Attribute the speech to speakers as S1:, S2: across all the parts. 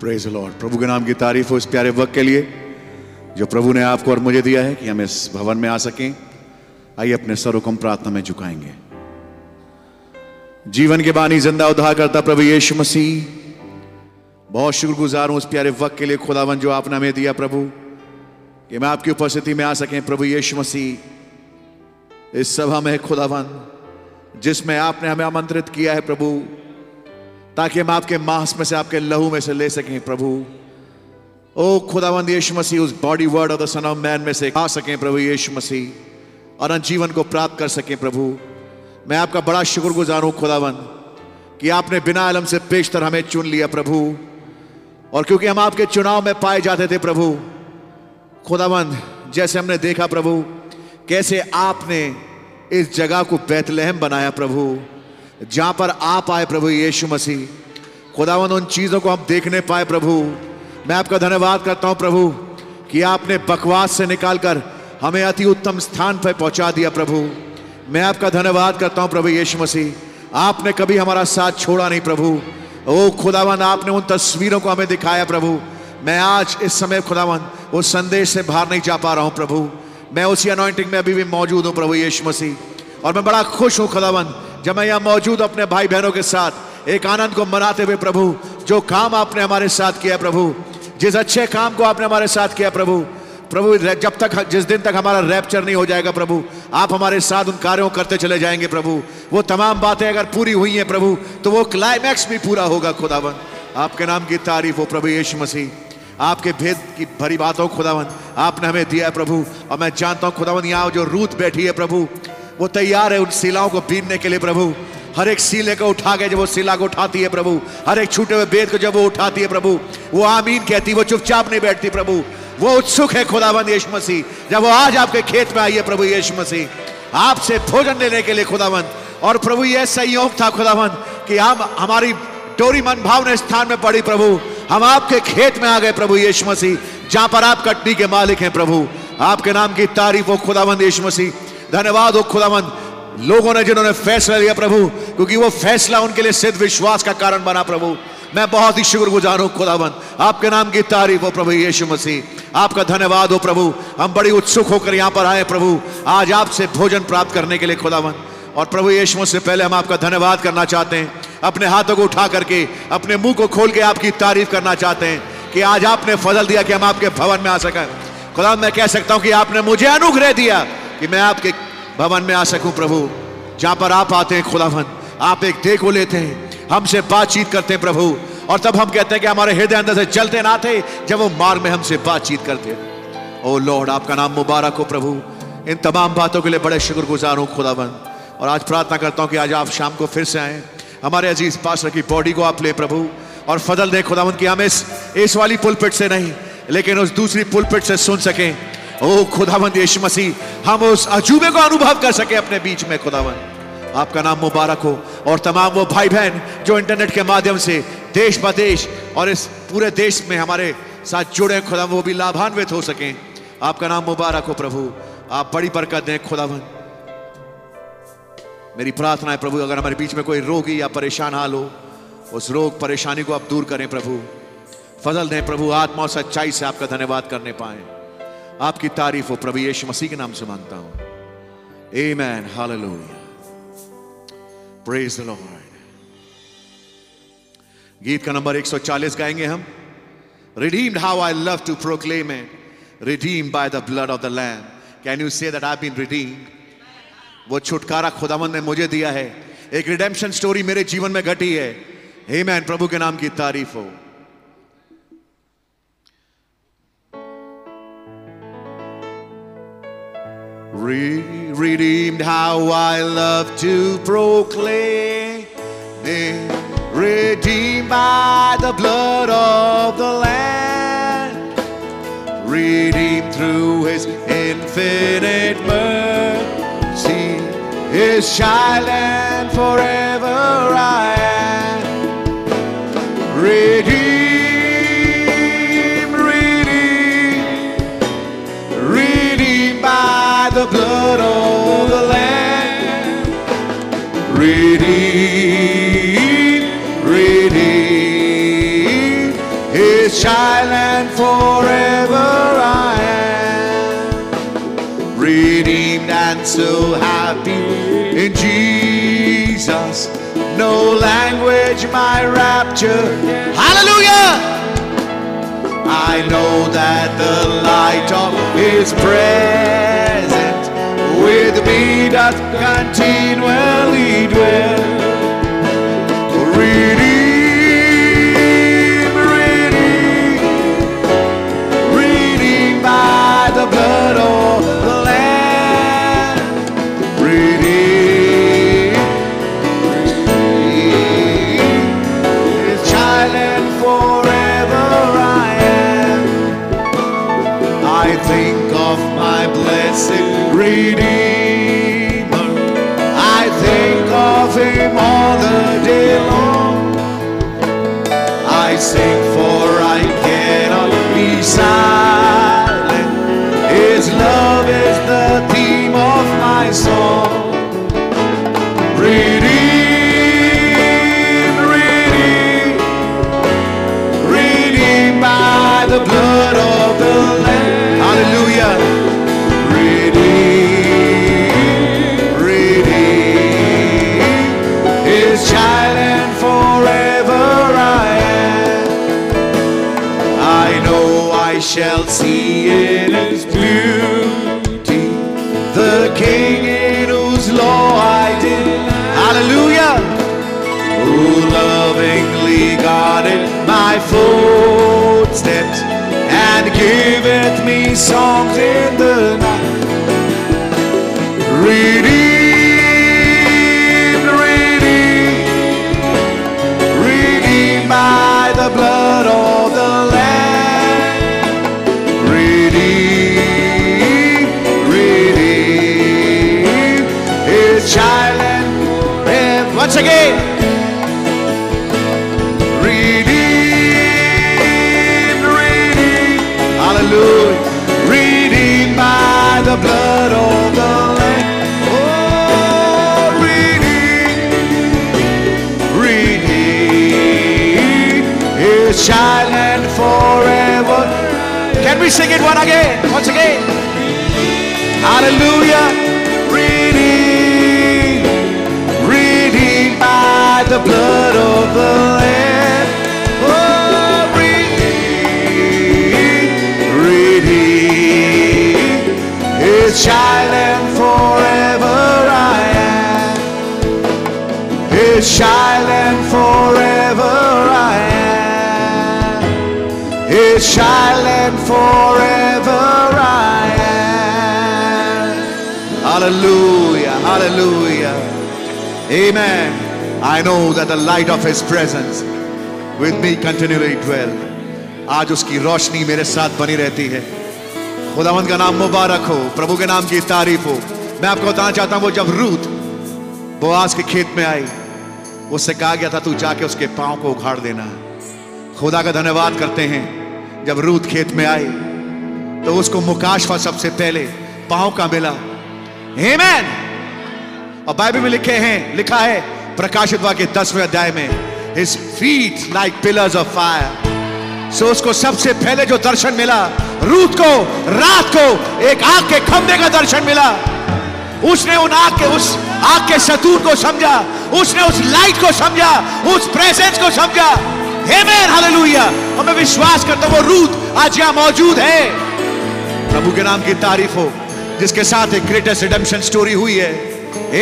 S1: Praise lord प्रभु के नाम की तारीफ हो इस प्यारे वक्त के लिए जो प्रभु ने आपको और मुझे दिया है कि हम इस भवन में आ सकें आइए अपने सरों को हम प्रार्थना में झुकाएंगे जीवन के बानी जिंदा उद्धार करता प्रभु यीशु मसीह बहुत शुक्रगुजार हूं उस प्यारे वक्त के लिए खुदावन जो आपने हमें दिया प्रभु कि मैं आपकी उपस्थिति में आ सकें प्रभु यीशु मसीह इस सभा में खुदावन जिसमें आपने हमें आमंत्रित किया है प्रभु ताकि हम आपके मांस में से आपके लहू में से ले सकें प्रभु ओ खुदावंद यीशु मसीह उस बॉडी वर्ड और द सन ऑफ मैन में से खा सकें प्रभु यीशु मसीह और अन जीवन को प्राप्त कर सकें प्रभु मैं आपका बड़ा शुक्रगुजार हूं खुदावंद कि आपने बिना अलम से पेशतर हमें चुन लिया प्रभु और क्योंकि हम आपके चुनाव में पाए जाते थे प्रभु खुदावंद जैसे हमने देखा प्रभु कैसे आपने इस जगह को बैतलहम बनाया प्रभु जहां पर आप आए प्रभु यीशु मसीह खुदावन उन चीजों को हम देखने पाए प्रभु मैं आपका धन्यवाद करता हूं प्रभु कि आपने बकवास से निकालकर हमें अति उत्तम स्थान पर पहुंचा दिया प्रभु मैं आपका धन्यवाद करता हूं प्रभु यीशु मसीह आपने कभी हमारा साथ छोड़ा नहीं प्रभु ओ खुदावन आपने उन तस्वीरों को हमें दिखाया प्रभु मैं आज इस समय खुदावन उस संदेश से बाहर नहीं जा पा रहा हूं प्रभु मैं उसी अनोइंटिंग में अभी भी मौजूद हूं प्रभु यीशु मसीह और मैं बड़ा खुश हूं खुदावन जब मैं यहाँ मौजूद हूं अपने भाई बहनों के साथ एक आनंद को मनाते हुए प्रभु जो काम आपने हमारे साथ किया प्रभु जिस अच्छे काम को आपने हमारे साथ किया प्रभु प्रभु जब तक जिस दिन तक हमारा रैप्चर नहीं हो जाएगा प्रभु आप हमारे साथ उन कार्यों को करते चले जाएंगे प्रभु वो तमाम बातें अगर पूरी हुई हैं प्रभु तो वो क्लाइमैक्स भी पूरा होगा खुदावन आपके नाम की तारीफ हो प्रभु यीशु मसीह आपके भेद की भरी बातों को खुदावन आपने हमें दिया है प्रभु और मैं जानता हूँ खुदावन यहाँ जो रूत बैठी है प्रभु वो तैयार है उन सिलाओं को बीनने के लिए प्रभु हर एक सीले को उठा के जब वो सिला को उठाती है प्रभु हर एक छूटे हुए बेद को जब वो उठाती है प्रभु वो आमीन कहती है वो चुपचाप नहीं बैठती प्रभु वो उत्सुक है खुदावन यीशु मसीह जब वो आज आपके खेत में आई है प्रभु यीशु मसीह आपसे भोजन लेने के लिए खुदावन और प्रभु यह संयोग था खुदावन कि हम हमारी डोरी मनभावने स्थान में पड़ी प्रभु हम आपके खेत में आ गए प्रभु यीशु मसीह जहां पर आप कटनी के मालिक हैं प्रभु आपके नाम की तारीफ हो खुदावंद यीशु मसीह धन्यवाद हो खुदावंद लोगों ने जिन्होंने फैसला लिया प्रभु क्योंकि वो फैसला उनके लिए सिद्ध विश्वास का कारण बना प्रभु मैं बहुत ही शुक्रगुजार हूं खुदावन आपके नाम की तारीफ हो प्रभु यीशु मसीह आपका धन्यवाद हो प्रभु हम बड़ी उत्सुक होकर यहाँ पर आए प्रभु आज आपसे भोजन प्राप्त करने के लिए खुदावन और प्रभु यीशु मसीह से पहले हम आपका धन्यवाद करना चाहते हैं अपने हाथों को उठा करके अपने मुंह को खोल के आपकी तारीफ करना चाहते हैं कि आज आपने फजल दिया कि हम आपके भवन में आ सकें खुदा मैं कह सकता हूं कि आपने मुझे अनुग्रह दिया कि मैं आपके भवन में आ सकूं प्रभु जहां पर आप आते हैं खुदावन आप एक देखो लेते हैं हमसे बातचीत करते हैं प्रभु और तब हम कहते हैं कि हमारे हृदय अंदर से चलते ना थे जब वो मार्ग में हमसे बातचीत करते थे ओ लॉर्ड आपका नाम मुबारक हो प्रभु इन तमाम बातों के लिए बड़े शुक्रगुजार हूं खुदावन और आज प्रार्थना करता हूं कि आज आप शाम को फिर से आए हमारे अजीज पास्टर की बॉडी को आप ले प्रभु और फजल दे खुदावन की हम इस इस वाली पुलपिट से नहीं लेकिन उस दूसरी पुलपिट से सुन सकें ओ खुदावंद यीशु मसीह हम उस अजूबे को अनुभव कर सके अपने बीच में खुदावन आपका नाम मुबारक हो और तमाम वो भाई बहन जो इंटरनेट के माध्यम से देश प्रदेश और इस पूरे देश में हमारे साथ जुड़े हैं, खुदा वो भी लाभान्वित हो सकें आपका नाम मुबारक हो प्रभु आप बड़ी बरकत दें खुदावन मेरी प्रार्थना है प्रभु अगर हमारे बीच में कोई रोगी या परेशान हाल हो उस रोग परेशानी को आप दूर करें प्रभु फजल दें प्रभु आत्मा और सच्चाई से आपका धन्यवाद करने पाए आपकी तारीफ हो प्रभु यीशु मसीह के नाम से मांगता हूं amen hallelujah praise the lord गीत का नंबर 140 गाएंगे हम redeemed how I love to proclaim it redeem by the blood of the lamb can you say that I been redeemed वो छुटकारा खुदावन ने मुझे दिया है एक रिडेम्पशन स्टोरी मेरे जीवन में घटी है हे मैन प्रभु के नाम की तारीफ हो Re- redeemed how I love to proclaim it. Redeemed by the blood of the Lamb Redeemed through His infinite mercy His child and forever I am Redeemed, redeemed redeemed by the blood of the Lamb. Redeemed, redeemed,
S2: His child and forever I am. Redeemed and so happy in Jesus. No language, my rapture. Hallelujah! I know that the light of His presence with me doth continually dwell. Redeemed, redeemed, redeemed by the blood of the Lamb. Redeemed, His child and forever I am. I think of my blessed Redeemer. I think of him all the day long. I sing for I cannot be silent. His love is the theme of my song. Redeemed, redeemed, redeemed by the blood of the Lamb. Hallelujah. Redeemed, redeemed, His child and forever I am. I know I shall see in His beauty the King in whose law I delight. Hallelujah who lovingly guarded my footsteps and giveth me songs in the night. Redeemed, redeemed, redeemed by the blood of the Lamb. Redeemed, redeemed, His child and forever. Once again. Redeemed, redeemed, hallelujah. Redeemed by the blood of the Lamb. Oh, redeemed, redeemed, His child and forever. Can we sing it one again? Once again. Hallelujah. Redeemed, redeemed by the blood of the Lamb. Oh, redeemed, redeemed, His child and forever I am. His child and forever I am. His child and forever I am. Hallelujah, hallelujah. Amen. I know that the light of His presence with me continually dwell. आज उसकी रोशनी मेरे साथ बनी रहती है खुदावंत का नाम मुबारक हो प्रभु के नाम की तारीफ हो मैं आपको बताना चाहता हूं वो जब रूत बोआज के खेत में आई उससे कहा गया था तू जाके उसके पांव को उखाड़ देना खुदा का धन्यवाद करते हैं जब रूत खेत में आई तो उसको मुकाशवा सबसे पहले पांव का मिला Amen! और बाइबल में लिखे हैं लिखा है प्रकाशित वाक्य दसवें अध्याय में his feet like pillars of fire so उसको सबसे पहले जो दर्शन मिला रूत को रात को एक आग के खंभे का दर्शन मिला उसने उन आग के उस आग के सतूर को समझा उसने उस लाइट को समझा उस प्रेजेंस को समझा Amen, हालेलुया और मैं विश्वास करता हूं वो रूत आज यहां मौजूद है प्रभु के नाम की तारीफ हो जिसके साथ एक ग्रेटेस्ट रिडेम्पशन स्टोरी हुई है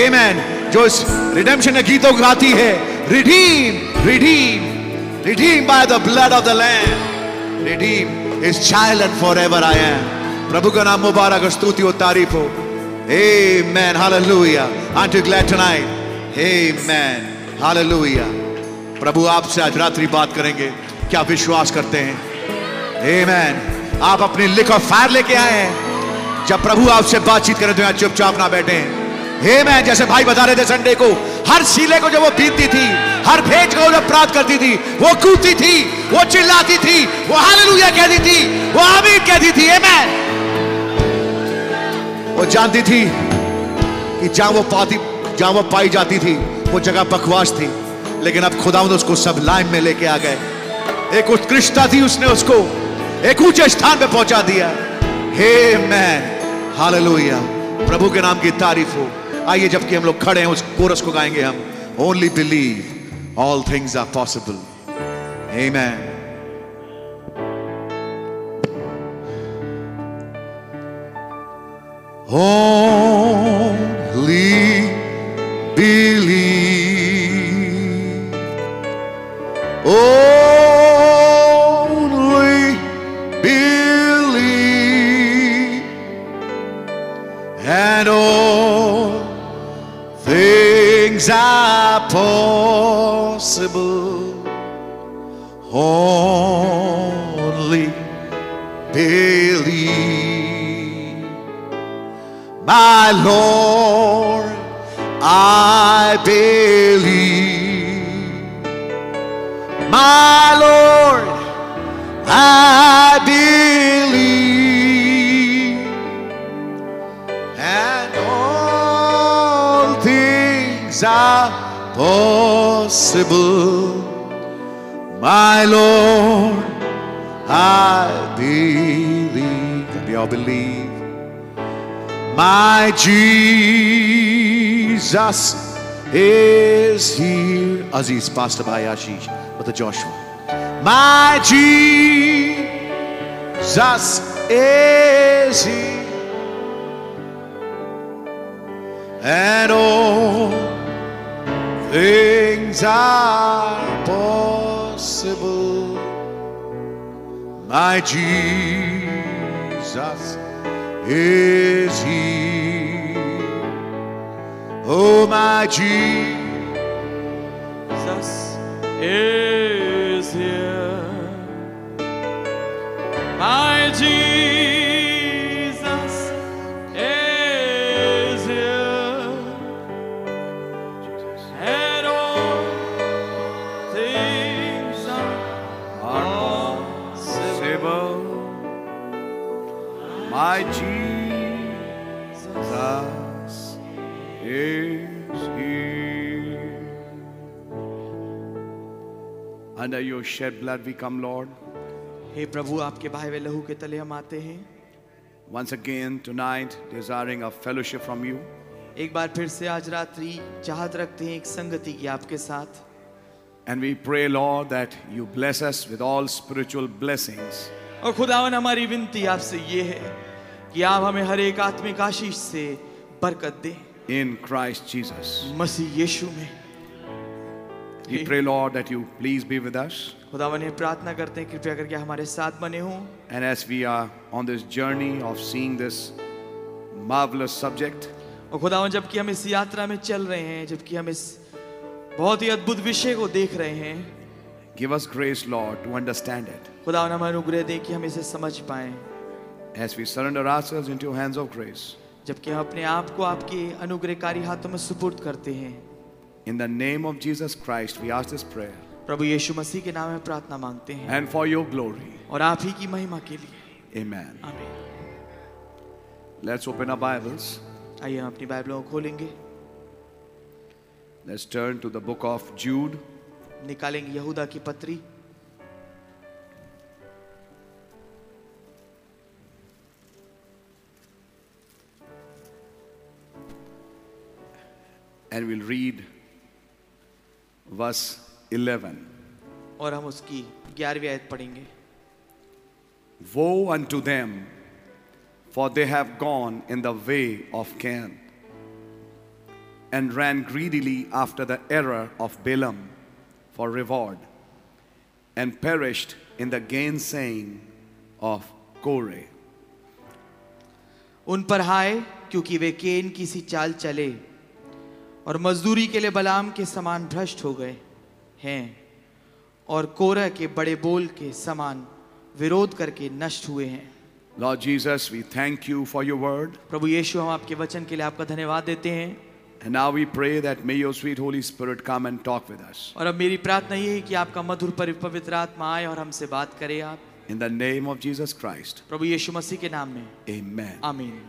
S2: Amen. जो इस रिडेम्पशन के गीतों को गाती है redeem redeem redeem by the blood of the lamb redeem is child and forever I am प्रभु का नाम मुबारक हो, स्तुति हो तारीफ हो Amen. Hallelujah. Aren't you glad tonight? Amen. Hallelujah. प्रभु आपसे आज रात्रि बात करेंगे क्या विश्वास करते हैं Amen. आप अपनी लिख और फायर लेके आए हैं जब प्रभु आपसे बातचीत करें तो यहाँ चुपचाप ना बैठे Amen. जैसे भाई बता रहे थे संडे को हर सीले को जो वो पीती थी हर भेंट को जो प्राप्त करती थी वो कूदती थी वो चिल्लाती थी वो हालेलुया कहती थी वो आमीन कहती थी Amen. वो जानती थी कि जहां वो पाती जहां वो पाई जाती थी वो जगह बकवास थी लेकिन अब खुदा उसको सब लाइन में लेके आ गए एक उत्कृष्टता थी उसने उसको एक ऊंचे स्थान पे पहुंचा दिया हे मैन हालेलुया प्रभु के नाम की तारीफ हो आइए जबकि हम लोग खड़े हैं उस कोरस को गाएंगे हम only believe all things are possible hey man Only believe. Only believe. And all things are possible. Only believe. My Lord, I believe. My Lord, I believe. And all things are possible. My Lord, I believe. Can we all believe? My Jesus is here. Aziz, Pastor by Ashish, Brother Joshua. My Jesus is here. And all things are possible. My Jesus is he. Oh, my Jesus
S3: Jesus is here. My Jesus is here. And all things are possible.
S4: My Jesus is here. Under your shed blood we come, Lord.
S3: हे प्रभु आपके भाई वे लहू के तले हम आते हैं
S4: Once again tonight, desiring a fellowship from you.
S3: एक बार फिर से आज रात्रि चाहत रखते हैं एक संगति की आपके साथ
S4: And we pray, Lord, that you bless us with all spiritual blessings.
S3: और खुदावन हमारी विनती आपसे ये है कि आप हमें हर एक आत्मिक आशीष से बरकत दें
S4: In Christ Jesus.
S3: Masih Yeshu में
S4: We pray, Lord, that you please be with us.
S3: खुदावन ये प्रार्थना करते हैं कृपया करके हमारे साथ बने हों
S4: And as we are on this journey of seeing this marvelous subject,
S3: और खुदावन जबकि हम इस यात्रा में चल रहे हैं जबकि हम इस बहुत ही अद्भुत विषय को देख रहे हैं
S4: give us grace, Lord, to understand it.
S3: खुदावन हमें अनुग्रह दें कि हम इसे समझ पाए
S4: As we surrender ourselves into your hands of grace,
S3: जबकि हम अपने आप को आपके अनुग्रहकारी हाथों में सुपुर्द करते हैं
S4: in the name of Jesus Christ, we ask this prayer
S3: प्रभु यीशु मसीह के नाम में प्रार्थना मांगते हैं
S4: and for your glory.
S3: और आप ही की महिमा के लिए
S4: Amen.
S3: आमीन
S4: Let's open our Bibles.
S3: आइए हम अपनी बाइबलों को खोलेंगे
S4: Let's turn to the book of Jude,
S3: निकालेंगे यहूदा की पत्री
S4: and we'll read verse 11.
S3: और हम उसकी ग्यारहवीं आयत पढ़ेंगे
S4: Woe unto them, for they have gone in the way of Cain, and ran greedily after the error of Balaam for reward, and perished in the gainsaying of Korah.
S3: उन पर हाय क्योंकि वे केन की सी चाल चले और मजदूरी के लिए बलाम के समान भ्रष्ट हो गए हैं और कोरह के बड़े बोल के समान विरोध करके नष्ट हुए हैं
S4: Lord Jesus, we thank you for your word,
S3: प्रभु यीशु हम आपके वचन के लिए आपका धन्यवाद देते हैं
S4: and now we pray that may your sweet Holy Spirit come and talk with us.
S3: और अब मेरी प्रार्थना ये है कि आपका मधुर परि- पवित्र आत्मा आए और हमसे बात करे आप
S4: In the name of Jesus Christ,
S3: प्रभु यीशु मसीह के नाम में
S4: amen.
S3: Amen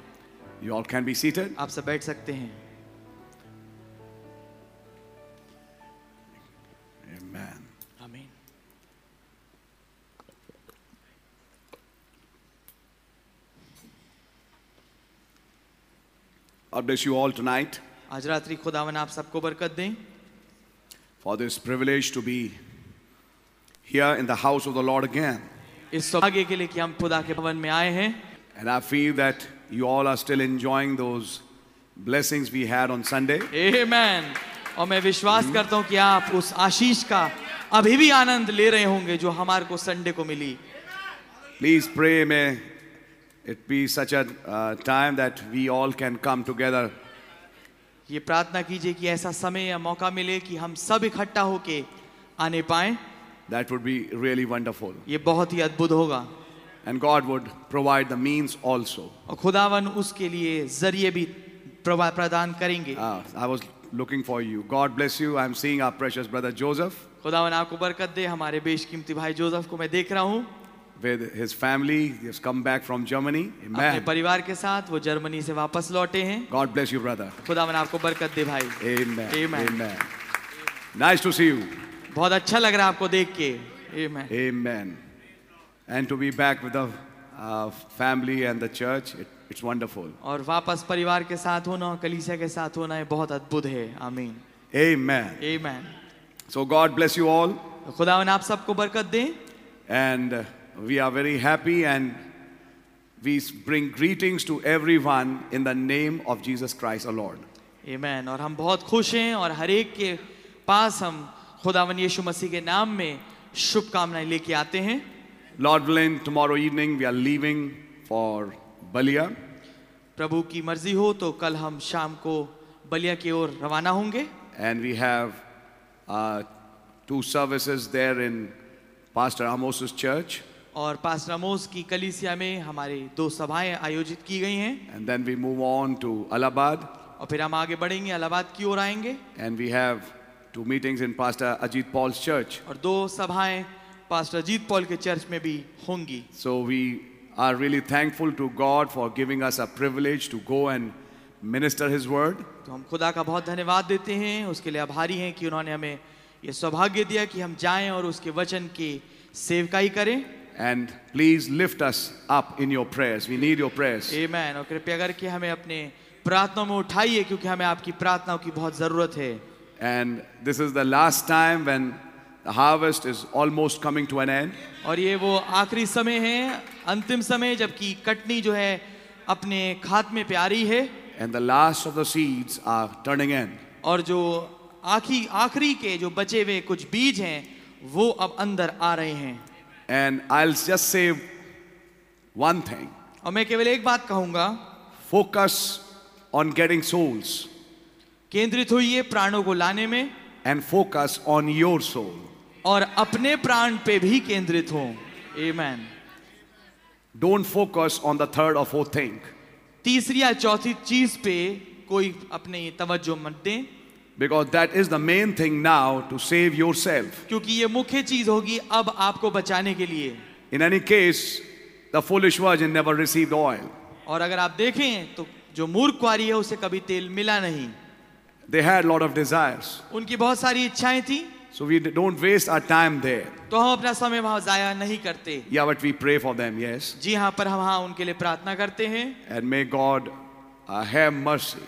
S4: You all can be seated.
S3: आप सब बैठ सकते हैं
S4: Amen.
S3: आमीन
S5: God bless you all tonight
S3: आज रात्रि खुदावन आप सबको बरकत दें
S5: for this privilege to be here in the house of the Lord again.
S3: इस सौभाग्य के लिए कि हम खुदा के भवन में आए हैं
S5: And I feel that you all are still enjoying those blessings we had on Sunday.
S3: Amen. और मैं
S5: Hmm?
S3: विश्वास करता हूं कि आप उस आशीष का अभी भी आनंद ले रहे होंगे जो हमारे को संडे को मिली
S5: Please pray, may it be such a uh, time that we all can come together
S3: ये प्रार्थना कीजिए कि ऐसा समय या मौका मिले कि हम सब इकट्ठा होके आने पाए
S5: That would be really wonderful.
S3: ये बहुत ही अद्भुत होगा
S5: And God would provide the means also.
S3: और खुदावन उसके लिए जरिए भी प्रवा- प्रदान करेंगे
S5: Ah, I was looking for you. God bless you. I'm seeing our precious brother Joseph
S3: खुदावन आपको बरकत दे हमारे बेशकीमती भाई जोसेफ को मैं देख रहा हूँ
S5: with his family. He has come back from Germany.
S3: अपने
S5: Amen.
S3: परिवार के साथ वो जर्मनी से वापस लौटे हैं
S5: God bless you, brother.
S3: खुदावन आपको बरकत दे भाई
S5: Amen.
S3: Amen.
S5: Nice to see you.
S3: बहुत अच्छा लग रहा है आपको देख के Amen.
S5: Amen. And to be back with the uh, family and the church, it, it's wonderful.
S3: और वापस परिवार के साथ होना और कलीसिया के साथ होना ये बहुत अद्भुत है आमीन
S5: Amen.
S3: आमीन
S5: So God bless you all.
S3: खुदावन आप सबको बरकत दें
S5: And uh, we are very happy and we s- bring greetings to everyone in the name of Jesus Christ our Lord.
S3: आमीन और हम बहुत खुश हैं और हर एक के पास हम खुदावन यीशु मसीह के नाम में शुभकामनाएं लेके आते हैं
S5: Lord willing, tomorrow evening we are leaving for Balia.
S3: प्रभु की मर्जी हो तो कल हम शाम को बलिया की ओर रवाना होंगे
S5: And we have uh, two services there in Pastor Amos's church.
S3: और पास रमोस की कलीसिया में हमारी दो सभाएं आयोजित की गई हैं
S5: And then we move on to Allahabad.
S3: और फिर हम आगे बढ़ेंगे इलाहाबाद की ओर आएंगे
S5: And we have two meetings in Pastor Ajit Paul's church.
S3: और दो सभाएं पास्टर अजीत पॉल के चर्च में भी होंगी
S5: So we are really thankful to God for giving us a privilege to go and minister His word.
S3: तो हम खुदा का बहुत धन्यवाद देते हैं उसके लिए आभारी हैं कि उन्होंने हमें ये सौभाग्य दिया कि हम जाएं और उसके वचन की सेवकाई करें
S5: And please lift us up in your prayers. We need your prayers.
S3: आमीन और कृपया करके हमें अपने प्रार्थनाओं में उठाइए क्योंकि हमें आपकी प्रार्थनाओं की बहुत ज़रूरत है
S5: And this is the last time when the harvest is almost coming to an end.
S3: और ये वो आखिरी समय है अंतिम समय जबकि कटनी जो है अपने खात्मे पे आ रही है
S5: And the last of the seeds are turning in.
S3: और जो आखिरी आखिरी के जो बचे हुए कुछ बीज हैं वो अब अंदर आ रहे हैं
S5: And I'll just say one thing
S3: और मैं केवल एक बात कहूंगा
S5: focus on getting souls
S3: केंद्रित होइए प्राणों को लाने में
S5: and focus on your soul.
S3: और अपने प्राण पे भी केंद्रित हों आमीन
S5: Don't focus on the third or fourth thing.
S3: तीसरी या चौथी चीज पे कोई अपनी तवज्जो मत दें
S5: Because that is the main thing now to save yourself.
S3: क्योंकि ये मुख्य चीज होगी अब आपको बचाने के लिए
S5: In any case, the foolish virgin never received oil.
S3: और अगर आप देखें तो जो मूर्ख कुआरी है उसे कभी तेल मिला नहीं
S5: They had a lot of desires.
S3: उनकी बहुत सारी इच्छाएं थी
S5: So we don't waste our time there.
S3: तो हम अपना समय वहां जाया नहीं करते
S5: Yeah, but we pray for them, yes.
S3: जी हाँ पर हम हाँ उनके लिए प्रार्थना करते हैं
S5: And may God uh, have mercy.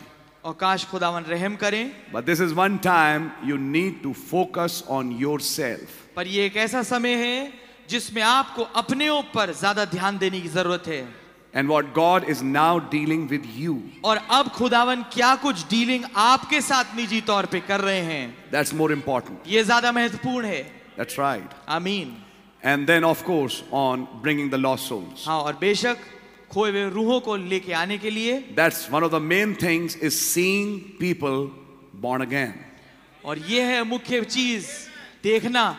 S3: और काश खुदावन रहम करें
S5: But this is one time you need to focus on yourself.
S3: पर ये एक ऐसा समय है जिसमें आपको अपने ऊपर ज्यादा ध्यान देने की जरूरत है
S5: And what God is now dealing with you,
S3: और अब खुदावन क्या कुछ डीलिंग आपके साथ निजी तौर पे कर रहे हैं
S5: that's more important.
S3: ये ज्यादा महत्वपूर्ण है
S5: That's right.
S3: आमीन
S5: And then, of course, on bringing the lost souls.
S3: हाँ और बेशक खोए हुए रूहों को लेके आने के लिए
S5: That's one of the main things is seeing people born again.
S3: और ये है मुख्य चीज देखना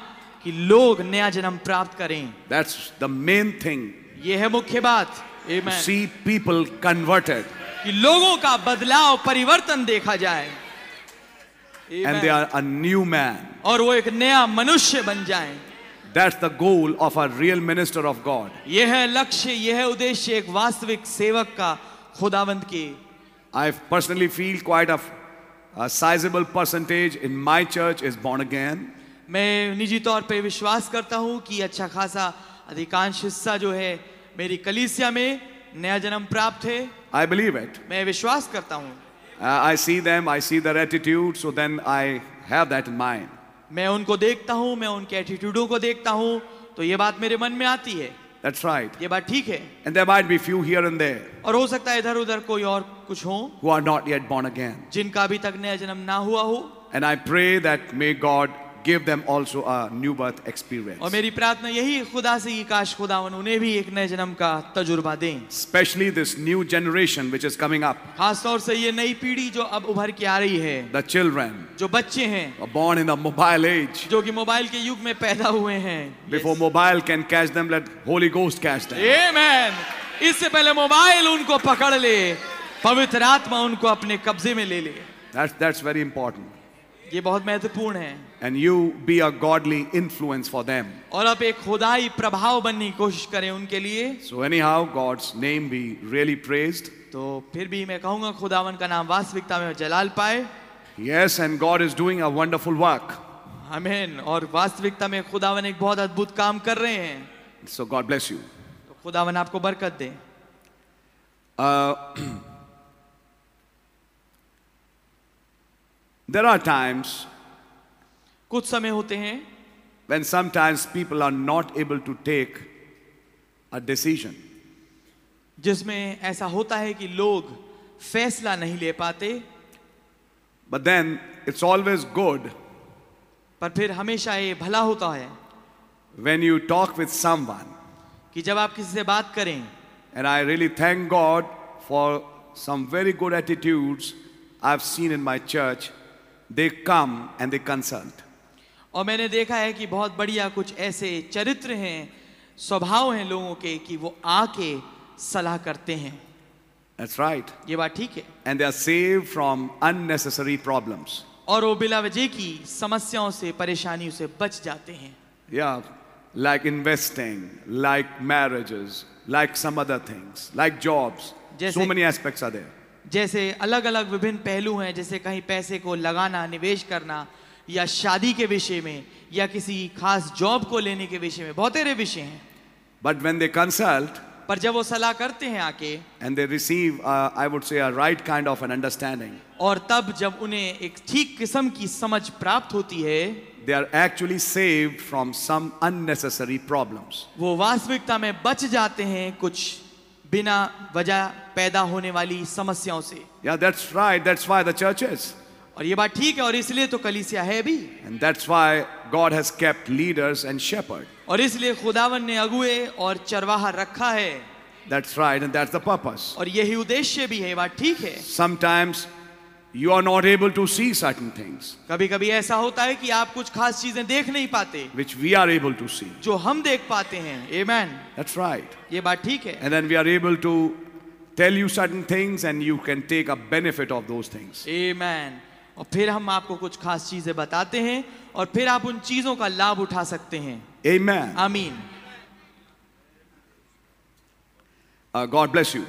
S3: कि लोग नया जन्म प्राप्त करें
S5: That's the main thing
S3: ये है मुख्य बात
S5: to
S3: Amen.
S5: see people converted
S3: कि लोगों का बदलाव परिवर्तन देखा जाए
S5: and
S3: Amen.
S5: they are a new man.
S3: और वो एक नया मनुष्य बन जाए
S5: That's the goal of a real minister of God.
S3: यह है लक्ष्य यह है उद्देश्य एक वास्तविक सेवक का खुदावंत के
S5: I personally feel quite a, a sizable percentage in my church is born again.
S3: मैं निजी तौर पे विश्वास करता हूँ कि अच्छा खासा अधिकांश हिस्सा जो है मेरी कलीसिया में नया जन्म प्राप्त है
S5: I believe it.
S3: मैं विश्वास करता हूँ
S5: Uh, I see them, I see their attitude, so then I have that in mind.
S3: मैं उनको देखता हूँ मैं उनके एटीट्यूडों को देखता हूँ तो ये बात मेरे मन में आती है
S5: That's right.
S3: ये बात ठीक है
S5: And there might be few here and there
S3: और हो सकता है इधर उधर कोई और कुछ हो
S5: who are not yet born again.
S3: जिनका अभी तक नया जन्म ना हुआ हो
S5: And I pray that may God give them also a new birth
S3: और
S5: experience.
S3: मेरी प्रार्थना यही है खुदा से कि काश खुदावन उन्हें भी एक नए जन्म का तजुर्बा दें
S5: Especially this new generation which is coming up,
S3: खास तौर से ये नई पीढ़ी जो अब उभर के आ रही है
S5: the children
S3: जो बच्चे हैं
S5: who are born in the mobile age.
S3: जो कि मोबाइल के युग में पैदा हुए हैं
S5: Before mobile can catch them, let Holy Ghost catch them.
S3: आमेन इससे पहले मोबाइल उनको पकड़ ले पवित्र आत्मा उनको अपने कब्जे में ले ले
S5: That's, that's very important.
S3: ये बहुत महत्वपूर्ण है
S5: And you be a godly influence for them.
S3: और आप एक खुदाई प्रभाव बनने की कोशिश करें उनके लिए
S5: So, anyhow, God's name be really praised.
S3: तो फिर भी मैं कहूंगा खुदावन का नाम वास्तविकता में जलाल पाए
S5: Yes, and God is doing a wonderful work.
S3: Amen और वास्तविकता में खुदावन एक बहुत अद्भुत काम कर रहे हैं
S5: So, God bless you.
S3: तो खुदावन आपको बरकत दे
S5: Uh, there are times
S3: कुछ समय होते हैं
S5: when sometimes people are not able to take a decision.
S3: जिसमें ऐसा होता है कि लोग फैसला नहीं ले पाते
S5: But then it's always good
S3: पर फिर हमेशा ये भला होता है
S5: when you talk with someone.
S3: कि जब आप किसी से बात करें
S5: And I really thank God for some very good attitudes I've seen in my church. They come and they consult.
S3: और मैंने देखा है कि बहुत बढ़िया कुछ ऐसे चरित्र हैं स्वभाव हैं लोगों के कि वो आके सलाह करते हैं
S5: That's right.
S3: ये बात ठीक है
S5: And they are saved from unnecessary problems.
S3: और वो बिला वजह की समस्याओं से परेशानियों से बच जाते हैं
S5: Yeah, like investing, like marriages, like some other things, like jobs.
S3: Just
S5: so
S3: like-
S5: many aspects are there.
S3: जैसे अलग अलग विभिन्न पहलू हैं जैसे कहीं पैसे को लगाना निवेश करना या शादी के विषय में या किसी खास जॉब को लेने के विषय में बहुत सारे विषय हैं
S5: But when they consult
S3: पर जब वो सलाह करते हैं आके
S5: and they receive, uh, I would say, a right kind of an understanding,
S3: और तब जब उन्हें एक ठीक किस्म की समझ प्राप्त होती है
S5: they are actually saved from some unnecessary problems.
S3: वो वास्तविकता में बच जाते हैं कुछ बिना वजह पैदा होने वाली समस्याओं से
S5: Yeah, that's right. That's why the church is.
S3: और ये बात ठीक है और इसलिए तो कलीसिया है भी
S5: And that's why God has kept leaders and shepherd.
S3: और इसलिए खुदावन ने अगुए और चरवाहा रखा है
S5: That's right, and that's the purpose.
S3: और यही उद्देश्य भी है ये बात ठीक है
S5: Sometimes you are not able to see certain things
S3: कभी कभी ऐसा होता है कि आप कुछ खास चीजें देख नहीं पाते
S5: which we are able to see.
S3: जो हम देख पाते हैं एमैन
S5: That's right.
S3: ये बात ठीक है
S5: And then we are able to tell you certain things and you can take a benefit of those things.
S3: Amen और फिर हम आपको कुछ खास चीजें बताते हैं और फिर आप उन चीजों का लाभ उठा सकते हैं
S5: Amen.
S3: आमीन
S5: Uh, God bless you.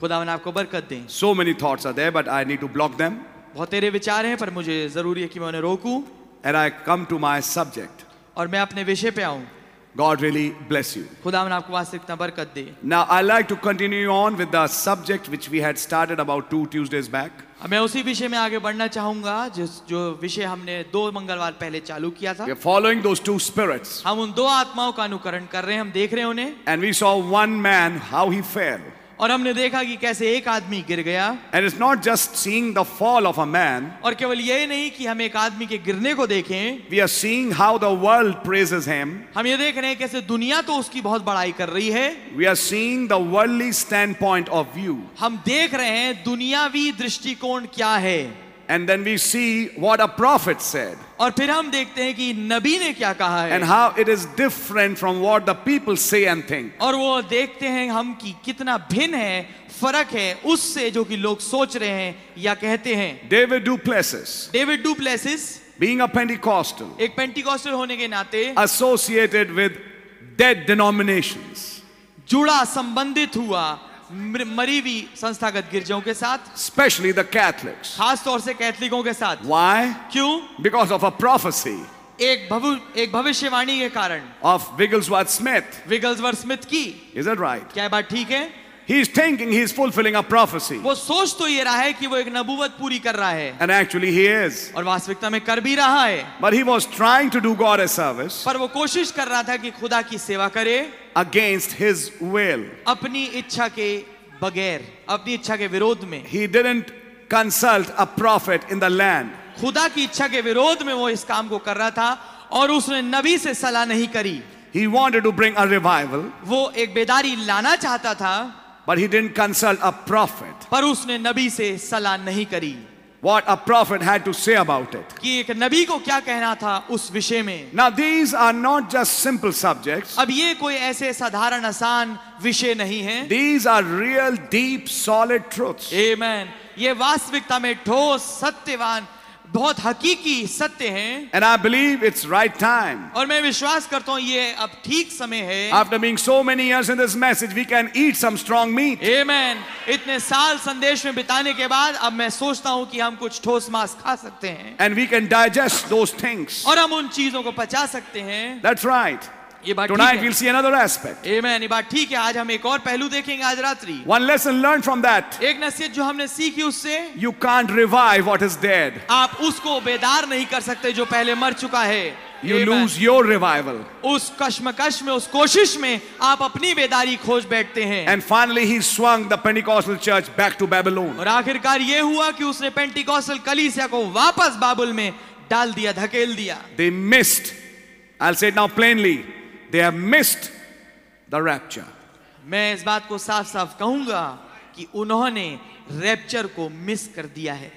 S3: खुदावन आपको बरकत दें
S5: So many thoughts are there, but I need to block them.
S3: बहुत तेरे विचार हैं पर मुझे जरूरी है कि मैं उन्हें रोकूं
S5: And I come to my subject.
S3: और मैं अपने विषय पे आऊं
S5: God really bless you.
S3: खुदावन आपको वास्तविकता बरकत दे
S5: Now, I like to continue on with the subject which we had started about two Tuesdays back.
S3: अब मैं उसी विषय में आगे बढ़ना चाहूंगा जिस जो विषय हमने दो मंगलवार पहले चालू किया था
S5: We are following those two spirits.
S3: हम उन दो आत्माओं का अनुकरण कर रहे हैं हम देख रहे हैं उन्हें
S5: And we saw one man, how he fell.
S3: और हमने देखा कि कैसे एक आदमी गिर गया
S5: And it's not just seeing the fall of a man,
S3: और केवल यही नहीं कि हम एक आदमी के गिरने को देखें
S5: we are seeing how the world praises him.
S3: हम ये देख रहे हैं कैसे दुनिया तो उसकी बहुत बड़ाई कर रही है
S5: We are seeing the worldly standpoint of view.
S3: हम देख रहे हैं दुनियावी दृष्टिकोण क्या है
S5: And then we see what a prophet said
S3: और फिर हम देखते हैं कि नबी ने क्या कहा
S5: and
S3: है
S5: how it is different from what the people say and think.
S3: और वो देखते हैं हम कि कितना भिन्न है फर्क है उससे जो कि लोग सोच रहे हैं या कहते हैं
S5: David Duplessis,
S3: David Duplessis
S5: being a Pentecostal,
S3: एक पेंटिकॉस्टल होने के नाते
S5: associated with dead denominations,
S3: जुड़ा संबंधित हुआ मर- मरी हुई संस्थागत गिरजाओं के साथ
S5: especially the Catholics.
S3: खास तौर से कैथलिकों के साथ
S5: Why?
S3: क्यों
S5: Because of a prophecy
S3: एक भवु एक भविष्यवाणी के कारण
S5: of Wigglesworth Smith.
S3: Wigglesworth Smith की
S5: Is that right?
S3: क्या ये बात ठीक है
S5: He's thinking he's fulfilling a prophecy.
S3: वो सोच तो ये रहा है कि वो एक नबूवत पूरी कर रहा है
S5: And actually, he is.
S3: और वास्तविकता में कर भी रहा है
S5: But he was trying to do God a service
S3: पर वो कोशिश कर रहा था कि खुदा की सेवा करे
S5: against his will.
S3: अपनी इच्छा के बगैर अपनी इच्छा के विरोध में
S5: He didn't consult a prophet in the land.
S3: खुदा की इच्छा के विरोध में वो इस काम को कर रहा था और उसने नबी से सलाह नहीं करी
S5: He wanted to bring a revival,
S3: वो एक बेदारी लाना चाहता था
S5: but he didn't consult a prophet.
S3: पर उसने नबी से सलाह नहीं करी
S5: What a prophet had to say about it.
S3: कि एक नबी को क्या कहना था उस विषय में
S5: Now, these are not just simple subjects,
S3: अब ये कोई ऐसे साधारण आसान विषय नहीं है
S5: these are real, deep, solid truths.
S3: Amen. ये वास्तविकता में ठोस सत्यवान बहुत हकीकी सत्य हैं
S5: And I believe it's right time.
S3: और मैं विश्वास करता हूँ ये अब ठीक समय है
S5: After being so many years in this message, we can eat some strong meat.
S3: Amen. इतने साल संदेश में बिताने के बाद अब मैं सोचता हूँ कि हम कुछ ठोस मांस खा सकते हैं
S5: and we can digest those things.
S3: और हम उन चीजों को पचा सकते हैं
S5: That's right.
S3: ये बात
S5: Tonight we'll
S3: ठीक
S5: see another aspect.
S3: है Amen. ये बात ठीक है आज हम एक और पहलू देखेंगे आज रात्रि
S5: One lesson learned from that
S3: एक नसीहत जो हमने सीखी उससे
S5: you can't revive what is dead,
S3: आप उसको बेदार नहीं कर सकते जो पहले मर चुका है
S5: you
S3: Amen.
S5: lose your revival.
S3: उस कश्मकश में उस कोशिश में आप अपनी बेदारी खोज बैठते हैं
S5: And finally, he swung the Pentecostal church back to Babylon.
S3: और आखिरकार ये हुआ कि उसने पेंटिकॉस्टल कलीसिया को वापस बाबुल में डाल दिया धकेल दिया
S5: They missed, I'll say it now plainly, they have missed the rapture.
S3: मैं इस बात को साफ साफ कहूंगा कि उन्होंने रैप्चर को मिस कर दिया है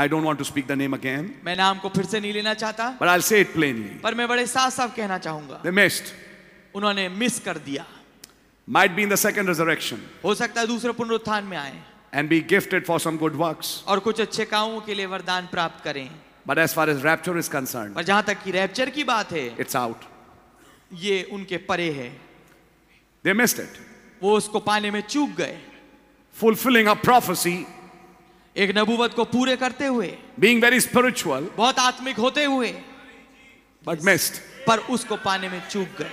S5: I don't want to speak the name again,
S3: मैं नाम को फिर से नहीं लेना चाहता
S5: but I'll say it plainly.
S3: पर मैं बड़े साफ साफ कहना चाहूंगा
S5: They missed.
S3: उन्होंने मिस कर दिया
S5: Might be in the second resurrection
S3: हो सकता है दूसरे पुनरुत्थान में आए
S5: and be gifted for some good works.
S3: और कुछ अच्छे कामों के लिए वरदान प्राप्त करें
S5: But as far as rapture is concerned,
S3: पर जहां तक कि रैप्चर की बात है
S5: it's out.
S3: ये उनके परे है
S5: They missed it.
S3: वो उसको पाने में चूक गए
S5: fulfilling a prophecy,
S3: एक नबूवत को पूरे करते हुए
S5: being very spiritual,
S3: बहुत आत्मिक होते हुए
S5: but missed.
S3: पर उसको पाने में चूक गए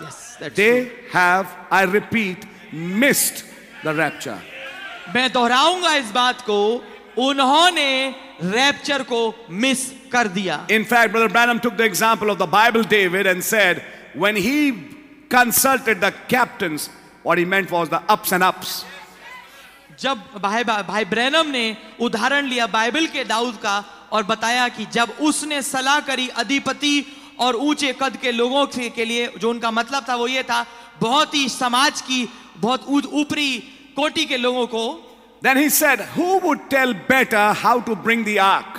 S3: Yes, that's
S5: They have, I repeat, missed the rapture.
S3: true. मैं दोहराऊंगा इस बात को उन्होंने रैप्चर को मिस कर दिया
S5: In fact, Brother Branham took the example of the Bible David and said, when he consulted the captains, what he meant was the ups and ups.
S3: जब भाई भाई ब्रैनम ने उदाहरण लिया बाइबल के दाऊद का और बताया कि जब उसने सलाह करी अधिपति और ऊंचे कद के लोगों के के लिए जो उनका मतलब था वो ये था बहुत ही समाज की बहुत ऊंच- ऊपरी कोटि के लोगों को
S5: Then he said, Who would tell better how to bring the ark?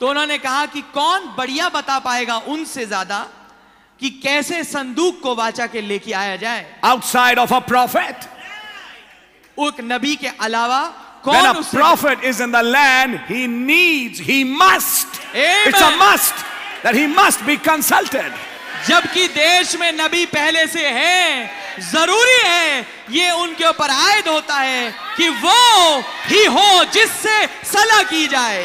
S3: तो उन्होंने कहा कि कौन बढ़िया बता पाएगा उनसे ज्यादा कि कैसे संदूक को वाचा के लेके आया जाए
S5: Outside of a prophet.
S3: एक नबी के अलावा
S5: When
S3: कौन
S5: a
S3: उससे-
S5: prophet is in the land, he needs, he must.
S3: Amen.
S5: It's a must that he must be consulted.
S3: जबकि देश में नबी पहले से है जरूरी है ये उनके ऊपर आयद होता है कि वो ही हो जिससे सलाह की जाए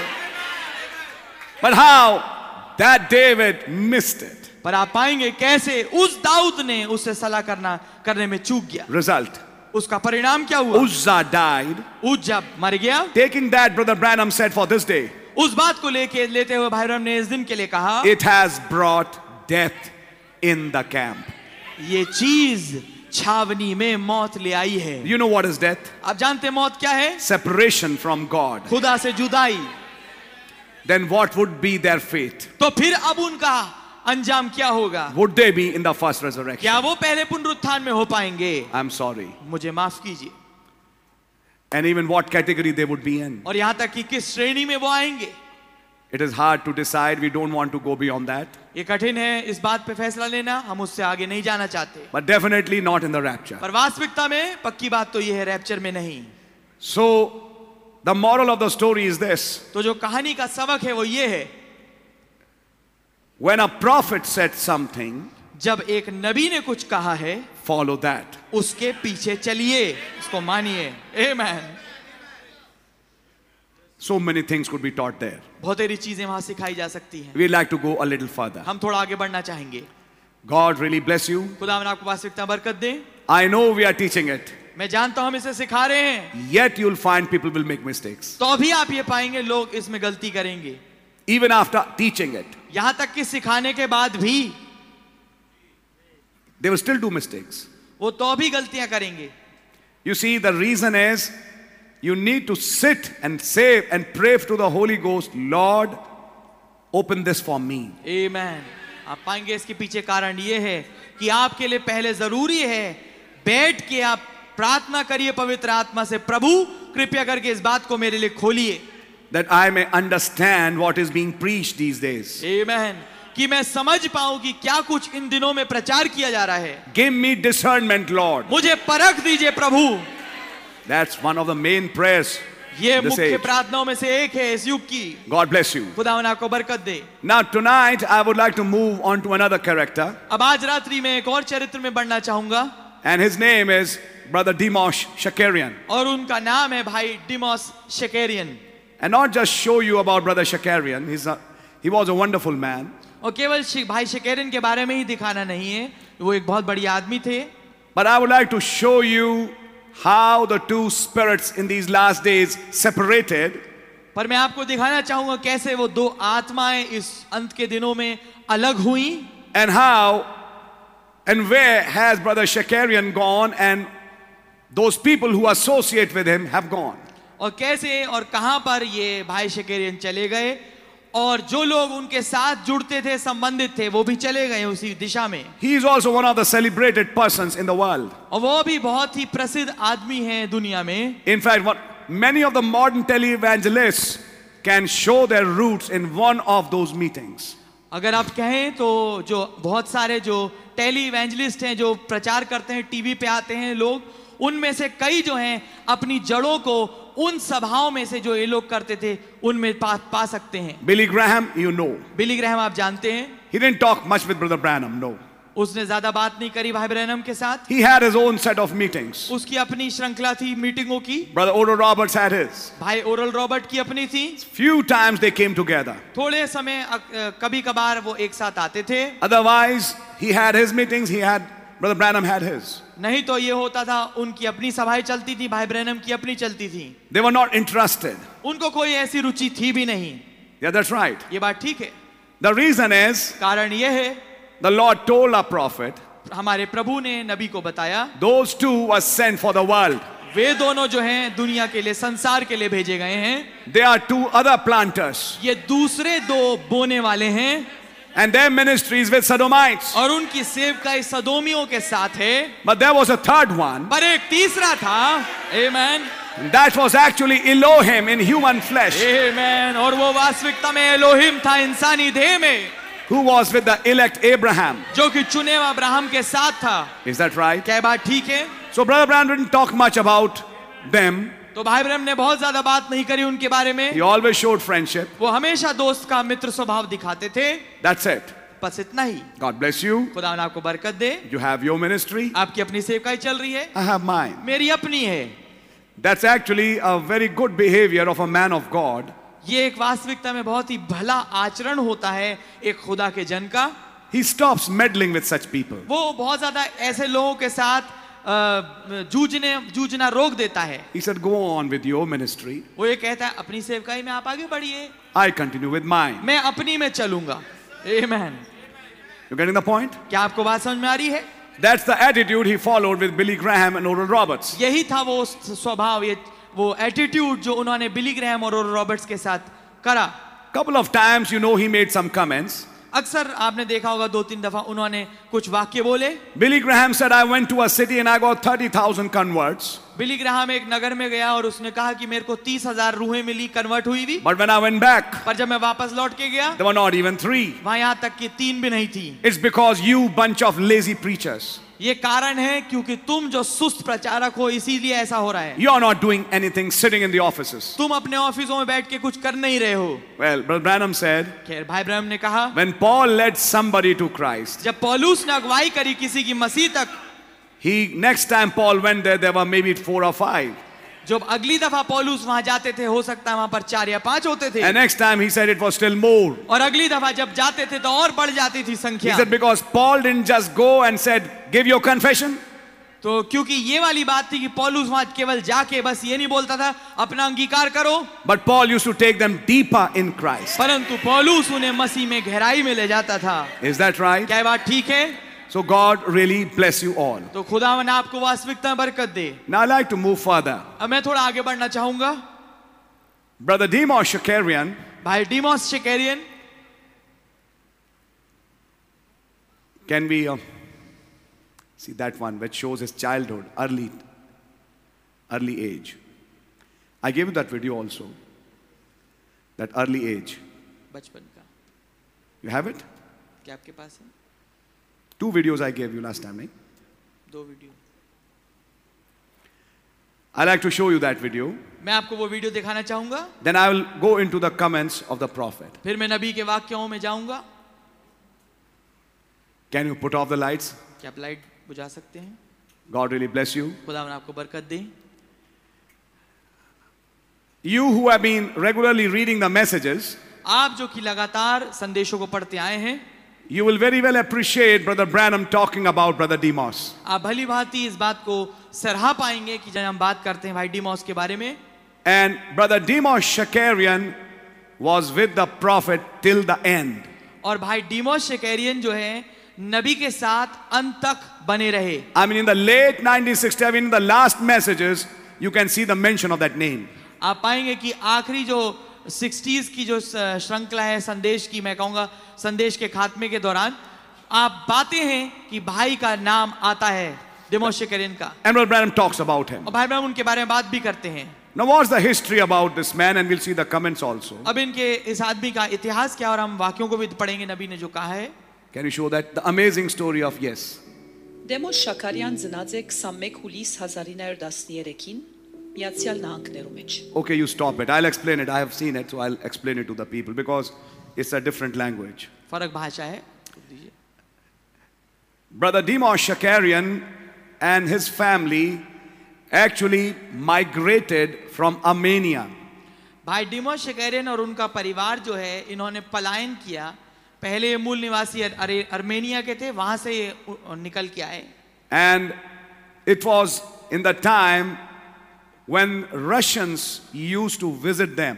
S5: But how? That David missed it.
S3: पर आप पाएंगे कैसे उस दाऊद ने उससे सलाह करना करने में चूक गया
S5: Result
S3: उसका परिणाम क्या हुआ
S5: Uzzah died.
S3: उज्जा मर गया
S5: Taking that, Brother Branham said for this day,
S3: उस बात को लेके लेते हुए भाई राम ने इस दिन के लिए कहा
S5: it has brought death in the camp.
S3: ये चीज छावनी में मौत ले आई है
S5: You know what is death?
S3: आप जानते हैं मौत क्या है
S5: Separation from God.
S3: खुदा से जुदाई
S5: Then what would be their fate?
S3: तो फिर अब उनका अंजाम क्या होगा
S5: Would they be in the first resurrection?
S3: क्या वो पहले पुनरुत्थान में हो पाएंगे
S5: I'm sorry.
S3: मुझे माफ कीजिए
S5: And even what category they would be in.
S3: और यहां तक कि किस श्रेणी में वो आएंगे
S5: It is hard to decide. We don't want to go beyond that.
S3: ये कठिन है इस बात पे फैसला लेना हम उससे आगे नहीं जाना चाहते
S5: But definitely not in the rapture.
S3: पर वास्तविकता में पक्की बात तो ये है रैप्चर में नहीं
S5: So, the moral of the story is this.
S3: तो जो कहानी का सबक है वो ये है
S5: When a prophet said something,
S3: जब एक नबी ने कुछ कहा है
S5: follow that.
S3: उसके पीछे चलिए उसको मानिए Amen
S5: So many things could be taught there.
S3: बहुत सारी चीजें वहां सिखाई जा सकती हैं
S5: We'd like to go a little further.
S3: हम थोड़ा आगे बढ़ना चाहेंगे
S5: God really bless you.
S3: खुदा आपको वास्तविकता बरकत दें
S5: I know we are teaching it,
S3: मैं जानता हूं हम इसे सिखा रहे हैं
S5: yet you'll find people will make mistakes.
S3: तो भी आप ये पाएंगे लोग इसमें गलती करेंगे
S5: Even after teaching it,
S3: यहां तक कि सिखाने के बाद भी
S5: they will still do mistakes.
S3: वो तो भी गलतियां करेंगे
S5: You see, the reason is you need to sit and save and pray to the Holy Ghost, Lord, open this for me.
S3: Amen. आप पाएंगे इसके पीछे कारण ये है कि आपके लिए पहले जरूरी है बैठ के आप प्रार्थना करिए पवित्र आत्मा से प्रभु कृपया करके इस बात को मेरे लिए खोलिए
S5: that I may understand what is being preached these days.
S3: Amen. कि मैं समझ पाऊं कि क्या कुछ इन दिनों में प्रचार किया जा रहा है
S5: Give me discernment, Lord.
S3: मुझे परख दीजिए प्रभु
S5: That's one of the main prayers.
S3: ये
S5: This
S3: मुख्य
S5: age.
S3: प्रार्थनाओं में से एक है इस युग की
S5: God bless you.
S3: खुदावन आपको बरकत दे
S5: Now, tonight, I would like to move on to another character,
S3: अब आज रात्रि में एक और चरित्र में बढ़ना चाहूंगा
S5: and his name is Brother Dimosh Shakarian.
S3: और उनका नाम है भाई Demos Shakarian
S5: And not just show you about Brother Shakarian, he's a, he was a wonderful man,
S3: और केवल शे- भाई शेकेरन के बारे में ही दिखाना नहीं है वो एक बहुत बड़ी आदमी थे
S5: but I would like to show you how the two spirits in these last days separated
S3: पर मैं आपको दिखाना चाहूंगा कैसे वो दो आत्माएं इस अंत के दिनों में अलग हुई
S5: and how and where has brother shakarian gone and those people who associate with him have gone
S3: और कैसे और कहां पर ये भाई शेकेरियन चले गए और जो लोग उनके साथ जुड़ते थे संबंधित थे वो भी चले गए उसी दिशा में
S5: he is also one of the celebrated persons in the world
S3: और वो भी बहुत ही प्रसिद्ध आदमी हैं दुनिया में
S5: in fact what, many of the modern televangelists can show their roots in one of those meetings
S3: अगर आप कहें तो जो बहुत सारे जो टेली इवेंजलिस्ट हैं जो प्रचार करते हैं टीवी पे आते हैं लोग उनमें से कई जो हैं अपनी जड़ों को उन सभाओं में से जो ये लोग करते थे उनमें पा, पा सकते हैं
S5: billy graham you know
S3: Billy Graham आप जानते हैं
S5: he didn't talk much with brother branham no
S3: उसने ज्यादा बात नहीं करी भाई ब्रैनम के साथ
S5: he had his own set of meetings
S3: उसकी अपनी श्रृंखला थी मीटिंगों की
S5: brother odo roberts had his
S3: भाई ओरल रॉबर्ट की अपनी थी
S5: few times they came together
S3: थोड़े समय कभी कभार वो एक साथ आते थे
S5: otherwise he had his meetings he had brother branham had his
S3: नहीं तो ये होता था उनकी अपनी सभाएं चलती थी भाई ब्रैनम की अपनी चलती थी
S5: They were not interested.
S3: उनको कोई ऐसी रुचि थी भी नहीं
S5: Yeah, that's right.
S3: ये बात ठीक है
S5: The reason is
S3: कारण यह है
S5: the Lord told our prophet,
S3: हमारे प्रभु ने नबी को बताया
S5: those two were sent for the world.
S3: वे दोनों जो हैं दुनिया के लिए संसार के लिए भेजे गए हैं
S5: There are two other planters,
S3: ये दूसरे दो बोने वाले हैं
S5: and their ministry is with Sodomites.
S3: और उनकी सेवकाई सदोमियों के साथ है
S5: But there was a third one,
S3: पर एक तीसरा था amen
S5: and that was actually Elohim in human flesh,
S3: amen और वो वास्तविकता में एलोहिम था इंसानी देह में
S5: who was with the elect Abraham.
S3: जो कि चुने हुए अब्राहम के साथ था
S5: Is that right?
S3: क्या ये बात ठीक है
S5: So, Brother Branham didn't talk much about them.
S3: तो भाई ब्रह्म ने बहुत ज्यादा बात नहीं करी उनके बारे में
S5: He always showed friendship.
S3: वो हमेशा दोस्त का मित्र स्वभाव दिखाते थे
S5: That's it.
S3: बस इतना ही
S5: God bless you.
S3: खुदा ने आपको बरकत दे
S5: You have your ministry,
S3: आपकी अपनी सेवकाई चल रही है
S5: I have mine.
S3: मेरी अपनी है
S5: That's actually a very good behavior of a man of God.
S3: ये एक वास्तविकता में बहुत ही भला आचरण होता है एक खुदा के जन का
S5: He stops meddling with such people.
S3: वो बहुत ज्यादा ऐसे लोगों के साथ अ, जूझने जूझना रोक देता है
S5: He said, Go on with your ministry.
S3: वो ये कहता है अपनी सेवकाई में आप आगे बढ़िए
S5: I continue with mine.
S3: मैं अपनी में चलूंगा Amen.
S5: You getting the point?
S3: क्या आपको बात समझ में आ रही है
S5: That's the attitude he followed with Billy Graham and Oral Roberts.
S3: यही था वो स्वभाव ये वो एटीट्यूड जो उन्होंने बिली ग्रैम और रॉबर्ट्स के साथ करा
S5: Couple of times, you know, he made some comments.
S3: अक्सर आपने देखा होगा दो तीन दफा उन्होंने कुछ वाक्य बोले
S5: Billy Graham said, I went to a city and I got 30,000 converts.
S3: Billy Graham एक नगर में गया और उसने कहा कि मेरे को तीस हजार रूहें मिली कन्वर्ट हुई भी
S5: But when I went back,
S3: पर जब मैं वापस लौट के गया
S5: there were not even three.
S3: वहां यहाँ तक कि तीन भी नहीं थी
S5: It's because you, bunch of lazy preachers,
S3: ये कारण है क्योंकि तुम जो सुस्त प्रचारक हो इसीलिए ऐसा हो रहा है
S5: you're not doing anything sitting in the offices.
S3: तुम अपने ऑफिसों में बैठ के कुछ कर नहीं रहे हो
S5: Well, Brother Branham said,
S3: खैर भाई ब्रह्म ने कहा
S5: When Paul led somebody to Christ,
S3: जब पौलूस ने अगुवाई करी किसी की मसीह तक
S5: He next time Paul went there, there were maybe four or five.
S3: जब अगली दफा पौलूस वहां जाते थे हो सकता है वहां पर चार या पांच होते थे
S5: And next time he said it was still more.
S3: और अगली दफा जब जाते थे तो और बढ़ जाती थी
S5: He
S3: संख्या
S5: said because Paul didn't just go and said, "Give your confession."
S3: तो क्योंकि ये वाली बात थी कि पौलुस वहां केवल जाके बस ये नहीं बोलता था अपना अंगीकार करो
S4: But Paul used to take them deeper in Christ.
S3: परंतु पौलुस उन्हें मसीह में गहराई में ले जाता था
S4: Is that right?
S3: क्या ये बात ठीक है
S4: So God really bless you all.
S3: तो खुदावन आपको वास्तविकता में बरकत दे
S4: Now I'd like to move further.
S3: अब मैं थोड़ा आगे बढ़ना चाहूंगा
S4: Brother Demos Shakarian
S3: भाई Demos Shakarian
S4: Can we uh, see that one which shows his childhood, early, early age? I gave you that video also. That early age.
S3: बचपन का
S4: You have it?
S3: क्या आपके पास है
S4: Two videos I gave you last time. Eh?
S3: दो video
S4: I like to show you that video.
S3: मैं आपको वो वीडियो दिखाना चाहूंगा
S4: Then I will go into the comments of the prophet.
S3: फिर मैं नबी के वाक्यों में जाऊंगा
S4: Can you put off the lights?
S3: क्या आप लाइट बुझा सकते हैं
S4: God really bless you.
S3: खुदावन आपको बरकत दे
S4: You who have been regularly reading the messages,
S3: आप जो कि लगातार संदेशों को पढ़ते आए हैं
S4: you will very well appreciate Brother Branham talking about Brother Demos.
S3: आप भली भांति इस बात को सराह पाएंगे कि जब हम बात करते हैं भाई डीमॉस के बारे में
S4: And Brother Demos Shakarian was with the prophet till the end.
S3: और भाई डीमोस शेकेरियन जो है नबी के साथ अंत तक बने रहे
S4: I mean, in the late 1960s, I mean, in the last messages, you can see the mention of that name.
S3: आप पाएंगे कि आखिरी जो 60s की जो स- श्रृंखला है संदेश की मैं कहूंगा संदेश के खात्मे के दौरान आप बातें हैं कि भाई का नाम आता है डिमोस शेकेरियन का
S4: And Brother Branham talks about him.
S3: और भाई ब्रह्म उनके बारे में बात भी करते हैं
S4: Now, what's the history about this man? And we'll see the comments also.
S3: अब इनके इस आदमी का इतिहास क्या और हम वाक्यों को भी पढ़ेंगे नबी ने जो कहा है
S4: Can you show that? The amazing story of yes.
S5: Դեմոս Շաքարյան ծնած է 21 հուլիս 1913-ին Միացյալ Նահանգներում մեջ։
S4: Okay, you stop it. I'll explain it. I have seen it, so I'll explain it to the people because it's a different language.
S3: फर्क भाषा है
S4: Brother Demos Shakarian and his family actually migrated from Armenia.
S3: भाई डिमो Shakarian और उनका परिवार जो है इन्होंने पलायन किया पहले ये मूल निवासी अर- अरे- अर्मेनिया के थे वहां से ये उ- निकल के आए
S4: And it was in the time when Russians used to visit them.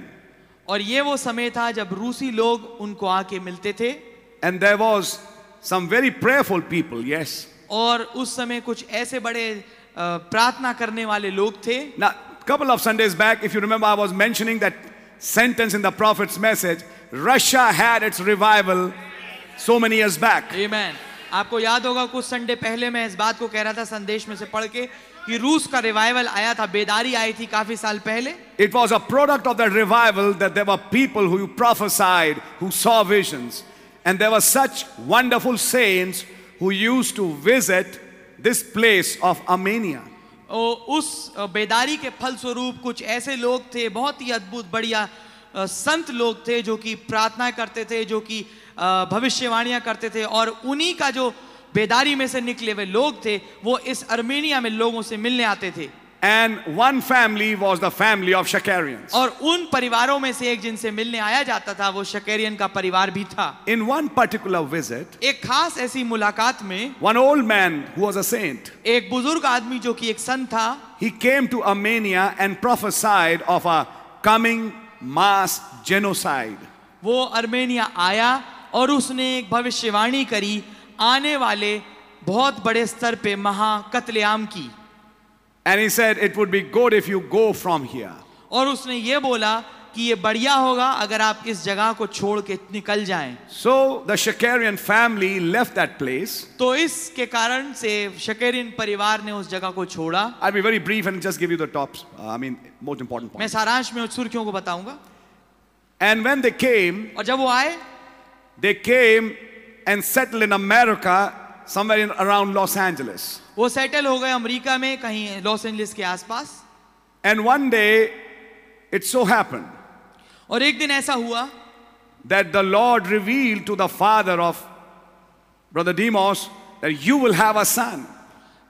S3: और ये वो समय था जब रूसी लोग उनको आके मिलते थे
S4: And there was some very prayerful people, yes.
S3: और उस समय कुछ ऐसे बड़े अ, प्रार्थना करने वाले लोग थे
S4: Now, a couple of Sundays back, if you remember, I was mentioning that sentence in the prophet's message Russia had its revival so many years back.
S3: Amen. आपको याद होगा कुछ संडे पहले मैं इस बात को कह रहा था संदेश में से पढ़ के कि रूस का रिवाइवल आया था बेदारी आई थी काफी साल पहले
S4: It was a product of that revival that there were people who prophesied, who saw visions, and there were such wonderful saints who used to visit this place of Armenia.
S3: ओ, उस अ, बेदारी के फल स्वरूप कुछ ऐसे लोग थे बहुत ही अद्भुत बढ़िया अ, संत लोग थे जो कि प्रार्थना करते थे जो कि अ, भविष्यवाणियां करते थे और उन्हीं का जो बेदारी में से निकले हुए लोग थे वो इस अर्मेनिया में लोगों से मिलने आते थे
S4: And one family was the family of Shakarians.
S3: और उन परिवारों में से एक जिनसे मिलने आया जाता था वो शकेरियन का परिवार भी था
S4: In one particular visit,
S3: एक खास ऐसी मुलाकात में
S4: one old man who was a saint
S3: एक बुजुर्ग आदमी जो कि एक संत था
S4: He came to Armenia and prophesied of a coming mass genocide.
S3: वो अर्मेनिया आया और उसने एक भविष्यवाणी करी आने वाले बहुत बड़े स्तर पे महा कत्लेआम की
S4: And he said, It would be good if you go from here.
S3: और उसने ये बोला कि ये बढ़िया होगा अगर आप इस जगह को छोड़ के निकल जाएं
S4: So the Shakarian family left that place.
S3: तो इसके कारण से शकेरिन परिवार ने उस जगह को छोड़ा
S4: I'll be very brief and just give you the tops, uh, I mean, most important
S3: मैं
S4: points.
S3: सारांश में उस सुर्खियों को बताऊंगा
S4: And when they came,
S3: और जब वो आए
S4: they came and settled in America, somewhere in, around Los Angeles.
S3: वो सेटल हो गए अमेरिका में कहीं लॉस एंजलिस के आसपास
S4: And one day, it so happened
S3: और एक दिन ऐसा हुआ
S4: that the Lord revealed to the father of Brother Demos that you will have a son.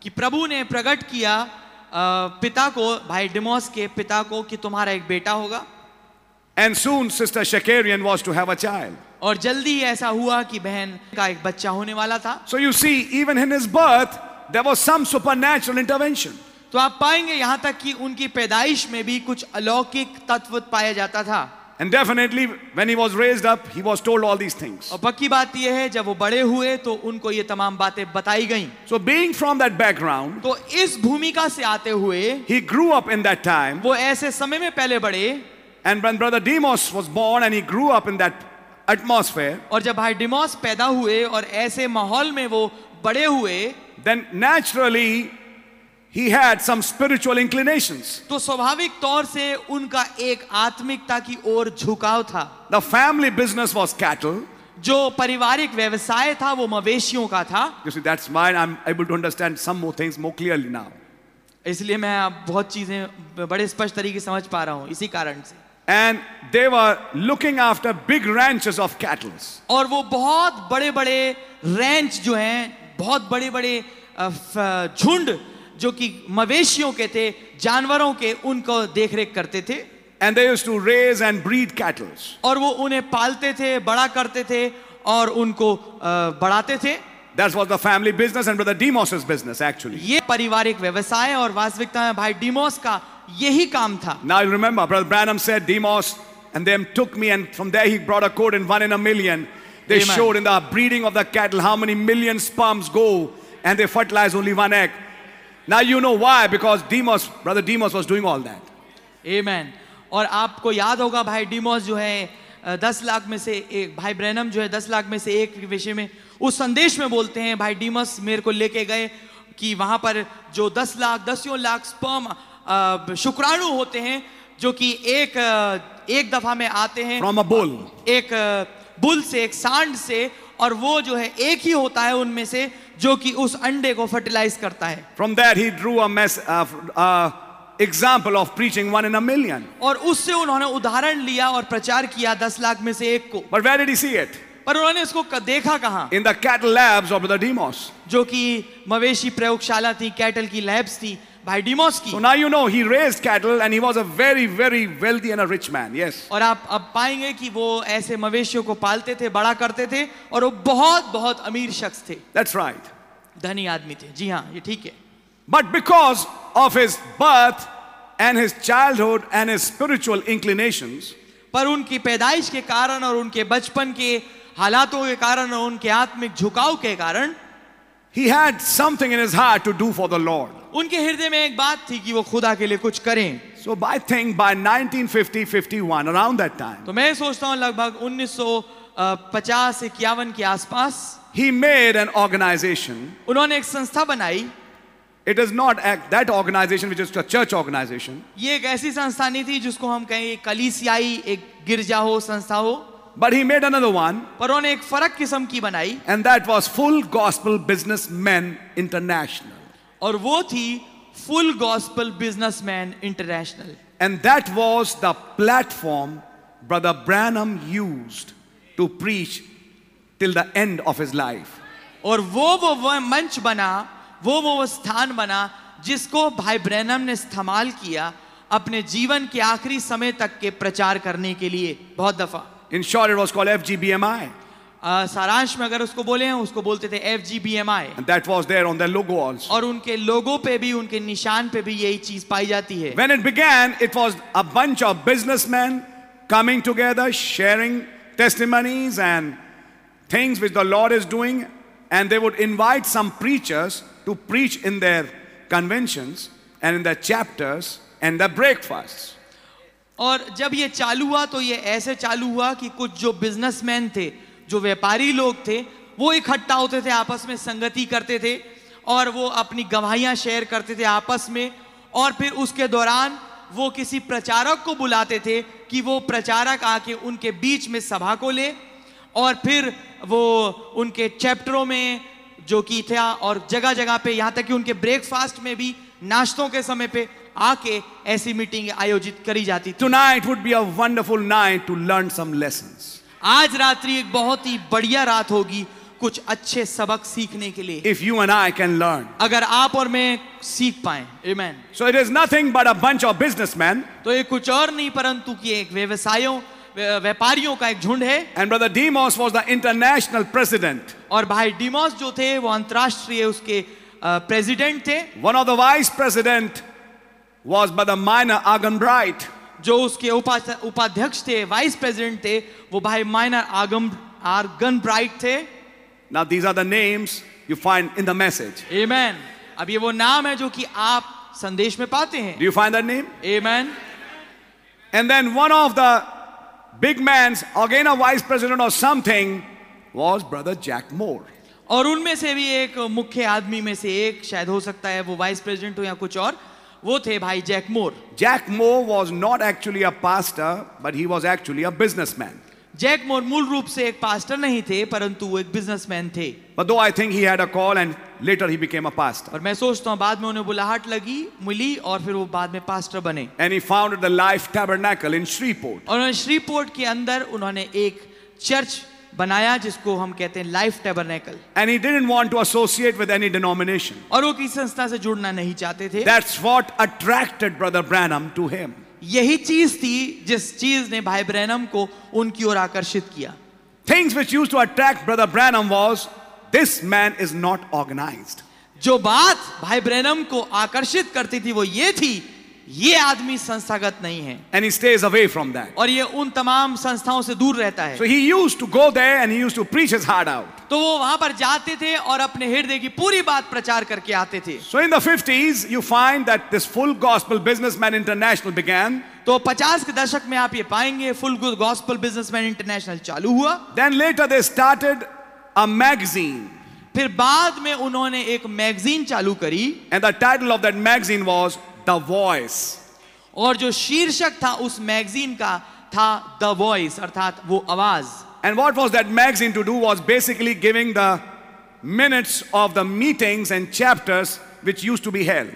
S3: कि प्रभु ने प्रकट किया अ, पिता को भाई डिमोस के पिता को कि तुम्हारा एक बेटा होगा
S4: And soon Sister Shakarian was to have a child.
S3: और जल्दी ही ऐसा हुआ कि बहन का एक बच्चा होने वाला था
S4: So you see, even in his birth,
S5: there was some supernatural intervention.
S3: तो आप पाएंगे यहाँ तक कि उनकी पैदाइश में भी कुछ अलौकिक तत्व पाया जाता था
S5: And definitely, when he was raised up, he was told all these things.
S3: और पक्की बात यह है जब वो बड़े हुए तो उनको ये तमाम बातें बताई गईं
S5: So, being from that background,
S3: तो इस भूमिका से आते हुए
S5: he grew up in that time.
S3: वो ऐसे समय में पहले बढ़े
S5: And when Brother Demos was born and he grew up in that atmosphere,
S3: और जब भाई डिमोस पैदा हुए और ऐसे माहौल में वो बड़े हुए
S5: then naturally he had some spiritual inclinations.
S3: तो स्वाभाविक तौर से उनका एक आत्मिकता की ओर झुकाव था
S5: The family business was cattle.
S3: जो पारिवारिक व्यवसाय था वो मवेशियों का था
S5: You see, that's mine. I'm able to understand some more things more clearly now.
S3: इसलिए मैं अब बहुत चीजें बड़े स्पष्ट तरीके से समझ पा रहा हूँ इसी कारण से
S5: And they were looking after big ranches of cattle.
S3: और वो बहुत बड़े बड़े रेंच जो हैं बहुत बड़े बड़े झुंड जो कि मवेशियों के थे जानवरों के उनको देखरेख करते थे
S5: And they used to raise and breed cattle.
S3: और वो उन्हें पालते थे बड़ा करते थे और उनको अ, बढ़ाते थे
S5: That was the family business and Brother Demos's business, actually.
S3: ये पारिवारिक व्यवसाय और वास्तविकता में भाई डिमोस का यही काम था
S5: Now you remember, Brother Branham said, Demos and them took me, and from there he brought a code in one in a million. They
S3: Amen.
S5: showed in the breeding of the cattle how many million sperms go, and they fertilize only one egg. Now you know why, because Demos, Brother Demos was doing all that.
S3: Amen. और आपको याद होगा भाई Deimos जो है अ, दस लाख में से एक भाई ब्रैनम जो है दस लाख में से एक के विषय में उस संदेश में बोलते हैं भाई डिमोस मेरे को लेके गए कि वहां पर जो दस लाख दसियों लाख स्पर्म शुक्राणु होते हैं जो कि एक अ, एक दफा में आते हैं
S5: From a bull.
S3: एक अ, बुल से एक सांड से और वो जो है एक ही होता है उनमें से जो कि उस अंडे को फर्टिलाइज करता है
S5: From that he drew a mess, uh, uh, example of preaching one in a million.
S3: और उससे उन्होंने उदाहरण लिया और प्रचार किया दस लाख में से एक को
S5: But where did he see it?
S3: पर उन्होंने इसको क- देखा कहाँ
S5: In the cattle labs of Brother Demos.
S3: जो कि मवेशी प्रयोगशाला थी कैटल की लैब्स थी भाई डिमोस
S5: So
S3: की
S5: now you know he raised cattle and he was a very, very wealthy and a rich man. Yes.
S3: और आप अब पाएंगे कि वो ऐसे मवेशियों को पालते थे बड़ा करते थे और वो बहुत बहुत अमीर शख्स थे
S5: That's right.
S3: धनी आदमी थे जी हाँ ये ठीक है
S5: But because of his birth and his childhood and his spiritual inclinations,
S3: पर उनकी पैदाइश के कारण और उनके बचपन के हालातों के कारण और उनके आत्मिक झुकाव के कारण
S5: he had something in his heart to do for the Lord.
S3: उनके हृदय में एक बात थी कि वो खुदा के लिए कुछ करें
S5: So I think by 1950, 51, around that time,
S3: तो मैं सोचता हूँ लगभग 1950 इक्यावन के आसपास
S5: he made an organization.
S3: उन्होंने एक संस्था बनाई
S5: It is not act, that organization which is a church organization,
S3: ये एक ऐसी संस्था नहीं थी जिसको हम कहें एक कलीसियाई एक गिरजा हो संस्था हो
S5: but he made another one,
S3: पर उन्होंने एक फर्क किस्म की बनाई
S5: and that was Full Gospel Businessmen International.
S3: और वो थी full gospel businessman international
S5: And that was the platform Brother Branham used to preach till the end of his life.
S3: और वो वो वह मंच बना वो वो वो स्थान बना जिसको भाई ब्रैनम ने इस्तेमाल किया अपने जीवन के आखिरी समय तक के प्रचार करने के लिए बहुत दफा
S5: In short, it was called FGBMI,
S3: अ, सारांश में अगर उसको बोले उसको बोलते थे F G B M I
S5: and that was there on their logo also.
S3: और उनके लोगों पे भी उनके निशान पे भी यही चीज पाई जाती है
S5: When it began, it was a bunch of businessmen coming together, sharing testimonies and things which the Lord is doing, and they would invite some preachers to preach in their conventions and in their chapters and their breakfasts.
S3: और जब ये चालू हुआ तो ये ऐसे चालू हुआ कि कुछ जो बिजनेसमैन थे जो व्यापारी लोग थे वो इकट्ठा होते थे आपस में संगति करते थे और वो अपनी गवाहियां शेयर करते थे आपस में और फिर उसके दौरान वो किसी प्रचारक को बुलाते थे कि वो प्रचारक आके उनके बीच में सभा को ले और फिर वो उनके चैप्टरों में जो कि था और जगह जगह पे यहाँ तक कि उनके ब्रेकफास्ट में भी नाश्तों के समय पे आके ऐसी मीटिंग आयोजित करी जाती थी
S5: Tonight would be a wonderful night to learn some lessons.
S3: आज रात्रि एक बहुत ही बढ़िया रात होगी कुछ अच्छे सबक सीखने के लिए
S5: If you and I can learn.
S3: अगर आप और मैं सीख पाए amen
S5: So it is nothing but a bunch of businessmen,
S3: तो ये कुछ और नहीं परंतु कि एक व्यवसायों व्य- व्यापारियों का एक झुंड है
S5: and Brother Demos was the international president.
S3: और भाई डिमोस जो थे वो अंतर्राष्ट्रीय उसके प्रेसिडेंट थे
S5: One of the vice president was Brother Minor Arganbright.
S3: जो उसके उपा- उपाध्यक्ष थे वाइस प्रेसिडेंट थे वो भाई माइनर आगम आर्गन ब्राइट थे
S5: Now these are the names you find in the message.
S3: Amen. अब ये वो नाम है जो कि आप संदेश में पाते हैं
S5: Do you find that name?
S3: Amen.
S5: And then one of the big man's, again a vice president or something, was Brother Jack Moore.
S3: और उनमें से भी एक मुख्य आदमी में से एक शायद हो सकता है वो वाइस प्रेसिडेंट हो या कुछ और वो थे भाई Jack Moore
S5: Jack Moore was not actually a pastor, but he was actually a businessman.
S3: Jack Moore मूल रूप से एक पास्टर नहीं थे परंतु वो एक बिजनेसमैन थे
S5: But though I think he had a call and later he became a pastor.
S3: और मैं सोचता हूँ बाद में उन्हें बुलाहट लगी मिली और फिर वो बाद में पास्टर बने
S5: And he founded the Life Tabernacle in Shreveport.
S3: और उन्होंने श्रीपोर्ट के अंदर उन्होंने एक चर्च बनाया जिसको हम कहते हैं Life Tabernacle
S5: And he didn't want to associate with any denomination.
S3: और वो किसी संस्था से जुड़ना नहीं चाहते थे
S5: That's what attracted Brother Branham to him.
S3: यही चीज थी जिस चीज ने भाई ब्रैनम को उनकी ओर आकर्षित किया
S5: Things which used to attract Brother Branham was this man is not organized.
S3: जो बात भाई ब्रैनम को आकर्षित करती थी वो ये थी ये आदमी संस्थागत नहीं है
S5: And he stays away from that.
S3: और ये उन तमाम संस्थाओं से दूर रहता
S5: So
S3: है
S5: he used to go there and he used to preach his heart out.
S3: तो वो वहां पर जाते थे और अपने हृदय की पूरी बात प्रचार करके आते थे
S5: So in the 50s, you find that this full gospel businessman international began.
S3: तो 50 के दशक में आप ये पाएंगे full good gospel businessman international चालू हुआ
S5: Then later they started a magazine.
S3: फिर बाद में उन्होंने एक मैगजीन चालू करी
S5: And the title of that magazine was The Voice.
S3: और जो शीर्षक था उस मैगजीन का था द वॉइस अर्थात वो आवाज
S5: And what was that magazine to do was basically giving the minutes of the meetings and chapters which used to be held.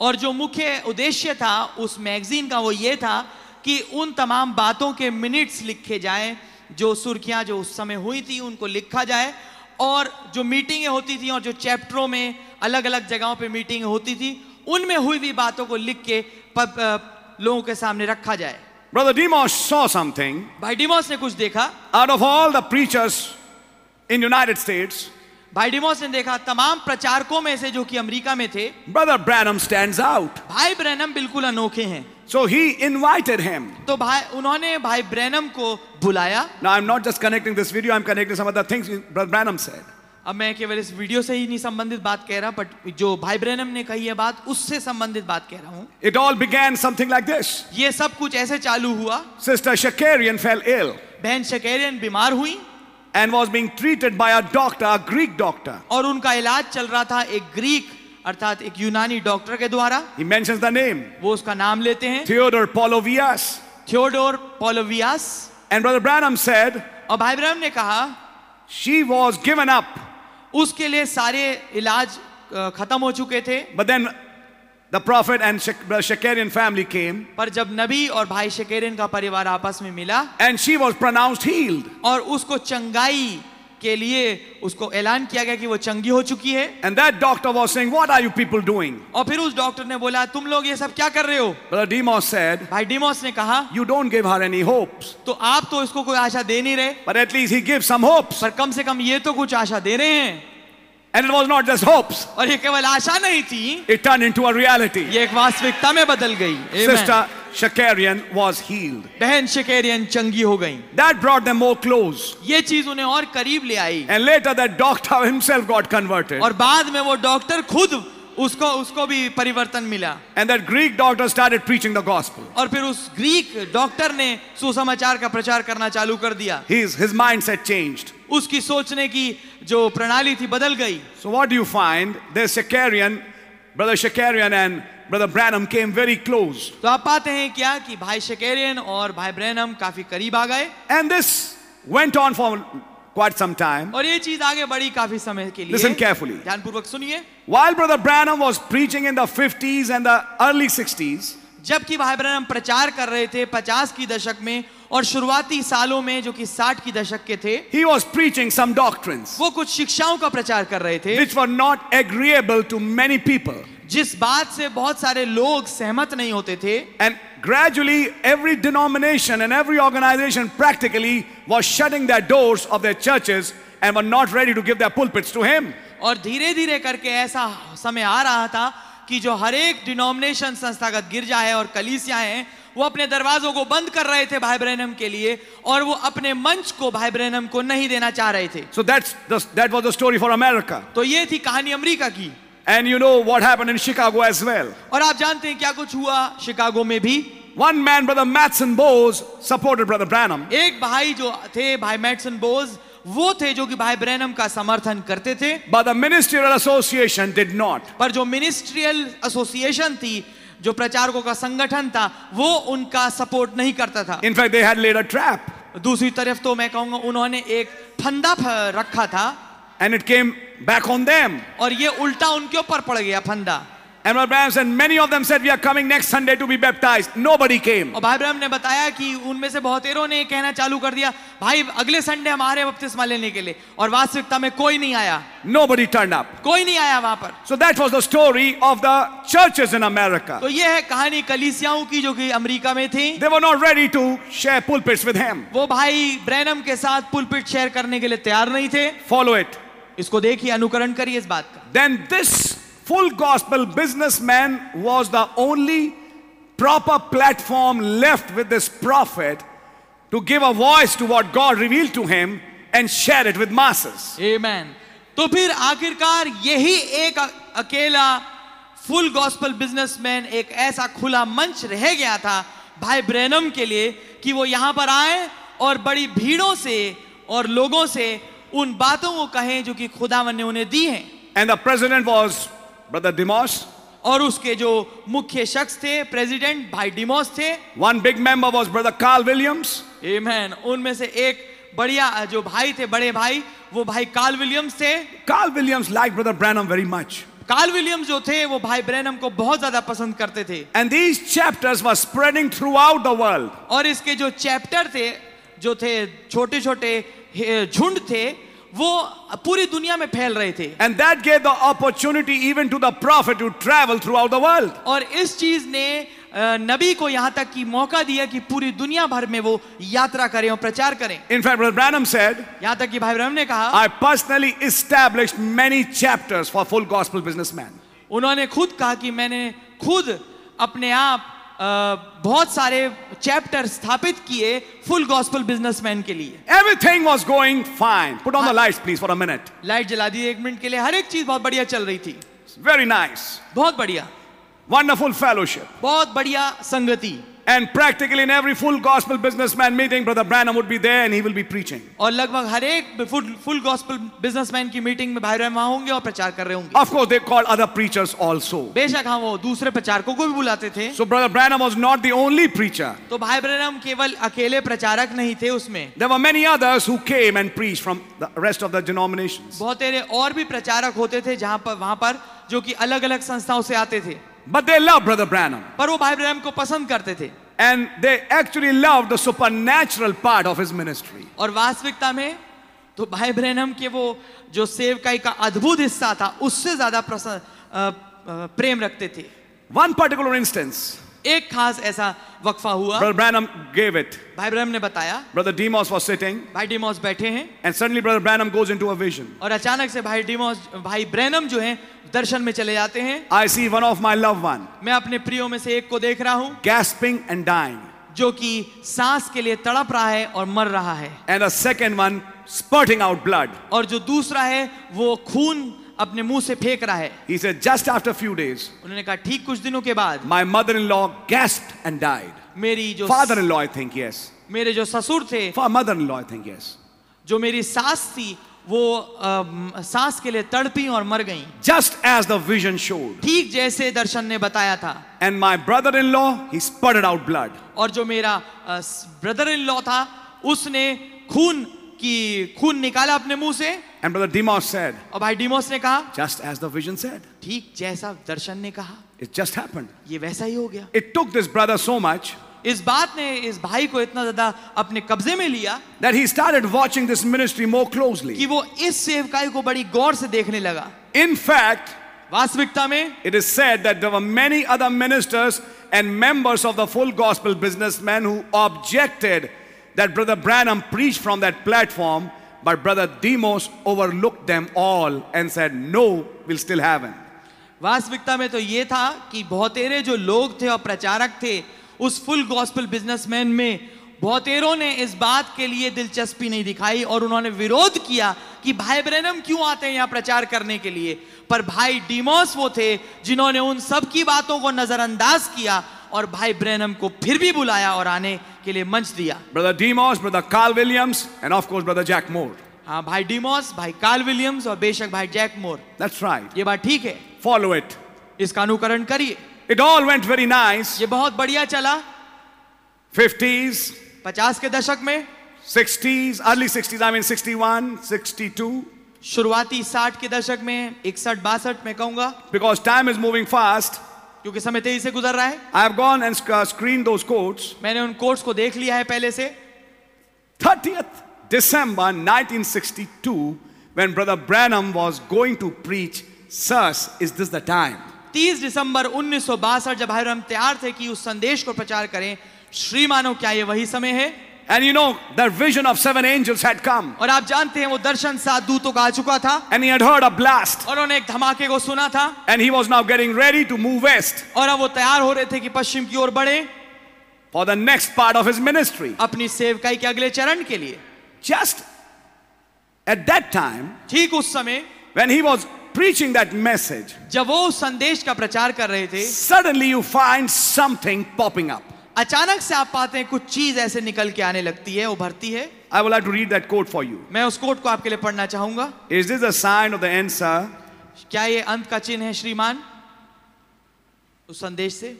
S3: और जो मुख्य उद्देश्य था उस मैगजीन का वो ये था कि उन तमाम बातों के मिनट्स लिखे जाएं जो सुर्खियां जो उस समय हुई थी उनको लिखा जाए और जो मीटिंगें होती थी और जो चैप्टरों में अलग अलग जगहों पे मीटिंग होती थी उनमें हुई हुई बातों को लिख के पब, अ, लोगों के सामने रखा जाए
S5: Brother Demos saw something
S3: भाई डिमोस ने कुछ देखा
S5: out of all the preachers in United States,
S3: भाई डिमोस ने देखा तमाम प्रचारकों में से जो कि अमेरिका में थे
S5: Brother Branham stands out.
S3: भाई ब्रैनम बिल्कुल अनोखे हैं
S5: So he invited him.
S3: तो भाई उन्होंने भाई ब्रैनम को बुलाया
S5: Now I'm not just connecting this video, I'm connecting some other things Brother Branham said.
S3: अब मैं केवल इस वीडियो से ही नहीं संबंधित बात कह रहा बट जो भाई ब्रैनम ने कही है बात उससे संबंधित बात कह रहा हूँ
S5: It all began something like this.
S3: ये सब कुछ ऐसे चालू हुआ
S5: Sister Shakarian fell ill
S3: बहन शकैरियन बीमार हुई
S5: and was being treated by a doctor, a Greek doctor.
S3: और उनका इलाज चल रहा था एक ग्रीक अर्थात एक यूनानी डॉक्टर के द्वारा
S5: He mentions the name
S3: वो उसका नाम लेते हैं
S5: Theodore Polovias.
S3: Theodore Polovias
S5: And Brother Branham said
S3: और भाई ब्रैनम ने कहा
S5: she was given up,
S3: उसके लिए सारे इलाज अ, खत्म हो चुके थे
S5: but then the prophet and Shak- the Shakarian family came
S3: पर जब नबी और भाई शकैरियन का परिवार आपस में मिला
S5: and she was pronounced healed.
S3: और उसको चंगाई के लिए उसको ऐलान किया गया कि वो चंगी हो चुकी है
S5: And that doctor was saying, What are you people doing?
S3: और फिर उस डॉक्टर ने बोला तुम लोग ये सब क्या कर रहे हो
S5: Brother Demos said,
S3: भाई डिमोस ने कहा
S5: You don't give her any hopes,
S3: तो आप तो इसको कोई आशा दे नहीं रहे
S5: but at least he gives some hopes.
S3: पर कम से कम ये तो कुछ आशा दे रहे हैं
S5: And it was not just hopes,
S3: और ये केवल आशा नहीं थी
S5: it turned into a reality.
S3: ये एक वास्तविकता में बदल गई Amen.
S5: Sister Shakarian was healed.
S3: बहन शिकेरियन चंगी हो गई
S5: That brought them more close.
S3: ये चीज उन्हें और करीब ले आई
S5: And later, that doctor himself got converted.
S3: और बाद में वो डॉक्टर खुद उसको उसको भी परिवर्तन मिला
S5: And that Greek doctor started preaching the gospel.
S3: और फिर उस ग्रीक डॉक्टर ने सुसमाचार का प्रचार करना चालू कर दिया
S5: His, his mindset changed.
S3: उसकी सोचने की जो प्रणाली थी बदल गई
S5: So, what do you find? There's Shakarian, Brother Shakarian and Brother Branham came very close.
S3: तो आप पाते हैं क्या कि भाई शकेरियन और भाई ब्रैनम काफी करीब आ गए
S5: And this went on for quite some time.
S3: और ये चीज आगे बढ़ी काफी समय के लिए
S5: Listen carefully.
S3: ध्यानपूर्वक सुनिए
S5: While Brother Branham was preaching in the 50s and the early 60s,
S3: जबकि भाई ब्रैनम प्रचार कर रहे थे 50 की दशक में और शुरुआती सालों में जो कि 60 की दशक के थे
S5: he was preaching some doctrines
S3: वो कुछ शिक्षाओं का प्रचार कर रहे थे
S5: which were not agreeable to many people.
S3: जिस बात से बहुत सारे लोग सहमत नहीं होते थे
S5: And gradually, every denomination and every organization practically was shutting their doors of their churches and were not ready to give their pulpits to him.
S3: और धीरे धीरे करके ऐसा समय आ रहा था कि जो हर एक डिनोमिनेशन संस्थागत गिरजा है और कलीसिया हैं वो अपने दरवाजों को बंद कर रहे थे भाई ब्रहणम के लिए और वो अपने मंच को भाई ब्रहणम को नहीं देना चाह रहे थे
S5: So that's the, that was the story for America.
S3: तो ये थी कहानी अमेरिका की
S5: And you know what happened in Chicago as well.
S3: और आप जानते हैं क्या कुछ हुआ शिकागो में भी
S5: One man, Brother Matson Bose, supported Brother Branham.
S3: एक भाई जो थे भाई मैटसन बोज वो थे जो कि भाई ब्रैनम का समर्थन करते थे
S5: But the Ministerial Association did not.
S3: पर जो मिनिस्ट्रियल एसोसिएशन थी जो प्रचारकों का संगठन था वो उनका सपोर्ट नहीं करता था
S5: In fact, they had laid a trap.
S3: दूसरी तरफ तो मैं कहूंगा उन्होंने एक फंदा फ- रखा था
S5: And it came back on them.
S3: और ये उल्टा उनके ऊपर पड़ गया फंदा
S5: And Brother Branham said, many of them said, we are coming next Sunday to be baptized. Nobody came.
S3: और भाई ब्रैनम ने बताया कि उनमें से बहुतेरों ने ये कहना चालू कर दिया भाई अगले संडे हमारे बपतिस्मा लेने के लिए और वास्तविकता में कोई नहीं आया
S5: Nobody turned up.
S3: कोई नहीं आया वहां पर
S5: So that was the story of the churches in America.
S3: तो ये है कहानी कलीसियाओं की जो कि अमेरिका में थी
S5: They were not ready to share pulpits with him.
S3: वो भाई ब्रैनम के साथ पुलपिट शेयर करने के लिए तैयार नहीं थे
S5: Follow it.
S3: इसको देखिए अनुकरण करिए इस बात का
S5: Then this full gospel businessman was the only proper platform left with this prophet to give a voice to what God revealed to him and share it with masses.
S3: Amen. तो फिर आखिरकार यही एक अ- अकेला फुल गॉस्पल बिजनेसमैन एक ऐसा खुला मंच रह गया था भाई ब्रैनम के लिए कि वो यहाँ पर आए और बड़ी भीड़ों से और लोगों से उन बातों को कहें जो कि खुदावन ने उन्हें दी हैं
S5: And the president was Brother Demos.
S3: और उसके जो मुख्य शख्स थे प्रेसिडेंट भाई डिमोस थे
S5: One big member was Brother Carl Williams.
S3: Amen. उनमें से एक बढ़िया जो भाई थे बड़े भाई वो भाई कार्ल विलियम्स थे
S5: Carl Williams liked Brother Branham very much.
S3: Carl Williams जो थे वो भाई ब्रैनम को बहुत ज्यादा पसंद करते थे
S5: And these chapters were spreading throughout the world.
S3: और इसके जो चैप्टर थे जो थे छोटे छोटे झुंड थे वो पूरी दुनिया में फैल रहे थे
S5: And that gave the opportunity even to the prophet to travel throughout the world.
S3: और इस चीज ने अ, नबी को यहाँ तक कि मौका दिया कि पूरी दुनिया भर में वो यात्रा करें और प्रचार करें
S5: In fact, Brother Branham said,
S3: यहाँ तक कि भाई ब्रैनम ने कहा
S5: I personally established many chapters for full gospel businessmen.
S3: उन्होंने खुद कहा कि मैंने खुद अपने आप अ, बहुत सारे चैप्टर स्थापित किए फुल गॉस्पल बिजनेसमैन के लिए
S5: Everything was going fine. Put on the lights, please, for a minute.
S3: Light जला दी एक मिनट के लिए हर एक चीज बहुत बढ़िया चल रही थी
S5: It's very nice.
S3: बहुत बढ़िया
S5: Wonderful fellowship.
S3: बहुत बढ़िया संगति
S5: And practically in every full gospel businessman meeting, Brother Branham would be there and he will be preaching.
S3: और लगभग हर एक फुल फुल गॉस्पल बिजनेसमैन की मीटिंग में भाई बहन वहां होंगे और प्रचार कर रहे होंगे
S5: Of course, they called other preachers also.
S3: बेशक हाँ वो दूसरे प्रचारकों को भी बुलाते थे
S5: So, Brother Branham was not the only preacher.
S3: तो भाई ब्रम केवल अकेले प्रचारक नहीं थे उसमें
S5: There were many others who came and preached from the rest of the denominations.
S3: बहुत तेरे और भी प्रचारक होते थे जहां पर वहां पर जो कि अलग अलग संस्थाओं से आते थे
S5: But they loved Brother Branham.
S3: पर वो भाई ब्रैनम को पसंद करते थे
S5: And they actually loved the supernatural part of his ministry.
S3: और वास्तविकता में तो भाई ब्रैनम के वो जो सेवकाई का अद्भुत हिस्सा था उससे ज्यादा प्रसन्न अ, अ, प्रेम रखते थे
S5: One particular instance,
S3: एक खास ऐसा वक्फा हुआ
S5: Brother Branham gave it.
S3: भाई ब्रैनम ने बताया
S5: Brother Demos was sitting,
S3: भाई डिमोस बैठे हैं
S5: and suddenly Brother Branham goes into a vision.
S3: और अचानक से भाई डिमोस भाई ब्रैनम जो हैं दर्शन में चले जाते हैं
S5: I see one of my loved one
S3: मैं अपने प्रियो में से एक को देख रहा हूं
S5: gasping and dying,
S3: जो कि सांस के लिए तड़प रहा है और मर रहा है
S5: and a second one spurting out blood.
S3: और जो दूसरा है वो खून अपने मुंह से फेंक रहा है
S5: He said, just after a few days,
S3: उन्होंने कहा ठीक कुछ दिनों के बाद
S5: my mother-in-law gasped and died.
S3: मेरी जो
S5: Father-in-law, I think, yes.
S3: मेरे जो ससुर थे
S5: For mother-in-law, I think, yes.
S3: जो मेरी सास थी वो अम, सांस के लिए तड़पी और मर गई
S5: Just as the vision showed.
S3: ठीक जैसे दर्शन ने बताया था
S5: And my brother-in-law, he spurted out blood.
S3: और जो मेरा ब्रदर इन लॉ था उसने खून की खून निकाला अपने मुंह से
S5: And Brother Demos said,
S3: और भाई डिमोस ने कहा
S5: just as the vision said.
S3: ठीक जैसा दर्शन ने कहा
S5: It just happened.
S3: ये वैसा ही हो गया
S5: It took this brother so much
S3: इस बात ने इस भाई को इतना ज्यादा अपने कब्जे में लिया
S5: that he started watching this ministry more
S3: कि
S5: closely.
S3: वो इस सेवकाई को बड़ी गौर से देखने लगा
S5: In fact,
S3: वास्तविकता में
S5: it is said that there were many other ministers and members of the full gospel businessmen who objected that Brother Branham preached from that platform But brother Demos overlooked them all and said, No, we'll still have him.
S3: वास्तविकता में तो ये था कि बहुतेरे जो लोग थे और प्रचारक थे उस फुल गॉस्पल बिजनेसमैन में बहुतेरों ने इस बात के लिए दिलचस्पी नहीं दिखाई और उन्होंने विरोध किया कि भाई ब्रैनम क्यों आते हैं यहाँ प्रचार करने के लिए पर भाई डीमोस वो थे जिन्होंने उन सब की बातों को नजरअंदाज किया और भाई ब्रैनम को फिर भी बुलाया और आने के लिए मंच दिया
S5: Brother Demos, brother Carl Williams, and of course, brother Jack Moore.
S3: हाँ भाई डीमोस भाई कार्ल विलियम्स और बेशक भाई जैक मोर
S5: That's right.
S3: ये बात ठीक है
S5: Follow it.
S3: इसका अनुकरण करिए
S5: It all went very nice.
S3: ये बहुत बढ़िया चला
S5: 50s,
S3: पचास के दशक में
S5: 60s, early 60s, I mean 61, 62.
S3: शुरुआती साठ के दशक में इकसठ बासठ में कहूंगा
S5: Because time is moving fast,
S3: क्योंकि समय तेजी से गुजर रहा है
S5: I have gone and sc- uh, screened those quotes.
S3: मैंने उन कोर्ट्स को देख लिया है पहले से
S5: 30th December 1962, when Brother Branham was going to preach, Sirs, is this the time?
S3: 30 दिसंबर उन्नीस जब भाई हम तैयार थे कि उस संदेश को प्रचार करें श्रीमानो क्या ये वही समय है
S5: And you know, the vision of seven angels had come,
S3: और आप जानते हैं वो दर्शन सात दूतों का आ चुका था
S5: and he had heard a blast,
S3: और उन्होंने एक धमाके को सुना था
S5: and he was now getting ready to move west
S3: और अब वो तैयार हो रहे थे कि पश्चिम की ओर बढ़े
S5: for the next part of his ministry.
S3: अपनी सेवकाई के अगले चरण के लिए
S5: Just at that time,
S3: ठीक उस समय
S5: when he was preaching that message,
S3: जब वो उस संदेश का प्रचार कर रहे थे
S5: suddenly you find something popping up.
S3: अचानक से आप पाते हैं कुछ चीज ऐसे निकल के आने लगती है उभरती है
S5: I would like to read that quote for you.
S3: मैं उस कोट को आपके लिए पढ़ना चाहूंगा
S5: Is this a sign of the end, sir?
S3: क्या ये अंत का चिन्ह है श्रीमान उस संदेश से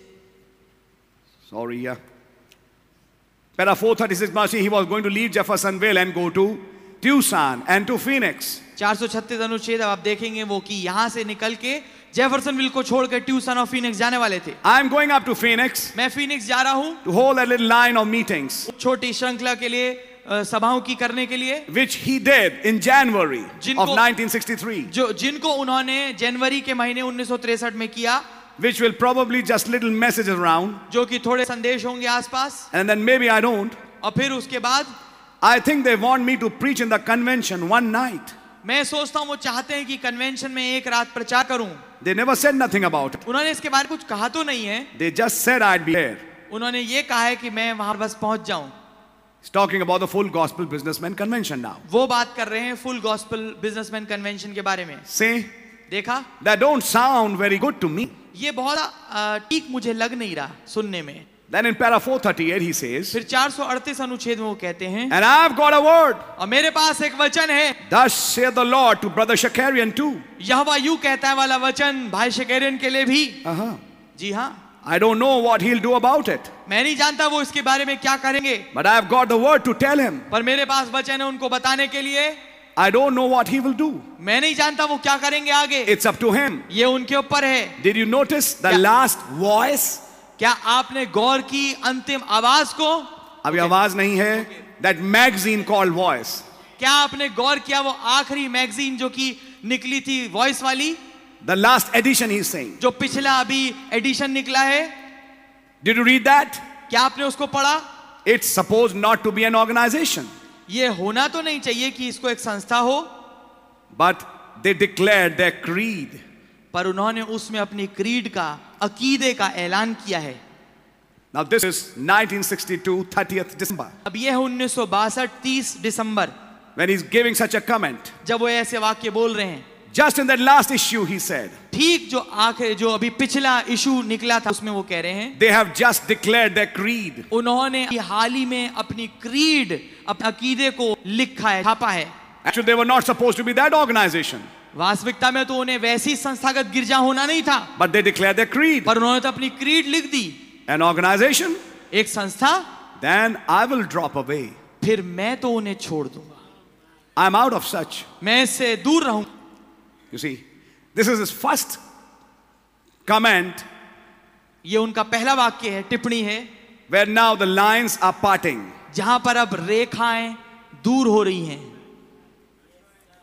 S5: Sorry, yeah. Para 436 Marcy, he was going to leave Jeffersonville and go to Tucson and to Phoenix.
S3: 436 अनुच्छेद अब आप देखेंगे वो कि यहां से निकल के जेफरसनविल को छोड़कर ट्यूसन और फीनिक्स जाने वाले थे
S5: I'm going up to Phoenix
S3: मैं फीनिक्स जा रहा हूं
S5: to hold a little line of meetings,
S3: छोटी श्रृंखला के लिए अ, सभाओं की करने के लिए
S5: which he did in January
S3: जिनको-
S5: of 1963,
S3: जो जिनको उन्होंने जनवरी के महीने उन्नीस में किया
S5: which will probably just little messages around,
S3: जो कि थोड़े संदेश होंगे आसपास
S5: and then maybe I don't.
S3: और फिर उसके बाद
S5: I think they want me to preach in the convention one night.
S3: मैं सोचता हूँ वो चाहते हैं कि कन्वेंशन में एक रात प्रचार करूं
S5: They never said nothing about it.
S3: उन्होंने इसके बारे में कुछ कहा तो नहीं है
S5: They just said I'd be there.
S3: उन्होंने ये कहा है कि मैं वहां बस पहुंच जाऊं
S5: He's talking about the full gospel businessman convention now.
S3: वो बात कर रहे हैं फुल गॉस्पल बिजनेसमैन कन्वेंशन के बारे में
S5: See,
S3: देखा
S5: that don't sound very good to me.
S3: ये बहुत अ, ठीक मुझे लग नहीं रहा सुनने में
S5: Then in para 438, he says,
S3: फिर 438 अनुच्छेद में वो कहते हैं
S5: And I've got a word.
S3: और मेरे पास एक वचन है
S5: Thus saith the Lord to Brother Shakarian too.
S3: यहोवा यू कहता है वाला वचन भाई शेकेरियन के लिए भी
S5: Uh-huh.
S3: जी हाँ
S5: I don't know what he'll do about it,
S3: मैं नहीं जानता वो इसके बारे में क्या करेंगे
S5: but I've got the word to tell him.
S3: पर मेरे पास वचन है उनको बताने के लिए
S5: I don't know what he will do.
S3: मैं नहीं जानता वो क्या करेंगे आगे
S5: It's up to him.
S3: ये उनके ऊपर है
S5: Did you notice the
S3: Yeah.
S5: last voice?
S3: क्या आपने गौर की अंतिम आवाज को
S5: अभी आवाज नहीं है. That magazine called voice.
S3: क्या आपने गौर किया वो आखिरी मैगजीन जो कि निकली थी वॉइस वाली
S5: The last edition he's saying.
S3: जो पिछला अभी एडिशन निकला है
S5: Did you read that?
S3: क्या आपने उसको पढ़ा
S5: It's supposed not to be an organization,
S3: ये होना तो नहीं चाहिए कि इसको एक संस्था हो
S5: but they declared their creed.
S3: पर उन्होंने उसमें अपनी क्रीड का अकीदे का ऐलान किया है
S5: Now this is 1962, 30th December.
S3: अब यह है उन्नीस सौ बासठ तीस दिसंबर
S5: when he's giving such a comment.
S3: जब वो ऐसे वाक्य बोल रहे हैं
S5: Just in that last issue, he said,
S3: ठीक जो आखिर जो अभी पिछला इशू निकला था उसमें वो कह रहे हैं
S5: They have just declared their creed.
S3: उन्होंने हाल ही में अपनी क्रीड अपने अकीदे को लिखा है छापा है
S5: Actually, they were not supposed to be that organization,
S3: वास्तविकता में तो उन्हें वैसी संस्थागत गिरजा होना नहीं था
S5: but they declared their creed.
S3: पर उन्होंने तो अपनी क्रीड लिख दी
S5: An organization?
S3: एक संस्था
S5: Then I will drop away.
S3: फिर मैं तो उन्हें छोड़ दूंगा
S5: I'm out of such.
S3: मैं इससे दूर रहूं
S5: You see, this is his first comment
S3: ये उनका पहला वाक्य है टिप्पणी है
S5: where now the lines are parting.
S3: जहां पर अब रेखाएं दूर हो रही हैं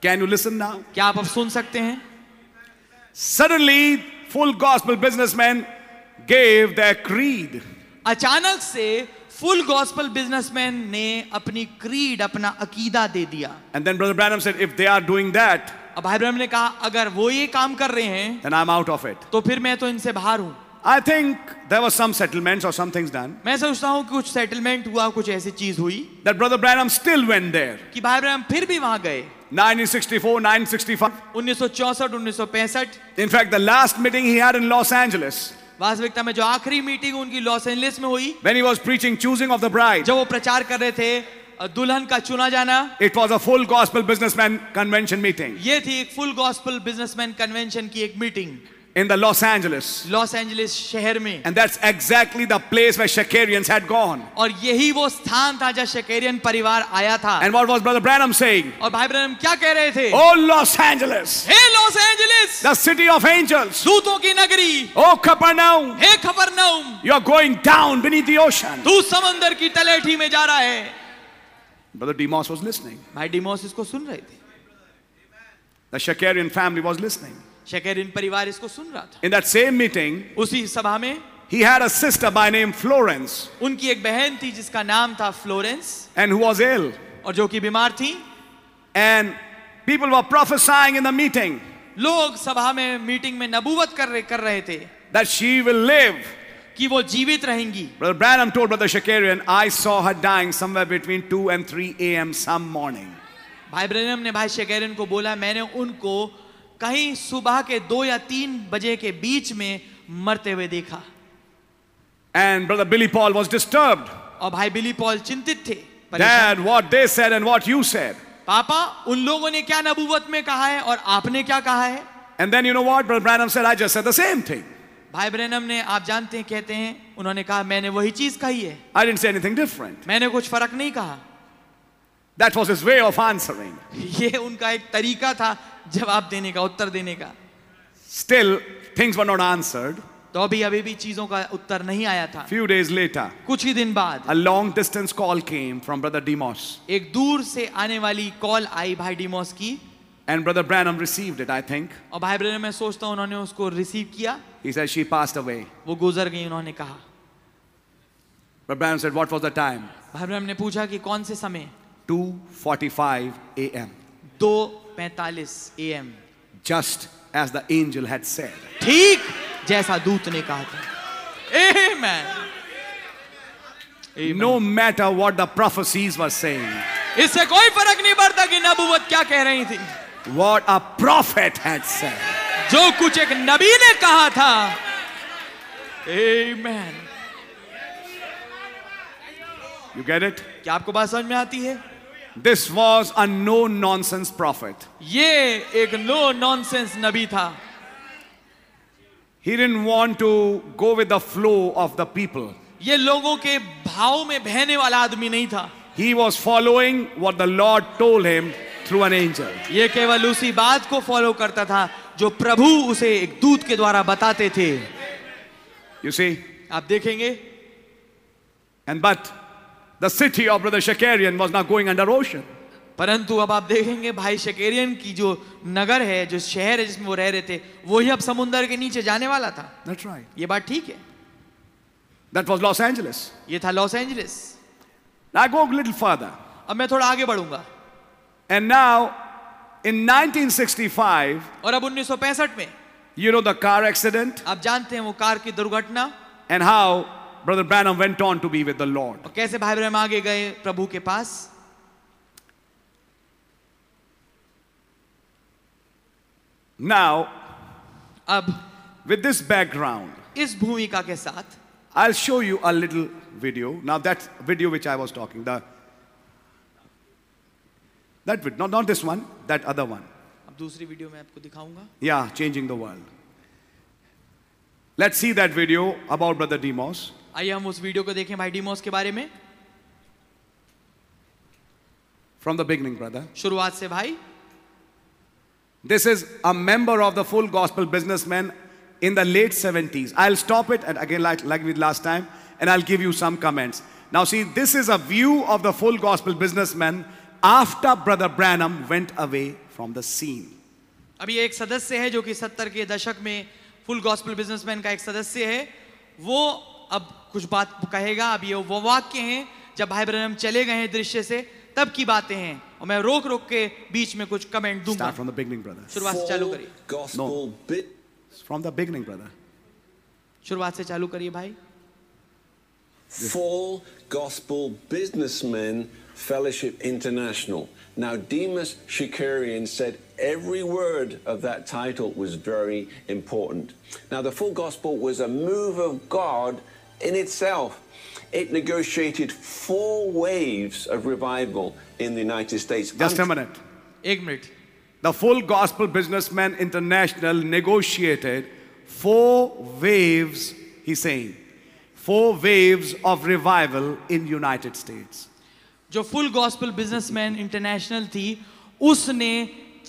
S5: Can you listen now?
S3: क्या आप अब सुन सकते हैं
S5: Suddenly, full gospel businessmen gave their creed.
S3: अचानक से फुल गॉस्पल बिजनेसमैन ने अपनी क्रीड अपना अकीदा दे दिया
S5: And then Brother Branham said, if they are doing that,
S3: अब भाई ब्रह्म ने कहा अगर वो ये काम कर रहे हैं
S5: then I'm out of it.
S3: तो फिर मैं तो इनसे बाहर हूं
S5: I think there were some settlements or some things done
S3: मैं सोचता हूँ कुछ सेटलमेंट हुआ कुछ ऐसी चीज हुई
S5: that Brother Branham still went there.
S3: कि भाई ब्रह्म फिर भी वहां गए
S5: 1964, 1965.
S3: 1964 1965
S5: In fact, the last meeting he had in Los Angeles
S3: वास्तविकता में जो आखिरी मीटिंग उनकी लॉस एंजलिस में हुई
S5: when he was preaching Choosing of the Bride.
S3: जब वो प्रचार कर रहे थे अ, दुल्हन का चुना जाना
S5: It was a full gospel businessman convention meeting
S3: ये थी एक फुल गॉस्पल बिजनेसमैन कन्वेंशन की एक meeting
S5: in the Los Angeles.
S3: Los Angeles शहर में
S5: And that's exactly the place where Shakarians had gone.
S3: और यही वो स्थान था जहाँ शेकेरियन परिवार आया था
S5: And what was Brother Branham saying?
S3: और भाई ब्रह्म क्या कह रहे थे
S5: Oh, Los Angeles,
S3: हे Los Angeles
S5: the city of angels.
S3: दूतों की नगरी
S5: Oh, Capernaum,
S3: hey खबरनौम
S5: you're going down beneath the ocean.
S3: तू समंदर की तलेठी में जा रहा है
S5: Brother Demos was listening.
S3: भाई डिमोस इसको सुन रहे थे
S5: The Shakarian family was listening.
S3: Shakarian परिवार इसको सुन रहा था
S5: In that same meeting,
S3: उसी सभा में
S5: he had a sister by name Florence
S3: उनकी एक बहन थी जिसका नाम था Florence
S5: and who was ill.
S3: और जो कि बीमार थी
S5: And people were prophesying in the meeting
S3: लोग सभा में मीटिंग में नबूवत कर रहे कर रहे थे
S5: that she will live.
S3: कि वो जीवित रहेंगी
S5: Brother Branham told Brother Shakarian, I saw her dying somewhere between 2 and 3 a.m. some morning.
S3: भाई ब्रैनम ने भाई शेगेरन को बोला मैंने उनको कहीं सुबह के दो या तीन बजे के बीच में मरते हुए देखा
S5: And Brother Billy Paul was disturbed.
S3: और भाई बिली पॉल चिंतित थे परेशान।
S5: Dad, what they said and what you said.
S3: पापा उन लोगों ने क्या नबूवत में कहा है और आपने क्या कहा है
S5: And then you know what? Brother Branham said, I just said the same thing.
S3: भाई ब्रैनम ने आप जानते हैं कहते हैं उन्होंने कहा मैंने वही चीज कही है
S5: I didn't say anything different.
S3: मैंने कुछ फर्क नहीं कहा
S5: That was his way of
S3: तो
S5: answering.
S3: ये उनका एक तरीका था जवाब देने का उत्तर देने का
S5: Still, things were not answered.
S3: तो अभी अभी भी चीजों का उत्तर नहीं आया था
S5: Few days later,
S3: कुछ ही दिन बाद
S5: a long distance call came from Brother Demos.
S3: एक दूर से आने वाली कॉल आई भाई डिमोस की
S5: And Brother Branham received it, I think.
S3: और भाई ब्रदर मैं सोचता हूँ उन्होंने उसको रिसीव किया
S5: He said, She passed away.
S3: वो गुजर गई उन्होंने कहा
S5: Brother Branham said, What was the time?
S3: भाई ब्रदर ने पूछा कि कौन से समय
S5: 2:45 a.m.
S3: दो पैतालीस a m
S5: Just as the angel had said.
S3: ठीक जैसा दूत ने कहा था Amen.
S5: No matter what the prophecies were saying,
S3: इससे कोई फर्क नहीं पड़ता कि नबूवत क्या कह रही थी
S5: what a prophet had said.
S3: जो कुछ एक नबी ने कहा था Amen.
S5: You get it?
S3: क्या आपको बात समझ में आती है
S5: This was a no nonsense prophet.
S3: ये एक नो नॉनसेंस नबी था
S5: He didn't want to go with the flow of the people.
S3: ये लोगों के भाव में बहने वाला आदमी नहीं था
S5: He was following what the Lord told him through an angel.
S3: ये केवल उसी बात को फॉलो करता था जो प्रभु उसे एक दूत के द्वारा बताते थे
S5: You see?
S3: आप देखेंगे
S5: And but the city of Brother Shakarian was now going under ocean.
S3: परंतु अब आप देखेंगे भाई शकेरियन की जो नगर है जो शहर है जिसमें वो रह रहे थे वही अब समुंदर के नीचे जाने वाला था
S5: That's right.
S3: ये बात ठीक है
S5: That was Los Angeles.
S3: ये था Los Angeles
S5: Now go a little further.
S3: अब मैं थोड़ा आगे बढ़ूंगा
S5: And now in 1965,
S3: और अब 1965 में
S5: you know the car accident
S3: आप जानते हैं वो कार की दुर्घटना
S5: and how Brother Branham went on to be with the Lord.
S3: और कैसे भाई ब्रह्म आगे गए प्रभु के पास
S5: Now,
S3: अब
S5: with this background,
S3: इस भूमिका के साथ
S5: I'll show you a little video. Now that video which I was talking, the that video, not, not this one, that other one.
S3: अब दूसरी वीडियो में आपको दिखाऊंगा
S5: Yeah, changing the world. Let's see that video about Brother Demos.
S3: आइए हम उस video को देखें भाई डीमोस के बारे में
S5: From the beginning, brother.
S3: शुरुआत से भाई
S5: This is a member of the full gospel businessman in the late 70s. I'll stop it and again, like, like with last time, and I'll give you some comments. Now, see, this is a view of the full gospel businessman after Brother Branham went away from the scene.
S3: अभी एक सदस्य है जो कि सत्तर के दशक में फुल गॉस्पल बिजनेसमैन का एक सदस्य है वो अब कुछ बात कहेगा अब ये वो वाक्य हैं जब भाई ब्रहण चले गए हैं दृश्य से तब की बातें हैं और मैं रोक रोक के बीच में कुछ कमेंट दूंगा
S5: Start from the beginning, brother.
S3: शुरुआत से चालू करिए
S6: gospel bit.
S5: From the beginning, brother.
S3: शुरुआत से चालू करिए भाई
S6: Full Gospel Businessmen Fellowship International. Now, Demas Shikarian said every word of that title was very important. Now, the Full Gospel was a move of God in itself. It negotiated four waves of revival in the United States.
S5: Just a
S6: I'm-
S5: minute.
S3: एक मिनट
S5: The Full Gospel Businessman International negotiated four waves, he's saying, four waves of revival in United States.
S3: जो full gospel businessman international थी उसने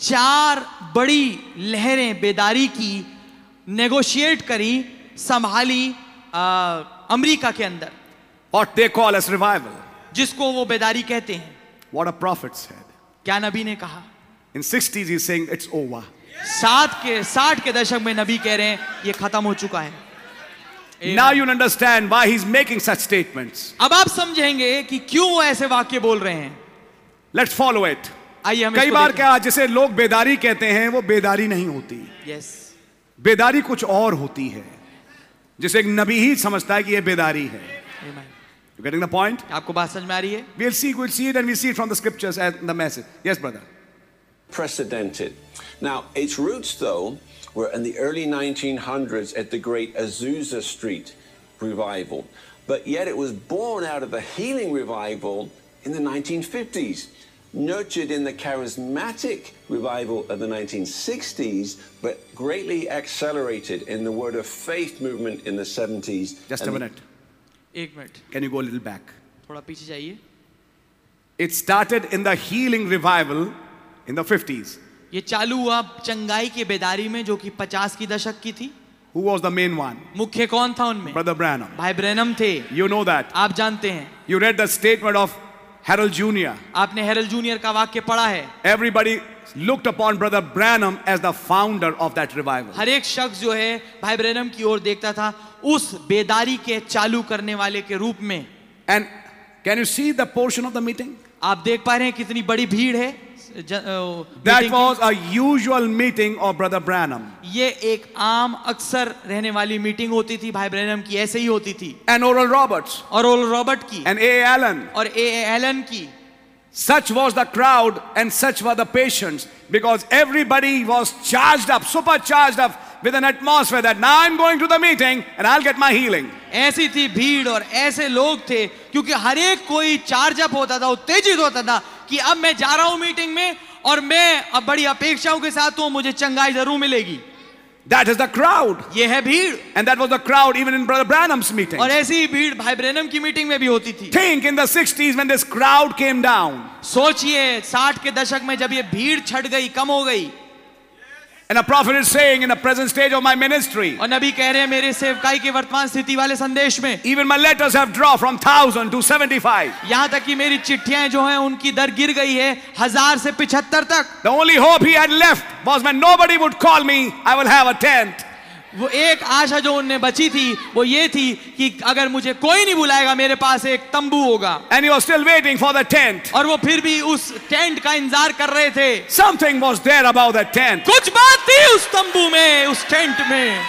S3: चार बड़ी लहरें बेदारी की negotiate करी संभाली आ, अमेरिका के अंदर
S5: What they call as revival.
S3: जिसको वो बेदारी कहते हैं
S5: What a prophet said.
S3: क्या नबी ने कहा
S5: In 60s, he's saying it's over.
S3: सात के साठ के दशक में नबी कह रहे हैं ये खत्म हो चुका है
S5: Now you understand why he's making such statements.
S3: अब आप समझेंगे कि क्यों वो ऐसे वाक्य बोल रहे हैं
S5: Let's follow it.
S3: आइए हम
S5: कई बार क्या जिसे लोग बेदारी कहते हैं वो बेदारी नहीं होती
S3: यस
S5: बेदारी कुछ और होती है जिसे एक नबी ही समझता है कि ये बेदारी है You getting the point?
S3: आपको बात समझ में आ रही है
S5: We'll see, we'll see it and we see it from the scriptures and the message. Yes, brother.
S6: precedented. Now, its roots, though, were in the early 1900s at the great Azusa Street revival, but yet it was born out of the healing revival in the 1950s, nurtured in the charismatic revival of the 1960s, but greatly accelerated in the word of faith movement in the 70s.
S5: Just a
S6: and the
S5: minute.
S3: एक मिनट
S5: Can you go a little back?
S3: थोड़ा पीछे जाइए
S5: It started in the healing revival in the 50s.
S3: ये चालू हुआ चंगाई की बेदारी में जो कि 50 की दशक की थी
S5: Who was the main one?
S3: मुख्य कौन था उनमें
S5: Brother Branham.
S3: भाई ब्रैनम थे
S5: You know that.
S3: आप जानते हैं
S5: You read the statement of Harold Jr.
S3: आपने हेरल जूनियर का वाक्य पढ़ा है
S5: Everybody looked upon Brother Branham as the founder of that revival.
S3: हर एक शख्स जो है भाई ब्रैनम की ओर देखता था उस बेदारी के चालू करने वाले के रूप में
S5: And can you see the portion of the meeting?
S3: आप देख पा रहे हैं कितनी बड़ी भीड़ है ज, अ,
S5: That
S3: meeting की।
S5: was a usual meeting of Brother Branham.
S3: ये एक आम अक्सर रहने वाली मीटिंग होती थी भाई ब्रैनम की ऐसे ही होती थी
S5: And Oral Roberts
S3: और ओल रॉबर्ट की
S5: and A. Allen.
S3: और ए एलन की
S5: Such was the crowd and such were the patients because everybody was charged up, supercharged up with an atmosphere that now I'm going to the meeting and I'll get my healing.
S3: ऐसी थी भीड़ और ऐसे लोग थे क्योंकि हर एक कोई चार्ज अप होता था उत्तेजित होता था कि अब मैं जा रहा हूं मीटिंग में और मैं अब बड़ी अपेक्षाओं के साथ हूं मुझे चंगाई जरूर मिलेगी
S5: That is the crowd.
S3: ये है भीड़
S5: And that was the crowd even in Brother Branham's meeting.
S3: और ऐसी ही भीड़ भाई ब्रैनम की मीटिंग में भी होती थी
S5: Think in the 60s when this crowd came down
S3: सोचिए साठ के दशक में जब ये भीड़ छट गई कम हो गई
S5: and a prophet is saying in the present stage of my ministry,
S3: और नबी कह रहे हैं मेरे सेवकाई की वर्तमान स्थिति वाले संदेश में
S5: even my letters have dropped from 1000 to 75.
S3: यहाँ तक कि मेरी चिट्ठियां जो हैं उनकी दर गिर गई है हजार से पिछहत्तर तक
S5: The only hope he had left was when nobody would call me, I will have a tent.
S3: वो एक आशा जो उनने बची थी वो ये थी कि अगर मुझे कोई नहीं बुलाएगा मेरे पास एक तंबू होगा
S5: And he was still waiting for the tent.
S3: और वो फिर भी उस टेंट का इंतजार कर रहे थे
S5: Something was there about the tent.
S3: कुछ बात थी उस तंबू में उस टेंट में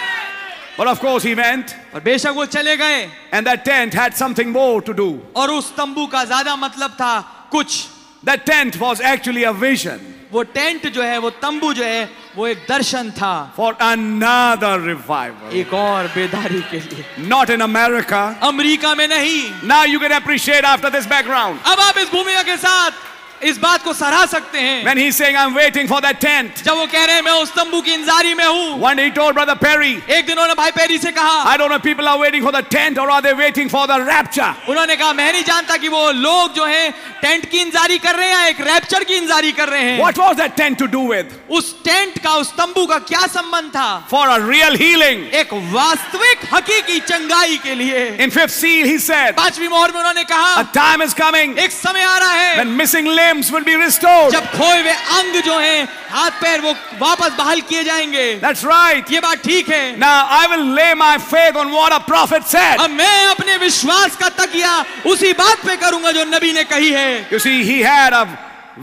S5: But of course, he went,
S3: और बेशक वो चले गए
S5: and that tent had something more to do.
S3: और उस तंबू का ज्यादा मतलब था कुछ
S5: That tent was actually a vision
S3: वो टेंट जो है वो तंबू जो है वो एक दर्शन था
S5: for another revival.
S3: एक और बेदारी के लिए
S5: Not in America.
S3: अमेरिका में नहीं
S5: Now you can appreciate after this background.
S3: अब आप इस भूमिका के साथ इस बात को सराह सकते हैं
S5: When he's saying, I'm waiting for that tent.
S3: जब वो कह रहे हैं मैं उस तंबू की इंजारी में हूँ
S5: One day he told Brother Perry,
S3: एक दिन उन्होंने भाई पेरी से कहा
S5: I don't know if people are waiting for the tent or are they waiting for the rapture?
S3: उन्होंने कहा मैं नहीं जानता कि वो लोग जो हैं टेंट की इंजारी कर रहे हैं या एक रैप्चर की इंजारी कर रहे हैं
S5: What was that tent to do with?
S3: उस टेंट का उस तंबू का क्या संबंध था
S5: For a real healing.
S3: एक वास्तविक हकीकी चंगाई के लिए
S5: In fifth seal, he said,
S3: पांचवी मोहर में उन्होंने
S5: A
S3: कहा
S5: time is coming
S3: एक समय आ रहा है
S5: when missing limbs will be restored.
S3: जब खोए हुए अंग जो हैं हाथ पैर वो वापस बहाल किए जाएंगे
S5: That's right.
S3: ये बात ठीक है
S5: Now I will lay my faith on what a prophet said.
S3: अब मैं अपने विश्वास का तकिया उसी बात पे करूंगा जो नबी ने कही है
S5: You see, he had a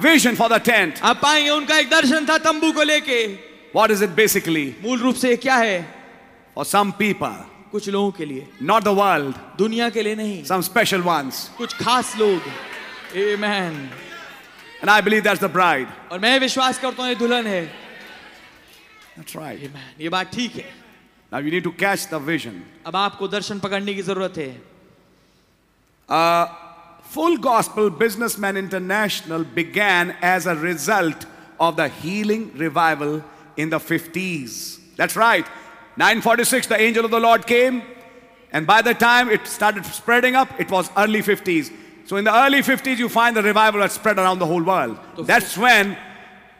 S5: vision for the tent.
S3: आप पाएंगे उनका एक दर्शन था तंबू को लेके
S5: What is it basically?
S3: मूल रूप से ये क्या है
S5: For some people,
S3: कुछ लोगों के लिए
S5: not the world,
S3: दुनिया के लिए नहीं
S5: some special ones.
S3: कुछ खास लोग Amen.
S5: And I believe that's the bride.
S3: और मैं विश्वास करता हूँ ये दुल्हन है
S5: That's right.
S3: Amen. ये बात ठीक है
S5: Now you need to catch the vision.
S3: अब आपको दर्शन पकड़ने की जरूरत है
S5: Full Gospel Businessman International began as a result of the healing revival in the 50s. That's right. 946, the angel of the Lord came, and by the time it started spreading up, it was early 50s. So in the early 50s, you find the revival had spread around the whole world. That's when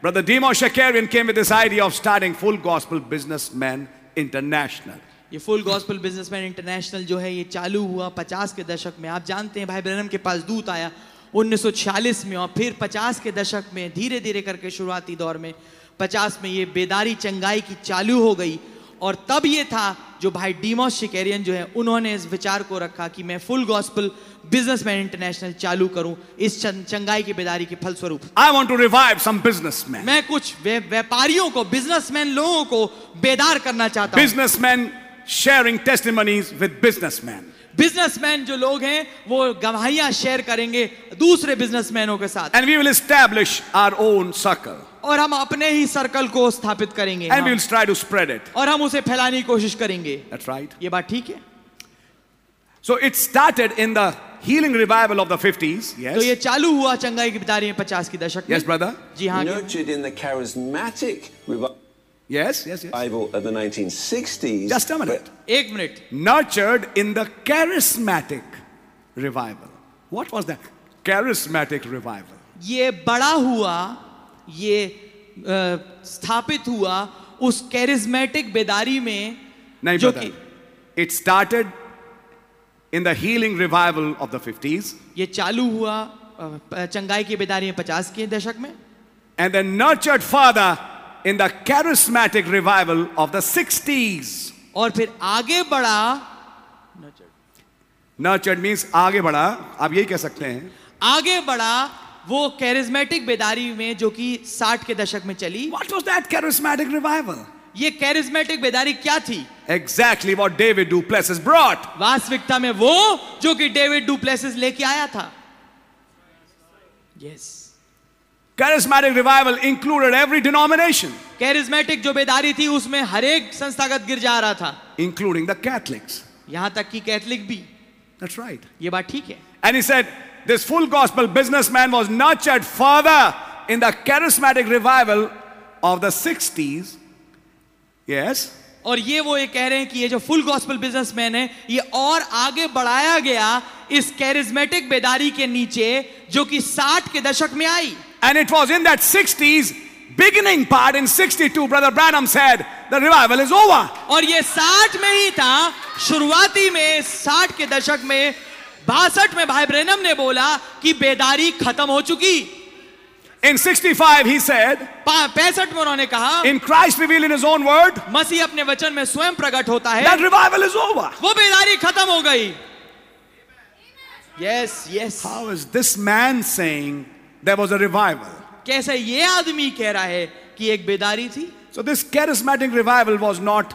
S5: Brother Demo Shakarian came with this idea of starting Full Gospel Businessman International.
S3: ये full gospel businessman international जो है ये चालू हुआ 50 के दशक में आप जानते हैं भाई ब्रैनम के पास दूत आया 1946 में और फिर 50 के दशक में धीरे धीरे करके शुरुआती दौर में 50 में ये बेदारी चंगाई की चालू हो गई और तब ये था जो भाई डीमोस शिकेरियन जो है उन्होंने इस विचार को रखा कि मैं फुल गॉस्पल बिजनेसमैन इंटरनेशनल चालू करूं इस चं- चंगाई की बेदारी के फलस्वरूप
S5: I want to revive some businessmen.
S3: मैं कुछ व्य- व्यापारियों को बिजनेसमैन लोगों को बेदार करना चाहता हूं
S5: Businessmen sharing testimonies with businessmen.
S3: Businessman जो लोग हैं वो गवाहियां शेयर करेंगे दूसरे बिजनेसमैनों के साथ
S5: And we will establish our own circle.
S3: और हम अपने ही सर्कल को स्थापित करेंगे
S5: And we will
S3: हाँ।
S5: try to spread it.
S3: और हम उसे फैलाने की कोशिश करेंगे
S5: That's right.
S3: ये बात ठीक है
S5: So it started in the healing revival of the 50s.
S3: तो ये
S5: Yes.
S3: चालू हुआ चंगाई की बिदारी में पचास की दशक में
S5: Yes, brother.
S3: जी हाँ
S6: Nurtured in the charismatic revival
S5: Yes, yes, yes.
S6: of the 1960s.
S5: Just a minute.
S3: एक minute
S5: Nurtured in the charismatic revival. What was that? Charismatic revival.
S3: ये बड़ा हुआ ये अ, स्थापित हुआ उस कैरिज्मेटिक बेदारी में
S5: Nahi,
S3: जो
S5: brother.
S3: कि
S5: It started in the healing revival of the 50s.
S3: ये चालू हुआ अ, चंगाई की बेदारी में पचास के दशक में
S5: and then nurtured further in the charismatic revival of the 60s.
S3: और फिर आगे बढ़ा
S5: Nurtured means आगे बढ़ा आप यही कह सकते हैं
S3: आगे बढ़ा वो कैरिज्मेटिक बेदारी में जो कि 60 के दशक में चली
S5: What was that charismatic revival?
S3: ये कैरिज्मेटिक बेदारी क्या थी
S5: Exactly what David Duplessis brought.
S3: वास्तविकता में वो जो कि डेविड डुप्लेसिस लेके आया था yes
S5: Charismatic revival included every denomination,
S3: charismatic जो बेदारी थी उसमें हर एक संस्थागत गिर जा रहा था
S5: including the Catholics.
S3: यहां तक कि कैथलिक भी
S5: That's right.
S3: ये बात ठीक है
S5: And he said, this full gospel businessman was nurtured further in the charismatic revival of the 60s. Yes.
S3: और ये वो ये कह रहे हैं कि ये जो फुल गॉस्पल बिजनेसमैन है ये और आगे बढ़ाया गया इस कैरिज्मेटिक बेदारी के नीचे जो कि 60 के दशक में आई
S5: And it was in that 60s, beginning part in 62, Brother Branham said, the revival is over.
S3: और ये 60 में ही था शुरुआती में 60 के दशक में बासठ में भाई ब्रैनम ने बोला कि बेदारी खत्म हो चुकी
S5: In 65, he said,
S3: पैंसठ में उन्होंने कहा
S5: in Christ revealed in his own word,
S3: मसीह अपने वचन में स्वयं प्रकट होता है
S5: that revival is over.
S3: वो बेदारी खत्म हो गई yes yes
S5: How is this man saying there was a revival?
S3: कैसे ये आदमी कह रहा है कि एक बेदारी थी
S5: So, this charismatic revival was not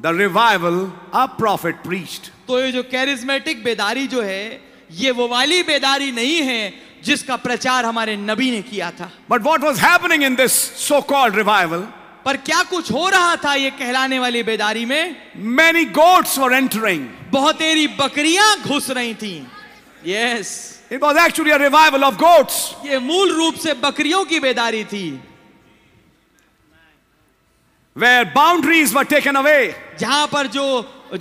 S5: the revival our prophet preached.
S3: तो ये जो कैरिज्मेटिक बेदारी जो है ये वो वाली बेदारी नहीं है जिसका प्रचार हमारे नबी ने किया था
S5: But what was happening in this so called revival?
S3: पर क्या कुछ हो रहा था ये कहलाने वाली बेदारी में
S5: Many goats were entering.
S3: बहुतेरी बकरियां घुस रही थीं yes
S5: It was actually a revival of goats.
S3: ये मूल रूप से बकरियों की बेदारी थी
S5: where boundaries were taken away.
S3: जहां पर जो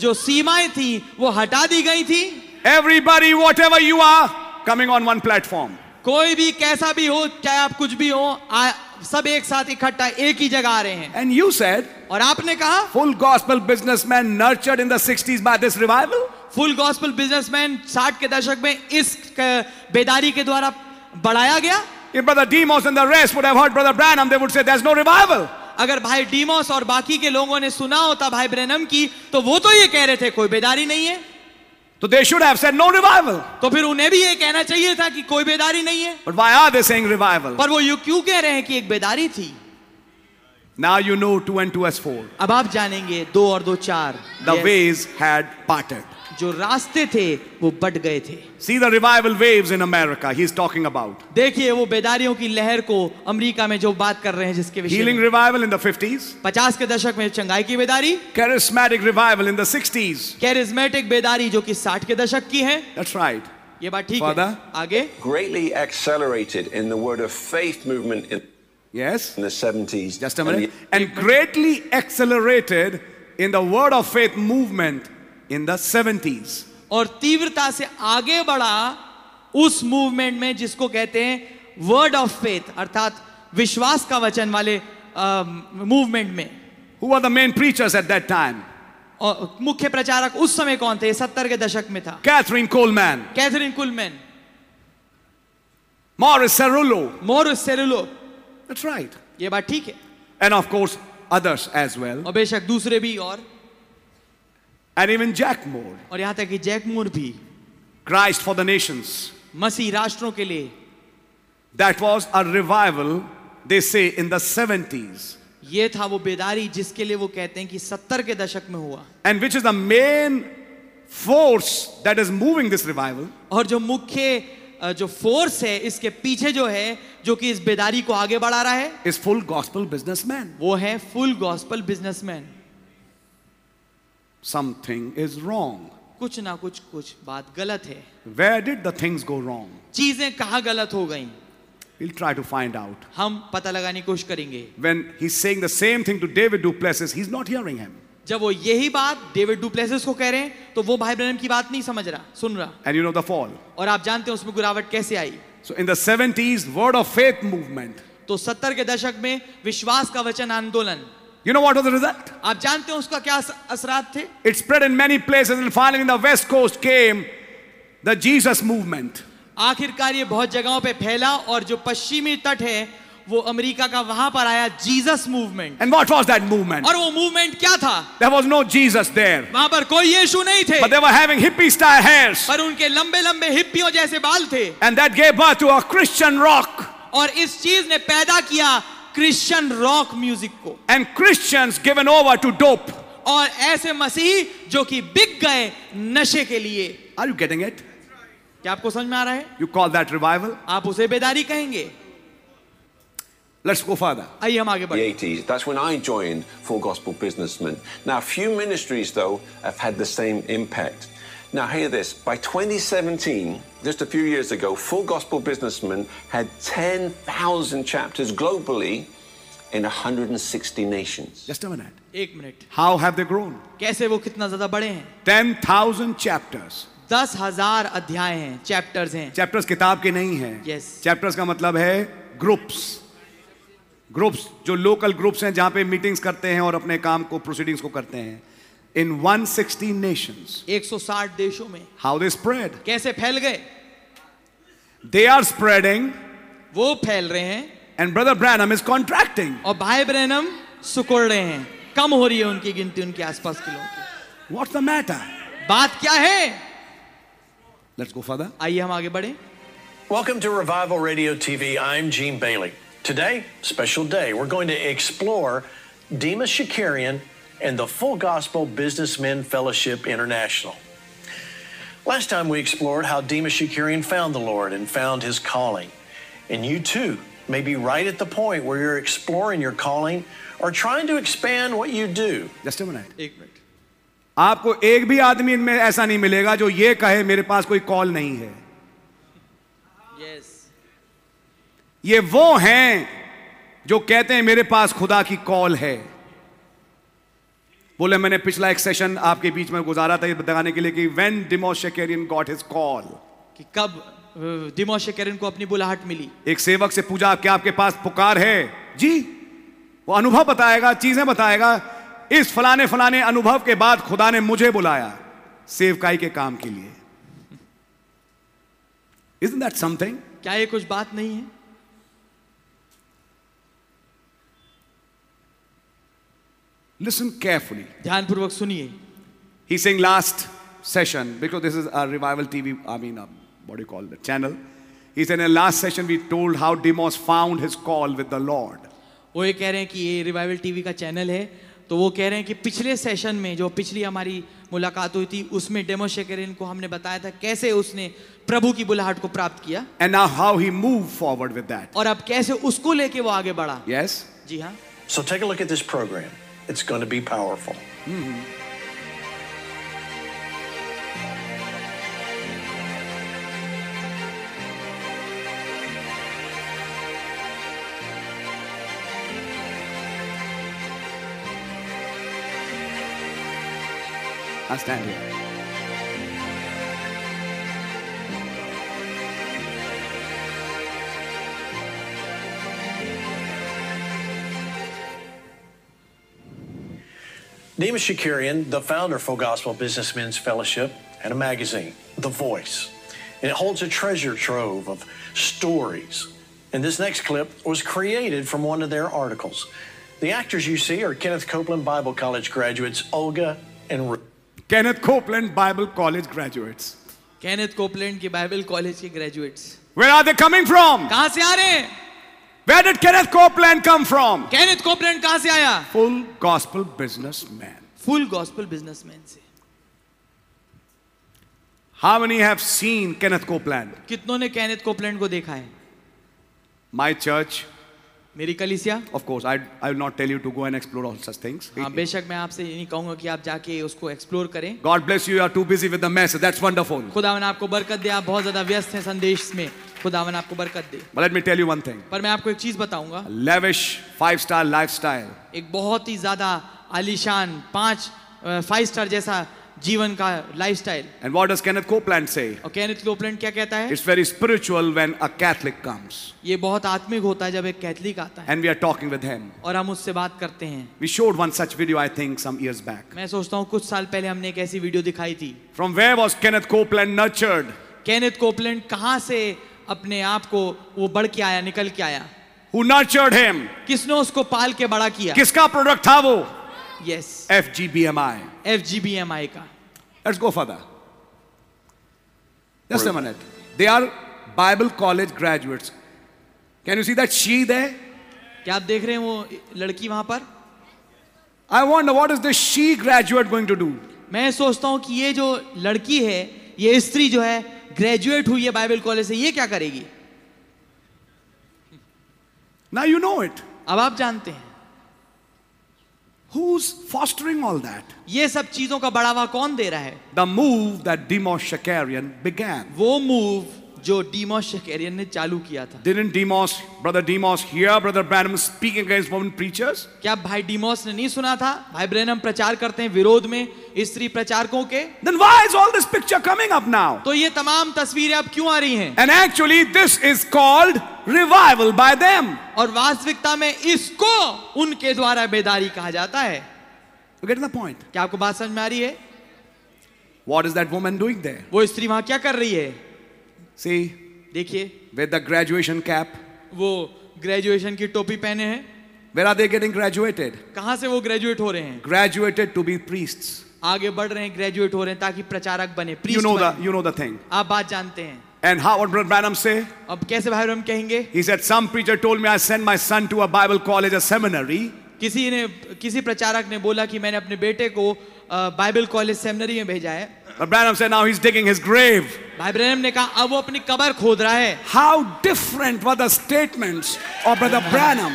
S3: जो सीमाएं थी वो हटा दी गई थी
S5: Everybody, whatever you are, coming on one platform.
S3: कोई भी कैसा भी हो चाहे आप कुछ भी हो आ, सब एक साथ इकट्ठा एक ही जगह आ रहे हैं
S5: And you said,
S3: और आपने कहा
S5: full gospel businessman nurtured in the 60s by this revival?
S3: Full gospel businessman 60 के दशक में इस क- बेदारी के द्वारा बढ़ाया गया
S5: If Brother Demos and the rest would have heard Brother Branham, they would say, There's no revival.
S3: अगर भाई डीमोस और बाकी के लोगों ने सुना होता भाई ब्रैनम की तो वो तो ये कह रहे थे कोई बेदारी नहीं है
S5: So they should have said, No revival.
S3: तो फिर उन्हें भी ये कहना चाहिए था कि कोई बेदारी नहीं है
S5: But why are they saying revival?
S3: पर वो यू क्यों कह रहे हैं कि एक बेदारी थी
S5: now you know 2 and 2 as 4.
S3: अब आप जानेंगे दो और दो चार
S5: The
S3: Yes,
S5: waves had parted.
S3: जो रास्ते थे वो बट गए थे
S5: See the revival waves in America, he's talking about.
S3: देखिए वो बेदारियों की लहर को अमेरिका में जो बात कर रहे हैं जिसके
S5: Healing
S3: विषय
S5: revival in the 50s,
S3: पचास के दशक में चंगाई की बेदारी
S5: charismatic revival in the 60s.
S3: Charismatic बेदारी जो कि साठ के दशक की है
S5: That's right.
S3: ये बात ठीक
S5: Father?
S3: है आगे
S6: Greatly accelerated in the word of faith movement in
S5: Yes?
S6: in the 70s.
S5: Just a
S6: and
S5: minute. And greatly accelerated in the word of faith movement in the 70s.
S3: और तीव्रता से आगे बढ़ा उस मूवमेंट में जिसको कहते हैं वर्ड ऑफ फेथ अर्थात विश्वास का वचन वाले मूवमेंट में
S5: Who were the main preachers at that time?
S3: और मुख्य प्रचारक उस समय कौन थे सत्तर के दशक में था
S5: Catherine Coleman,
S3: Catherine Kuhlman
S5: Maurice Cerullo.
S3: Maurice Cerullo
S5: That's right.
S3: ये बात ठीक है
S5: And of course, others as well.
S3: और बेशक दूसरे भी और
S5: And even Jack Moore,
S3: और यहाँ तक कि जैक मूर भी
S5: Christ for the Nations.
S3: मसीह राष्ट्रों के लिए
S5: That was a revival, they say, in the 70s.
S3: ये था वो बेदारी जिसके लिए वो कहते हैं कि सत्तर के दशक में हुआ
S5: And which is the main force that is moving this revival?
S3: और जो मुख्य अ, जो फोर्स है इसके पीछे जो है जो कि इस बेदारी को आगे बढ़ा रहा है
S5: Is full gospel businessman.
S3: वो है full gospel businessman
S5: Something is wrong.
S3: कुछ ना कुछ कुछ बात गलत है
S5: Where did the things go wrong?
S3: चीजें कहाँ गलत हो गई
S5: We'll try to find out.
S3: हम पता लगाने की कोशिश करेंगे
S5: When he's saying the same thing to David Duplessis, he's not hearing him.
S3: जब वो यही बात डेविड डुप्लेसिस को कह रहे हैं तो वो भाई ब्रैनम की बात नहीं समझ रहा सुन रहा
S5: And you know the fall.
S3: और आप जानते हैं उसमें गिरावट कैसे आई
S5: So in the 70s, word of faith movement.
S3: तो सत्तर के दशक में विश्वास का वचन आंदोलन
S5: You know what was the result?
S3: आप जानते हैं उसका क्या अस- असरात थे
S5: It spread in many places, and finally in the West Coast came the Jesus movement.
S3: आखिरकार ये बहुत जगहों पे फैला और जो पश्चिमी तट है वो अमेरिका का वहां पर आया Jesus movement
S5: And what was that movement?
S3: और वो मूवमेंट क्या था
S5: There was no Jesus there.
S3: वहां पर कोई यीशु नहीं थे
S5: But they were having hippie style hairs.
S3: पर उनके लंबे लंबे हिप्पियों जैसे बाल थे
S5: And that gave birth to a Christian rock.
S3: और इस चीज ने पैदा किया क्रिश्चियन रॉक म्यूजिक को
S5: And Christians given over to dope.
S3: और ऐसे मसीह जो कि बिक गए नशे के लिए
S5: Are you getting it?
S3: क्या आपको समझ में आ रहा है
S5: You call that revival?
S3: आप उसे बेदारी कहेंगे
S5: Let's go further.
S3: आइए हम आगे बढ़े
S6: the 80s. That's when I joined Full Gospel Businessmen. Now, few ministries, though, have had the same impact. Now, hear this. By 2017, just a few years ago, Full Gospel Businessmen had 10,000 chapters globally in 160 nations.
S5: Just a minute.
S3: एक minute
S5: How have they grown?
S3: कैसे वो कितना ज्यादा बड़े हैं
S5: 10,000 chapters.
S3: दस हजार अध्याय हैं चैप्टर्स हैं
S5: चैप्टर्स किताब के नहीं है
S3: Yes.
S5: चैप्टर्स का मतलब है ग्रुप्स ग्रुप्स जो लोकल ग्रुप्स हैं जहां पे मीटिंग्स करते हैं और अपने काम को प्रोसीडिंग्स को करते हैं इन 160 नेशंस
S3: 160 देशों में
S5: हाउ दे स्प्रेड
S3: कैसे फैल गए
S5: दे आर स्प्रेडिंग
S3: वो फैल रहे हैं
S5: and brother Branham is contracting
S3: और भाई ब्रैनम सिकुड़ रहे हैं कम हो रही है उनकी गिनती उनके आसपास के लोगों की
S5: व्हाट्स द मैटर
S3: बात क्या है
S5: लेट्स गो फर्दर
S3: आइए हम आगे बढ़े
S7: Welcome to Revival Radio TV. I'm Gene Bailey. Today, special day, we're going to explore Demas Shakarian and the Full Gospel Businessmen Fellowship International. Last time we explored how Demas Shakarian found the Lord and found his calling. And you too may be right at the point where you're exploring your calling or trying to expand what you do.
S5: Just a minute
S3: एक मिनट
S5: आपको एक भी आदमी इनमें ऐसा नहीं मिलेगा जो ये कहे मेरे पास कोई कॉल नहीं है
S3: यस
S5: ये वो हैं जो कहते हैं मेरे पास खुदा की कॉल है बोले मैंने पिछला एक सेशन आपके बीच में गुजारा था ये बताने के लिए कि when Demos Shakarian got his call
S3: कि कब दिमोशे कैरन तो को अपनी बुलाहट मिली
S5: एक सेवक से पूछा क्या आपके पास पुकार है जी वो अनुभव बताएगा चीजें बताएगा इस फलाने फलाने अनुभव के बाद खुदा ने मुझे बुलाया सेवकाई के काम के लिए इज दैट समथिंग
S3: क्या ये कुछ बात नहीं है
S5: Listen carefully.
S3: ध्यानपूर्वक सुनिए
S5: He's saying last session, because this is our revival TV, I mean, um, what do you call the channel? He said in the last session, we told how Demos found his call with the Lord.
S3: वो ये कह रहे हैं कि ये revival TV का channel है तो वो कह रहे हैं कि पिछले सेशन में जो पिछली हमारी मुलाकात हुई थी उसमें डेमो शेकरिन को हमने बताया था कैसे उसने प्रभु की बुलाहट को प्राप्त किया
S5: And now how he moved forward with that.
S3: और अब कैसे उसको लेके वो आगे बढ़ा
S5: Yes?
S3: जी हाँ
S7: So take a look at this program. It's going to be powerful.
S5: I stand here.
S7: Demas Shakarian, the founder of Full Gospel Businessmen's Fellowship and a magazine, The Voice. And it holds a treasure trove of stories. And this next clip was created from one of their articles. The actors you see are Kenneth Copeland Bible College graduates Olga and Ruth.
S5: Kenneth Copeland, Bible College graduates.
S3: Kenneth Copeland की Bible college के graduates
S5: Where are they coming from?
S3: कहाँ से आ रहे हैं
S5: Where did Kenneth Copeland come from?
S3: Kenneth Copeland कहाँ से आया
S5: Full gospel businessman.
S3: Full gospel businessman से
S5: How many have seen Kenneth Copeland?
S3: कितनों ने कैनेथ कोपलैंड को देखा है
S5: My church,
S3: मेरी कलिसिया
S5: of course, I, I will not tell you to go and explore all such things.
S3: हाँ बेशक मैं आपसे यही कहूंगा कि आप जाके उसको एक्सप्लोर करें
S5: God bless you, you are too busy with the message. That's wonderful.
S3: खुदावन आपको बरकत दे आप बहुत ज्यादा व्यस्त हैं संदेश में खुदावन आपको बरकत दे
S5: But let me tell you one thing
S3: पर मैं आपको एक चीज बताऊंगा
S5: lavish five star lifestyle
S3: एक बहुत ही ज्यादा आलीशान पांच फाइव स्टार जैसा जीवन का lifestyle
S5: And what does Kenneth Copeland say?
S3: और कैनेथ कोपलैंड क्या कहता है
S5: It's very spiritual when a Catholic comes
S3: ये बहुत आत्मिक होता है जब एक कैथलिक आता है
S5: and we are talking with him.
S3: और हम उससे बात करते हैं
S5: We showed one such video, I think, some years back.
S3: मैं सोचता हूँ कुछ साल पहले हमने एक ऐसी वीडियो दिखाई थी
S5: From where was Kenneth Copeland nurtured?
S3: Kenneth Copeland कहाँ से अपने आप को वो बढ़ के आया निकल के आया
S5: Who nurtured him?
S3: किसने उसको पाल के बड़ा किया
S5: किसका प्रोडक्ट था वो
S3: yes
S5: FGBMI.
S3: F G B M I का
S5: Let's go further. Just a minute. They are Bible college graduates. Can you see that she there?
S3: क्या आप देख रहे हैं वो लड़की वहां पर
S5: I wonder what is this she graduate going to do?
S3: मैं सोचता हूँ कि ये जो लड़की है ये स्त्री जो है ग्रेजुएट हुई है बाइबल कॉलेज से ये क्या करेगी
S5: Now you know it.
S3: अब आप जानते हैं
S5: Who's fostering all that?
S3: ये सब चीजों का बढ़ावा कौन दे रहा है
S5: The move that Demos Shakarian began.
S3: वो मूव जो डीमो शेकेरियन ने चालू किया था
S5: Didn't Demos, brother Demos, hear brother Branham speak against women preachers?
S3: क्या भाई डीमोस ने नहीं सुना था भाई ब्रैनम प्रचार करते हैं विरोध में स्त्री प्रचारकों के
S5: Then why is all this picture coming up now?
S3: तो ये तमाम तस्वीरें अब क्यों आ रही हैं
S5: And actually, this is called revival by them.
S3: और वास्तविकता में इसको उनके द्वारा बेदारी कहा जाता है
S5: You get the point.
S3: क्या आपको बात समझ में आ रही है
S5: What is that woman doing there?
S3: वो स्त्री वहां क्या कर रही है
S5: See,
S3: देखिए
S5: with the graduation cap,
S3: वो ग्रेजुएशन की टोपी पहने हैं
S5: where are they getting graduated?
S3: कहाँ से वो ग्रेजुएट हो रहे हैं
S5: Graduated to be priests.
S3: आगे बढ़ रहे हैं ग्रेजुएट हो रहे हैं ताकि प्रचारक बने
S5: You
S3: priest
S5: know the
S3: बने।
S5: you know the thing.
S3: आप बात जानते हैं
S5: And how what brother Branham say?
S3: अब कैसे भाई हम कहेंगे
S5: He said, Some preacher told me I sent my son to a Bible college, a seminary.
S3: किसी ने किसी प्रचारक ने बोला कि मैंने अपने बेटे को अ, बाइबल कॉलेज सेमिनरी में भेजा है
S5: But Branham said, Now he's digging his grave.
S3: भाई ब्रैनम ने कहा अब वो अपनी कबर खोद रहा है
S5: How different were the statements of brother Branham?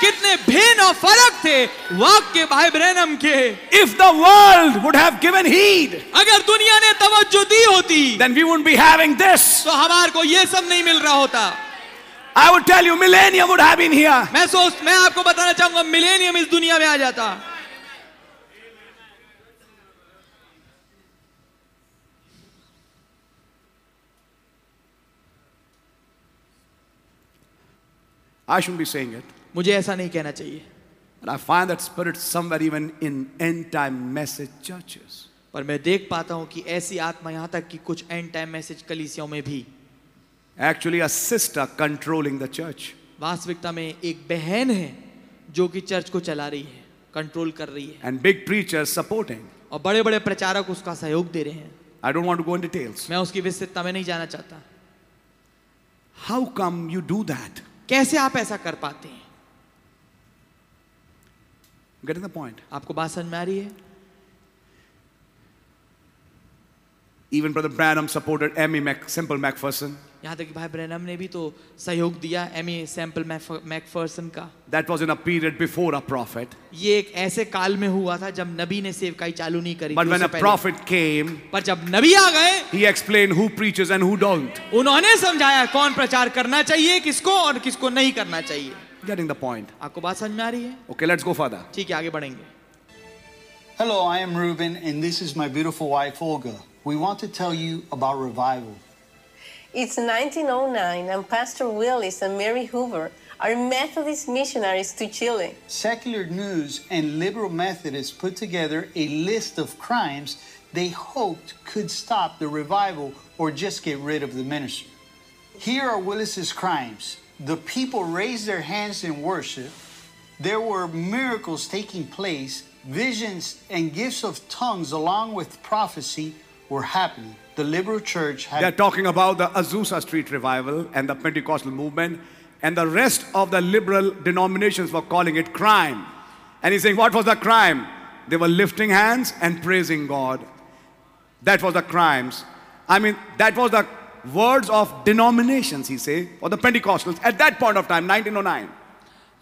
S3: कितने भिन्न और फर्क थे वाक्य भाई ब्रैनम के
S5: If the world would have given heed,
S3: अगर दुनिया ने तवज्जो दी होती
S5: then we wouldn't be having this.
S3: तो हमार को ये सब नहीं मिल रहा होता
S5: I would tell you, millennium would have been here.
S3: मैं सोच मैं आपको बताना चाहूंगा मिलेनियम इस दुनिया में आ जाता
S5: I shouldn't be saying it.
S3: मुझे ऐसा नहीं कहना चाहिए
S5: But I find that spirit somewhere even in end time message churches.
S3: पर मैं देख पाता हूं कि ऐसी आत्मा यहां तक कि कुछ एंड टाइम मैसेज कलीसियों में भी
S5: Actually, a sister controlling the church.
S3: वास्तविकता में एक बहन है जो कि चर्च को चला रही है कंट्रोल कर रही है
S4: and big preachers supporting.
S3: और बड़े बड़े प्रचारक उसका सहयोग दे रहे हैं
S4: I don't want to go into details.
S3: मैं उसकी विस्तृतता में नहीं जाना चाहता
S4: How come you do that?
S3: कैसे आप ऐसा कर पाते हैं
S4: Getting the point.
S3: आपको बात समझ में आ रही है
S4: Even Brother Branham supported
S5: E
S4: Emmy Mac, Simple MacPherson.
S3: यहाँ तक कि भाई ब्रैनम ने भी तो सहयोग दिया एम ए सैम्पल मैकफर्सन का
S4: That was in a period before a prophet.
S3: ये एक ऐसे काल में हुआ था जब नबी ने सेवकाई चालू नहीं करी
S4: But
S3: थी
S4: when
S3: उससे
S4: a
S3: पहले।
S4: prophet came,
S3: पर जब नबी आ गए
S4: he explained who preaches and who don't.
S3: उन्होंने समझाया कौन प्रचार करना चाहिए किसको और किसको नहीं करना चाहिए
S4: Getting the point.
S3: आपको बात समझ में आ रही है
S4: Okay, let's go further.
S3: ठीक है आगे बढ़ेंगे
S8: Hello, I am Ruben, and this is my beautiful wife, Olga. We want to tell you about revival.
S9: It's 1909, and Pastor Willis and Mary Hoover are Methodist missionaries to Chile.
S8: Secular News and Liberal Methodists put together a list of crimes they hoped could stop the revival or just get rid of the ministry. Here are Willis's crimes. The people raised their hands in worship. There were miracles taking place. Visions and gifts of tongues, along with prophecy, were happening. The liberal church had
S4: They're talking about the Azusa Street revival and the Pentecostal movement, and the rest of the liberal denominations were calling it crime. And he's saying, What was the crime? They were lifting hands and praising God. That was the crimes. I mean, that was the words of denominations, he say, or the Pentecostals at that point of time, 1909.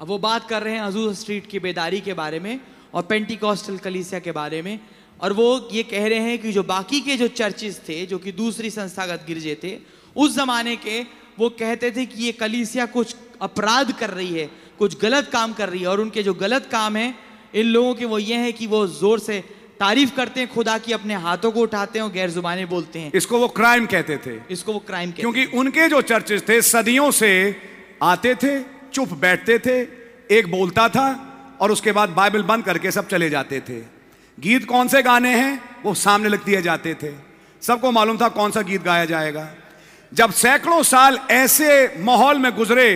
S3: अब वो बात कर रहे हैं Azusa Street की बेदारी के बारे में और पेंटिकॉस्टल कलीसिया के बारे में और वो ये कह रहे हैं कि जो बाकी के जो चर्चेस थे जो कि दूसरी संस्थागत गिरजे थे उस जमाने के वो कहते थे कि ये कलीसिया कुछ अपराध कर रही है कुछ गलत काम कर रही है और उनके जो गलत काम हैं इन लोगों के वो ये है कि वो जोर से तारीफ करते हैं खुदा की अपने हाथों को उठाते हैं और गैर जुबाने बोलते हैं
S4: इसको वो क्राइम कहते थे
S3: इसको वो क्राइम कहते हैं
S4: क्योंकि उनके जो चर्चेस थे सदियों से आते थे चुप बैठते थे एक बोलता था और उसके बाद बाइबल बंद करके सब चले जाते थे गीत कौन से गाने हैं वो सामने लिख दिए जाते थे सबको मालूम था कौन सा गीत गाया जाएगा जब सैकड़ों साल ऐसे माहौल में गुजरे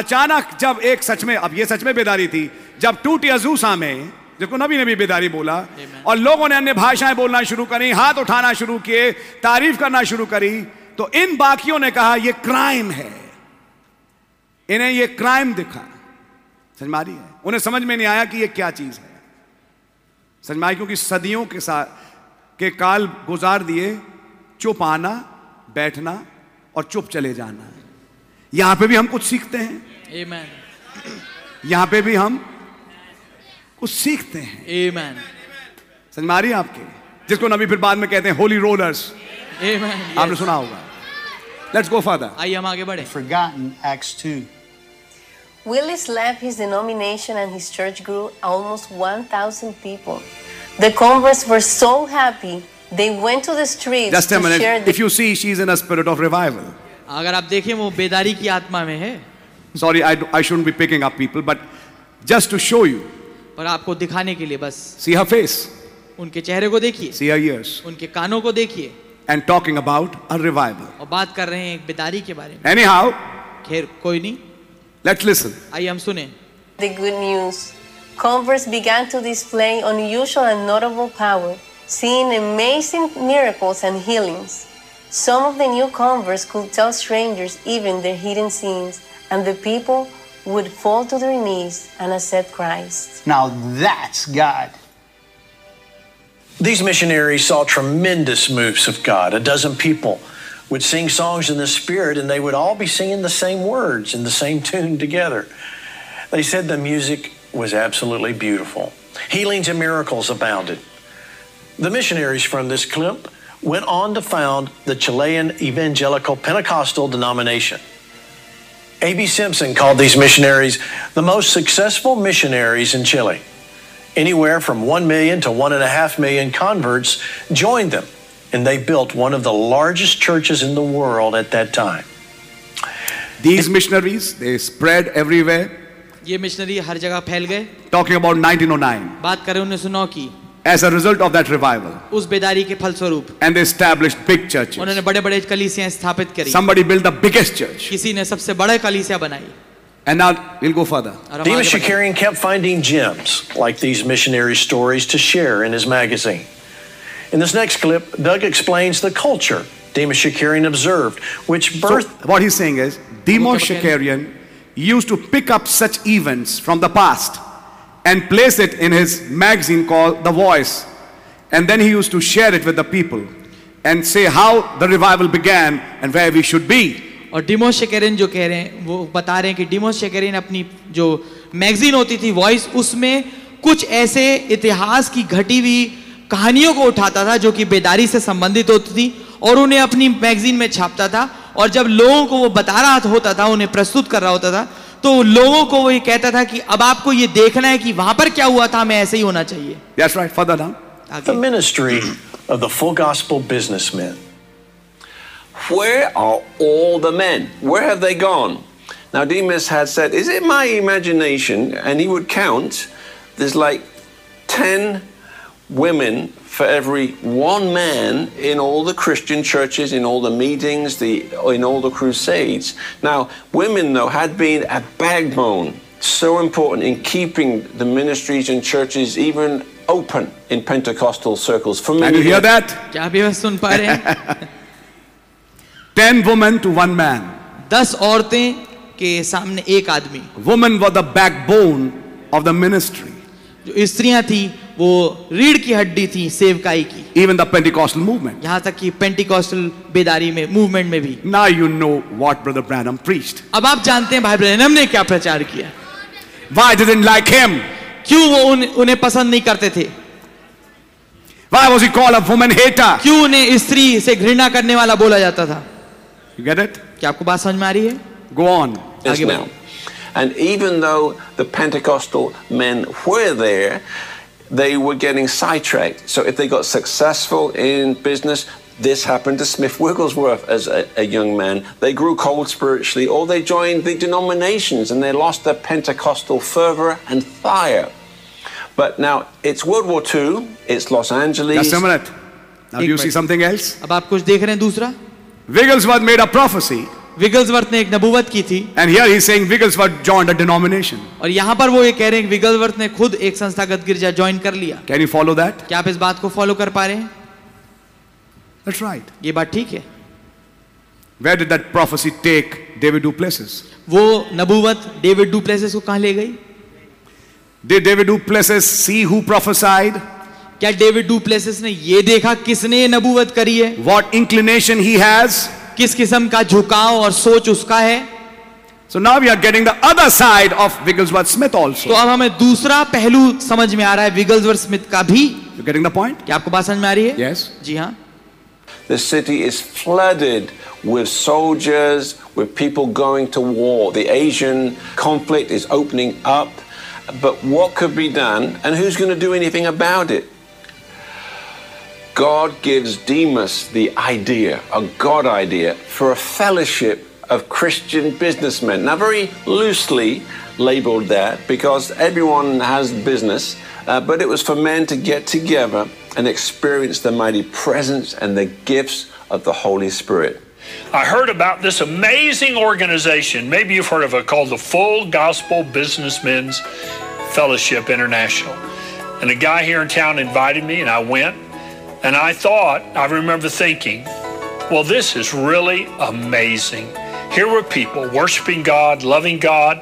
S4: अचानक जब एक सच में अब ये सच में बेदारी थी जब टूटी अजूसा में जिसको नबी ने भी बेदारी बोला और लोगों ने अन्य भाषाएं बोलना शुरू करी हाथ उठाना शुरू किए तारीफ करना शुरू करी तो इन बाकियों ने कहा यह क्राइम है इन्हें यह क्राइम दिखा समझ में आ रही है उन्हें समझ में नहीं आया कि यह क्या चीज है समझ में आई क्योंकि सदियों के साथ के काल गुजार दिए चुप आना बैठना और चुप चले जाना यहां पे भी हम कुछ सीखते हैं
S3: Amen.
S4: यहां पे भी हम कुछ सीखते हैं
S3: Amen.
S4: समझ में आ रही है आपके जिसको नबी फिर बाद में कहते हैं होली रोलर्स
S3: Amen.
S4: आपने
S3: Yes.
S4: सुना होगा लेट्स गो फादर
S3: आइए हम आगे बढ़े
S8: forgotten Acts 2.
S9: Willis left his denomination and his church grew almost 1,000 people. The converts were so happy, they went to the streets
S4: just
S9: to
S4: a
S9: share
S4: minute
S9: the
S4: if you see she is in a spirit of revival
S3: अगर आप देखें वो बेदारी की आत्मा में है
S4: sorry I, I shouldn't be picking up people but just to show you
S3: पर आपको दिखाने के लिए बस
S4: see her face
S3: उनके चेहरे को देखिए
S4: see her ears
S3: उनके कानों को देखिए
S4: and talking about a revival
S3: और बात कर रहे हैं एक बेदारी के बारे में
S4: anyhow
S3: खैर कोई नहीं
S4: let's listen
S3: आइए हम सुने
S9: the good news. Converts began to display unusual and notable power, seeing amazing miracles and healings. Some of the new converts could tell strangers even their hidden sins, and the people would fall to their knees and accept Christ.
S8: Now that's God.
S7: These missionaries saw tremendous moves of God. A dozen people would sing songs in the Spirit, and they would all be singing the same words in the same tune together. They said the music was absolutely beautiful. Healings and miracles abounded. The missionaries from this clip went on to found the Chilean Evangelical Pentecostal denomination. A.B. Simpson called these missionaries the most successful missionaries in Chile. Anywhere from 1 million to 1.5 million converts joined them, and they built one of the largest churches in the world at that time.
S4: these missionaries they spread everywhere
S3: ये missionary हर जगह फैल गए
S4: talking about 1909
S3: बात करें उन्नीस सौ नौ की
S4: as a result of that revival
S3: उस बेदारी के फलस्वरूप
S4: and they established big
S3: उन्होंने
S4: churches
S3: बड़े बड़े कलीसियां स्थापित करी
S4: somebody built the biggest church
S3: किसी ने सबसे बड़ा कलीसिया बनाई
S5: And now we'll go further.
S3: और हम
S7: Dima
S3: आगे बढ़ते हैं।
S7: Shakarian kept finding gems like these missionary stories to share in his magazine. In this next clip, Doug explains the culture Dima Shakarian observed, which
S5: So
S7: birthed
S5: what he's saying is, Demo Shakarian used to pick up such events from the past and place it in his magazine called The Voice. And then he used to share it with the people and say how the revival began and where we should be.
S3: और डिमो शेकेरिन जो कह रहे हैं वो बता रहे हैं कि डिमो शेकेरिन अपनी जो मैगजीन होती थी वॉइस उसमें कुछ ऐसे इतिहास की घटी हुई कहानियों को उठाता था जो कि बेदारी से संबंधित होती थी और उन्हें अपनी मैगजीन में छापता था और जब लोगों को वो बता रहा होता था उन्हें प्रस्तुत कर रहा होता था तो लोगों को वो ये कहता था कि अब आपको ये देखना है कि वहां पर क्या हुआ था हमें ऐसे ही होना चाहिए
S5: That's right, further down.
S7: the
S3: आगे
S7: ministry of the full gospel businessmen.
S6: Where are all the men? Where have they gone? Now, Demas had said, Is it my imagination? And he would count, there's like 10 women for every one man in all the Christian churches, in all the meetings, the, in all the crusades. Now, women, though, had been a backbone, so important in keeping the ministries and churches even open in Pentecostal circles. For
S5: And
S6: many
S5: you hear
S6: years.
S5: that?
S3: क्या भी सुन पा रहे हैं
S5: 10 women to one man.
S3: दस औरतें के सामने एक आदमी
S5: Women were the backbone of the ministry,
S3: जो स्त्रियां थी वो रीढ़ की हड्डी थी सेवकाई की
S5: even the Pentecostal movement.
S3: यहाँ तक कि पेंटिकॉस्टल बेदारी में मूवमेंट में भी
S5: Now you know what Brother Branham preached.
S3: अब आप जानते हैं भाई ब्रैनम ने क्या प्रचार किया
S5: Why I didn't like him?
S3: क्यों वो उन, उन्हें पसंद नहीं करते थे
S5: Why was he called a woman hater?
S3: क्यों उन्हें स्त्री से घृणा करने वाला बोला जाता था
S5: You get it?
S3: क्या आपको बात समझ में आ रही है
S5: Go on.
S6: is
S3: Argue
S6: now.
S3: about
S6: And even though the Pentecostal men were there, they were getting sidetracked. So if they got successful in business, this happened to Smith Wigglesworth as a, a young man. They grew cold spiritually, or they joined the denominations and they lost their Pentecostal fervor and fire. But now it's World War II, it's Los
S5: Just
S6: Angeles.
S5: a minute. Now do you see something else?
S3: अब आप कुछ देख रहे हैं दूसरा
S5: Wigglesworth made a prophecy,
S3: Wigglesworth ने एक नबूवत की थी
S5: and here he's saying Wigglesworth joined a denomination.
S3: और यहाँ पर वो ये कह रहे हैं कि विगल्सवर्थ ने खुद एक संस्थागत गिरजा ज्वाइन कर लिया
S5: Can you follow that?
S3: क्या आप इस बात को फॉलो कर पा रहे हैं
S5: That's right.
S3: ये बात ठीक है
S5: Where did that prophecy take David Duplessis?
S3: वो नबूवत डेविड डुप्लेसिस को कहाँ ले गई
S5: Did David Duplessis see who prophesied?
S3: क्या डेविड डुप्लेसिस ने ये देखा किसने ये नबूवत करी है
S5: What inclination he has?
S3: किस किस्म का झुकाव और सोच उसका है
S5: So now we are getting the other side of Wigglesworth Smith
S3: तो
S5: also.
S3: अब हमें दूसरा पहलू समझ में आ रहा है विगल्सवर्थ स्मिथ का भी
S5: You getting the point?
S3: क्या आपको बात समझ में आ रही है
S5: Yes.
S3: जी हाँ
S6: The city is flooded with soldiers, with people going to war. The Asian conflict is opening up. But what could be done, and who's going to do anything about it? God gives Demas the idea, a God idea, for a fellowship of Christian businessmen. Now, very loosely labeled that because everyone has business, uh, but it was for men to get together and experience the mighty presence and the gifts of the Holy Spirit.
S10: I heard about this amazing organization. Maybe you've heard of it called the Full Gospel Businessmen's Fellowship International. And a guy here in town invited me, and I went. And I thought, I remember thinking, well, this is really amazing. Here were people worshiping God, loving God,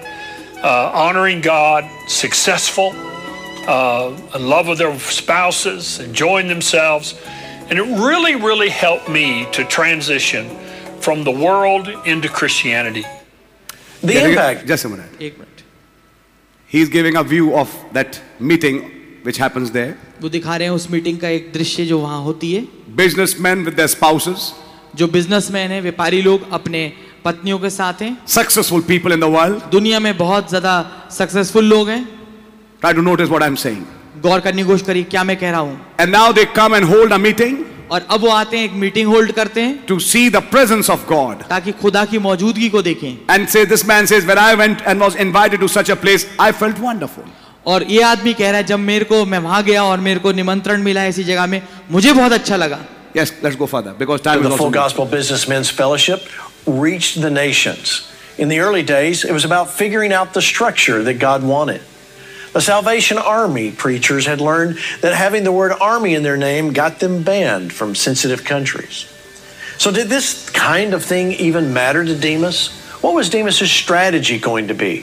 S10: uh, honoring God, successful, uh, in love with their spouses, enjoying themselves. And it really, really helped me to transition from the world into Christianity.
S6: The
S5: Getting-
S6: impact.
S5: Just a minute.
S3: एक minute
S5: He's giving a view of that meeting which happens there.
S3: वो दिखा रहे हैं उस meeting का एक दृश्य जो वहाँ होती है
S5: Businessmen with their spouses,
S3: जो बिजनेसमैन हैं व्यापारी लोग अपने पत्नियों के साथ हैं
S5: successful people in the world.
S3: दुनिया में बहुत ज्यादा सक्सेसफुल लोग हैं
S5: Try to notice what I'm saying.
S3: गौर करने की कोशिश करिए क्या मैं कह रहा हूँ
S5: And now they come and hold a meeting
S3: और अब वो आते हैं एक मीटिंग होल्ड करते हैं
S5: to see the presence of God
S3: ताकि खुदा की मौजूदगी को देखें
S5: and say, This man says, When I went and was invited to such a place, I felt wonderful.
S3: और ये आदमी कह रहा है जब मेरे को मैं वहां गया और मेरे को निमंत्रण मिला ऐसी जगह में मुझे बहुत अच्छा लगा
S5: Yes, let's go further because time is
S7: the Full
S5: also.
S7: Gospel Businessmen's Fellowship reached the nations. In the early days, it was about figuring out the structure that God wanted. The Salvation Army preachers had learned that having the word army in their name got them banned from sensitive countries. So, did this kind of thing even matter to Demas? What was Demas's strategy going to be?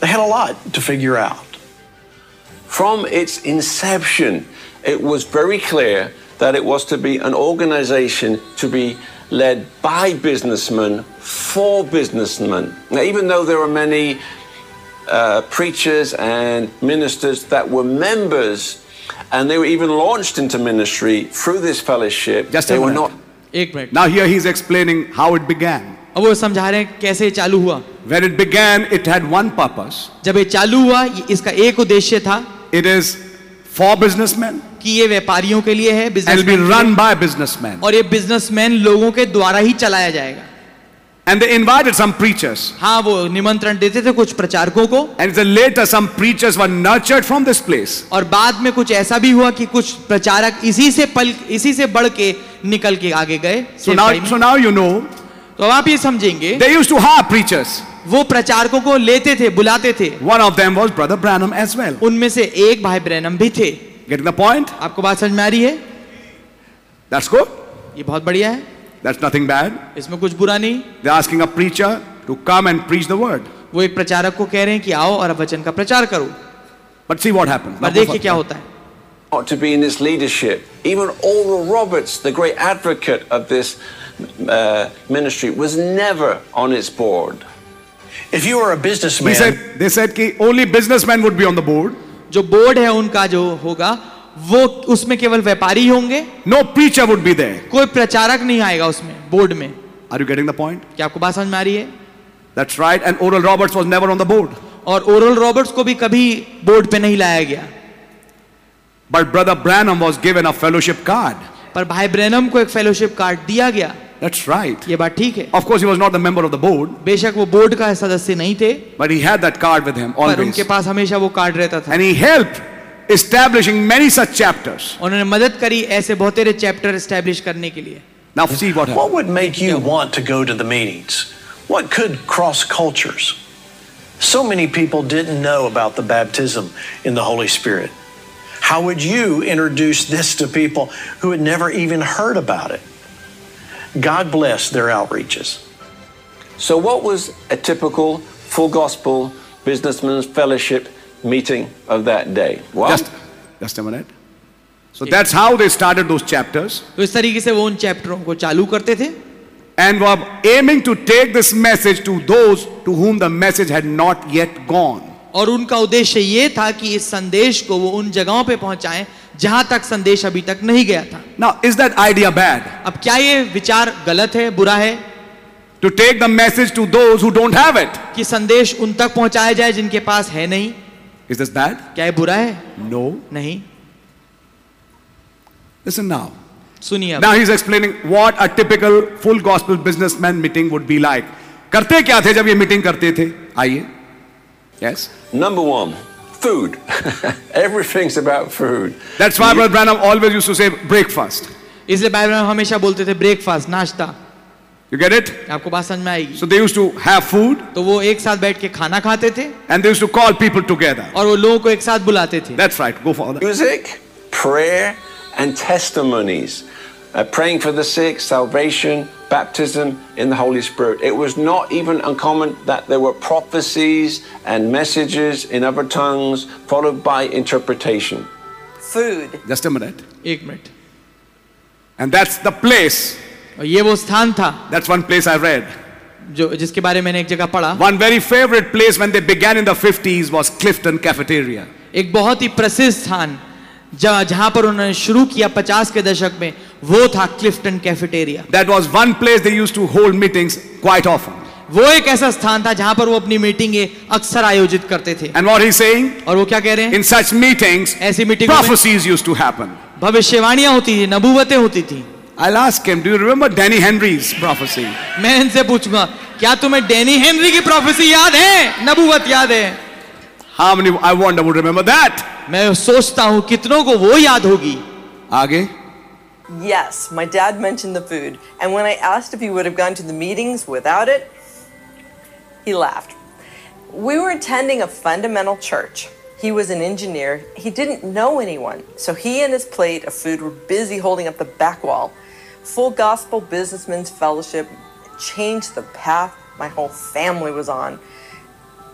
S7: They had a lot to figure out.
S6: From its inception, it was very clear that it was to be an organization to be led by businessmen for businessmen. Now, even though there were many uh, preachers and ministers that were members, and they were even launched into ministry through this fellowship,
S5: Just a
S6: they were
S5: minute.
S6: not
S3: एक minute
S5: Now, here he's explaining how it began.
S3: अब वो समझा रहे हैं कैसे ये चालू हुआ
S5: When it began, it had one purpose
S3: जब ये चालू हुआ ये- इसका एक उद्देश्य था
S5: it is for businessmen
S3: कि ये व्यापारियों के लिए है
S5: and will be run
S3: business
S5: by businessmen.
S3: और ये बिजनेसमैन लोगों के द्वारा ही चलाया जाएगा
S5: And they invited some preachers.
S3: हाँ वो निमंत्रण देते थे कुछ प्रचारकों को
S5: And it's a later, some preachers were nurtured from this place.
S3: और बाद में कुछ ऐसा भी हुआ कि कुछ प्रचारक इसी से पल इसी से बढ़ के निकल के आगे गए
S5: So
S3: सेवकाई
S5: now,
S3: में।
S5: so now you know,
S3: तो अब आप ये समझेंगे
S5: they used to hire preachers.
S3: वो प्रचारकों को लेते थे बुलाते थे
S5: One of them was Brother Branham as well.
S3: उनमें से एक भाई ब्रैनम भी थे
S5: Getting the point?
S3: आपको बात समझ में आ रही है
S5: That's good.
S3: ये बहुत बढ़िया है
S5: That's nothing bad.
S3: इसमें कुछ बुरा नहीं
S5: They're asking a preacher to come and preach the word.
S3: वो एक प्रचारक को कह रहे हैं कि आओ और अब वचन का प्रचार करो
S5: But see what happened.
S3: पर देखिए क्या होता है
S6: not to be in this leadership. Even Oral Roberts, the great advocate of this uh, ministry, was never on its board.
S7: If you were a businessman,
S5: He said, they said ki only businessmen would be on the board.
S3: जो board है उनका जो होगा वो उसमें केवल व्यापारी होंगे
S5: No preacher would be there.
S3: कोई प्रचारक नहीं आएगा उसमें बोर्ड में
S5: Are you getting the point?
S3: क्या आपको बात समझ में आ रही है
S5: That's right. And Oral Roberts was never on the board.
S3: और ओरल रॉबर्ट्स को भी कभी बोर्ड पे नहीं लाया गया
S5: But Brother Branham was given a fellowship card.
S3: पर भाई ब्रैनम को एक फेलोशिप कार्ड दिया गया
S5: That's right.
S3: ये बात ठीक है
S5: Of course, he was not the member of the board,
S3: बेशक वो बोर्ड का सदस्य नहीं थे
S5: but he had that card with him
S3: पर
S5: always.
S3: उनके पास हमेशा वो कार्ड रहता था
S5: And he helped establishing many such chapters.
S3: उन्होंने मदद करी ऐसे बहुत सारे चैप्टर स्टैब्लिश करने के लिए
S5: Now, see what
S7: What
S5: happened.
S7: would make you want to go to the meetings? What could cross cultures? So many people didn't know about the baptism in the Holy Spirit. How would you introduce this to people who had never even heard about it? God bless their outreaches.
S6: So, what was a typical full gospel businessmen's fellowship meeting of that day? Well,
S5: Just, just a minute. So that's how they started those chapters
S3: तो इस तरीके से वो उन चैप्टरों को चालू करते थे
S5: and were aiming to take this message to those to whom the message had not yet gone.
S3: और उनका उद्देश्य ये था कि इस संदेश को वो उन जगहों पे पहुंचाएं जहां तक संदेश अभी तक नहीं गया था
S5: Now, is that idea bad?
S3: अब क्या ये विचार गलत है बुरा है
S5: To take the message to those who don't have it.
S3: कि संदेश उन तक पहुंचाया जाए जिनके पास है नहीं
S5: Is this bad?
S3: क्या ये बुरा है
S5: No.
S3: नहीं
S5: Listen now.
S3: सुनिए अब
S5: Now he's explaining what a typical full gospel businessman meeting would be like. करते क्या थे जब ये मीटिंग करते थे आइए yes
S6: number one, food. Everything's about food.
S5: that's why brother Branham always used to say breakfast
S3: इसलिए बाइबल में हमेशा बोलते थे ब्रेकफास्ट नाश्ता
S5: you get it
S3: आपको बात समझ में आएगी
S5: so they used to have food
S3: तो वो एक साथ बैठ के खाना खाते थे
S5: and they used to call people together
S3: और वो लोगों को एक साथ बुलाते थे
S5: that's right go for that
S6: Music, prayer, and testimonies. Uh, praying for the sick, salvation, baptism in the Holy Spirit. It was not even uncommon that there were prophecies and messages in other tongues, followed by interpretation.
S11: food,
S5: just a minute
S3: एक minute
S5: and that's the place
S3: और ये वो स्थान था
S5: that's one place I read
S3: जो जिसके बारे में मैंने एक जगह पढ़ा
S5: one very favorite place when they began in the 50s was Clifton cafeteria
S3: एक बहुत ही प्रसिद्ध स्थान जहाँ जहाँ पर उन्होंने शुरू किया पचास के दशक में वो था Clifton cafeteria
S5: that was one place they used to hold meetings quite often
S3: वो एक ऐसा स्थान था जहाँ पर वो अपनी मीटिंगें अक्सर आयोजित करते थे
S5: and what he's saying
S3: और वो क्या कह रहे हैं
S5: In such meetings,
S3: ऐसी मीटिंगों में
S5: prophecies used to happen.
S3: भविष्यवाणियां होती थी नबूवतें होती थी
S5: I'll ask him, do you remember Danny Henry's prophecy?
S3: मैं इनसे पूछूंगा क्या तुम्हें डेनी हेनरी की प्रोफेसी याद है नबूवत याद है
S5: How many, I wonder, would remember that?
S3: मैं सोचता हूँ कितनों को वो याद होगी
S5: Aage.
S11: yes, my dad mentioned the food. And when I asked if he would have gone to the meetings without it, He laughed. We were attending a fundamental church. He was an engineer. He didn't know anyone, so he and his plate of food were busy holding up the back wall. Full Gospel Businessmen's Fellowship changed the path my whole family was on.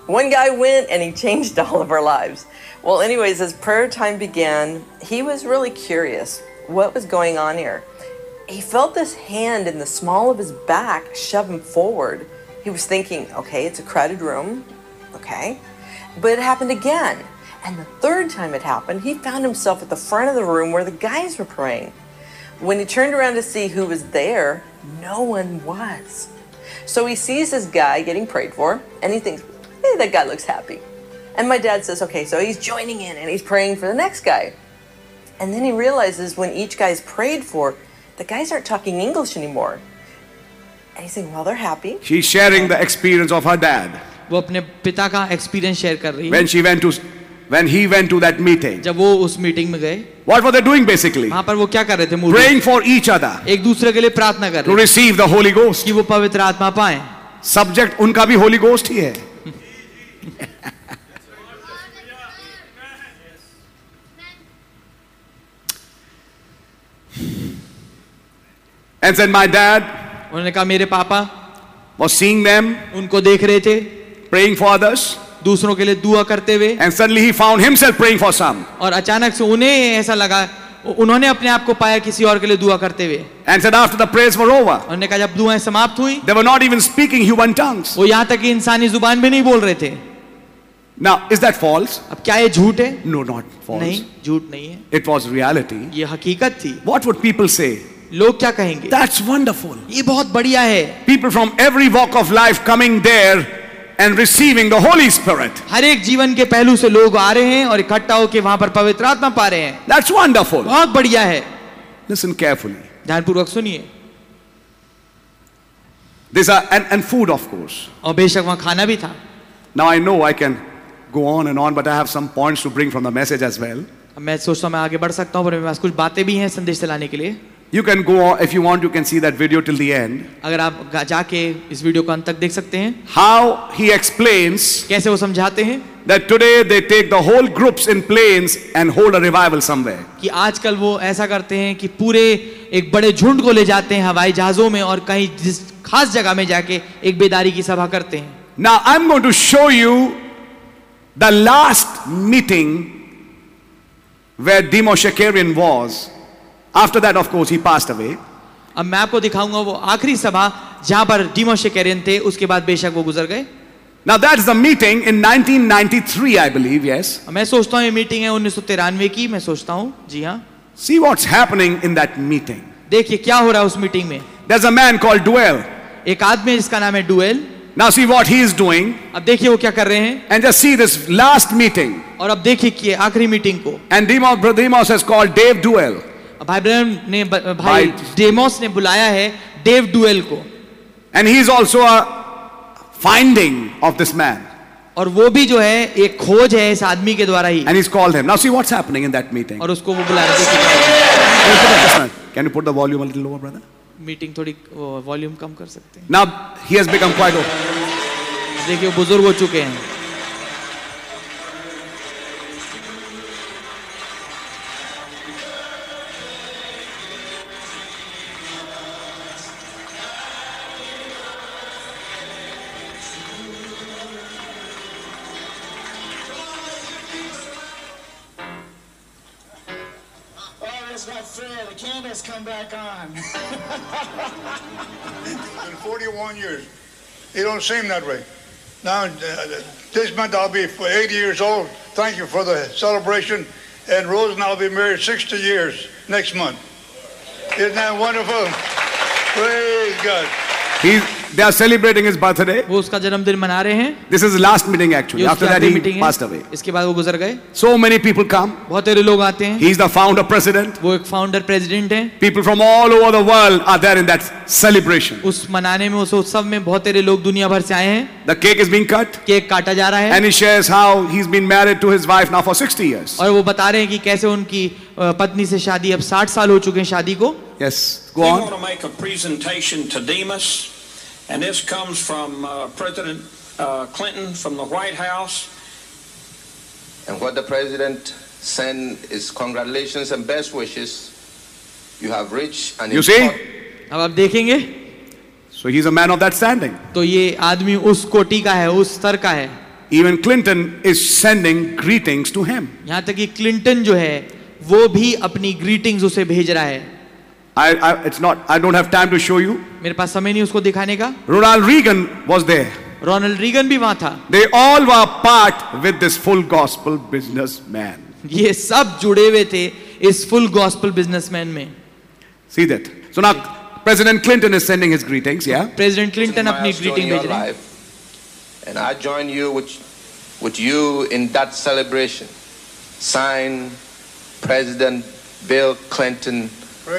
S11: One guy went and he changed all of our lives. Well, anyways, as prayer time began, he was really curious what was going on here. He felt this hand in the small of his back shove him forward. He was thinking, okay, it's a crowded room, okay. But it happened again. And the third time it happened, he found himself at the front of the room where the guys were praying. When he turned around to see who was there, no one was. So he sees this guy getting prayed for, and he thinks, hey, that guy looks happy. And my dad says, okay, so he's joining in and he's praying for the next guy. And then he realizes when each guy's prayed for, the guys aren't talking English anymore. And he's saying, well, they're happy.
S5: She's sharing the experience of her dad
S3: वो अपने पिता का experience share कर रही है
S5: when she went to when he went to that meeting.
S3: जब वो उस मीटिंग में गए
S5: What were they doing basically?
S3: वहां पर वो क्या कर रहे थे मूल रूप
S5: Praying for each other
S3: से? एक दूसरे के लिए प्रार्थना कर
S5: to
S3: रहे थे
S5: receive the Holy Ghost.
S3: कि वो पवित्र आत्मा पाए
S5: सब्जेक्ट उनका भी होली गोस्ट ही है And then my dad
S3: उन्होंने कहा मेरे पापा
S5: was seeing them,
S3: उनको देख रहे थे
S5: praying for others,
S3: दूसरों के लिए दुआ करते हुए
S5: and suddenly he found himself praying for some.
S3: और अचानक से उन्हें ऐसा लगा उ- उन्होंने अपने आप को पाया किसी और के लिए दुआ करते हुए
S5: And said after the prayers were over,
S3: उन्होंने कहा जब दुआएं समाप्त हुई
S5: they were not even speaking human tongues.
S3: वो यहाँ तक कि इंसानी जुबान भी नहीं बोल रहे थे
S5: Now, is that false?
S3: अब क्या ये झूठ है
S5: No, not false.
S3: नहीं झूठ नहीं है
S5: It was reality.
S3: ये हकीकत थी
S5: What would people say?
S3: लोग क्या कहेंगे
S5: That's wonderful.
S3: ये बहुत बढ़िया है
S5: People from every walk of life coming there and receiving the Holy Spirit.
S3: हर एक जीवन के पहलू से लोग आ रहे हैं और इकट्ठा होकर वहां पर पवित्र आत्मा पा रहे हैं
S5: That's wonderful.
S3: बहुत बढ़िया है
S5: Listen carefully.
S3: ध्यानपूर्वक सुनिए
S5: These are and, and food, of course.
S3: और बेशक वहां खाना भी था
S5: Now I know I can go on and on, but I have some points to bring from the message as well.
S3: अब मैं सोचता हूँ मैं आगे बढ़ सकता हूँ पर मेरे पास कुछ बातें भी हैं संदेश चलाने के लिए
S5: You can go on if you want. You can see that video till the end.
S3: अगर आप गा- जाके इस वीडियो को अंत तक देख सकते हैं
S5: How he explains
S3: कैसे वो समझाते हैं
S5: that today they take the whole groups in planes and hold a revival somewhere.
S3: कि आजकल वो ऐसा करते हैं कि पूरे एक बड़े झुंड को ले जाते हैं हवाई जहाजों में और कहीं जिस खास जगह में जाके एक बेदारी की सभा करते हैं
S5: Now I'm going to show you the last meeting where Demo Shakarian was. After that, of course, he passed away.
S3: अब मैं आपको दिखाऊंगा वो आखिरी सभा जहां पर डीमो शेकेरियन थे उसके बाद बेशक वो गुजर गए
S5: Now that's the meeting in 1993, I believe, yes.
S3: मैं सोचता हूँ ये मीटिंग है उन्नीस की मैं सोचता हूँ जी हाँ
S5: See what's happening in that meeting.
S3: देखिए क्या हो रहा है उस मीटिंग में
S5: There's a man called Duell.
S3: एक आदमी है जिसका नाम है duel
S5: Now see what he is doing
S3: अब देखिए वो क्या कर रहे हैं
S5: and just see this last meeting.
S3: और अब देखिए कि आखिरी मीटिंग को
S5: And Demo, Brother Demos has called Dave Duell.
S3: भाई ब्रहम ने ब- भाई
S5: भाई-
S3: डेमोस ने बुलाया है डेव डुएल को
S5: And he is also a finding of this man.
S3: और वो भी जो है एक खोज है इस आदमी के द्वारा ही
S5: And he's called him. Now see what's happening in that meeting.
S3: और उसको वो बुलाया देखिए
S5: Can you put up this one? Can you put the volume a little lower, brother?
S3: Meeting थोड़ी वॉल्यूम कम कर सकते हैं
S5: Now he has become quite old.
S3: देखिए वो बुजुर्ग हो चुके हैं
S12: Oh, that's not fair. The candles come back on. In 41 years, it don't seem that way. Now, uh, this month I'll be 80 years old. Thank you for the celebration. And Rose and I'll be married 60 years next month. Isn't that wonderful? Praise God.
S5: He, they are celebrating his birthday.
S3: वो उसका जन्मदिन मना रहे हैं
S5: This is his last meeting actually.
S3: ये
S5: After
S3: उसकी
S5: that,
S3: आखिरी
S5: he
S3: meeting
S5: passed away.
S3: है इसके बाद वो गुजर गए
S5: So many people come.
S3: बहुत सारे लोग आते हैं
S5: He's the founder president.
S3: वो एक फाउंडर प्रेसिडेंट हैं
S5: People from all over the world are there in that celebration.
S3: उस मनाने में उस उत्सव में बहुत सारे लोग दुनिया भर से आए हैं
S5: The cake is being cut,
S3: cake काटा जा रहा है
S5: and he shares how he's been married to his wife now for 60 years.
S3: और वो बता रहे हैं कि कैसे उनकी अ, पत्नी से शादी अब 60 साल हो चुके हैं शादी को
S5: Yes, go
S13: We want to
S5: on.
S13: make a presentation to Demas, and this comes from uh, President uh, Clinton from the White House.
S14: And what the president send is congratulations and best wishes. You have reached an
S5: You see?
S3: अब आप देखेंगे
S5: So he's a man of that standing.
S3: तो ये आदमी उस कोटि का है उस स्तर का है
S5: Even Clinton is sending greetings to him.
S3: यहाँ तक कि क्लिंटन जो है वो भी अपनी ग्रीटिंग्स उसे भेज रहा है
S5: I, I, it's not, I don't have time to show you.
S3: मेरे पास समय नहीं उसको दिखाने का
S5: Ronald Reagan was there.
S3: Ronald Reagan भी वहां था
S5: They all were part with this full gospel businessman.
S3: ये सब जुड़े हुए थे इस फुल गॉस्पल बिजनेसमैन में
S5: See that? So now President Clinton is sending his greetings, yeah?
S3: President Clinton
S14: It's a
S3: अपनी
S14: milestone
S3: ग्रीटिंग
S14: in your
S3: भेज रहे हैं
S14: life, And I join you with, with you in that celebration. Signed, President Bill Clinton,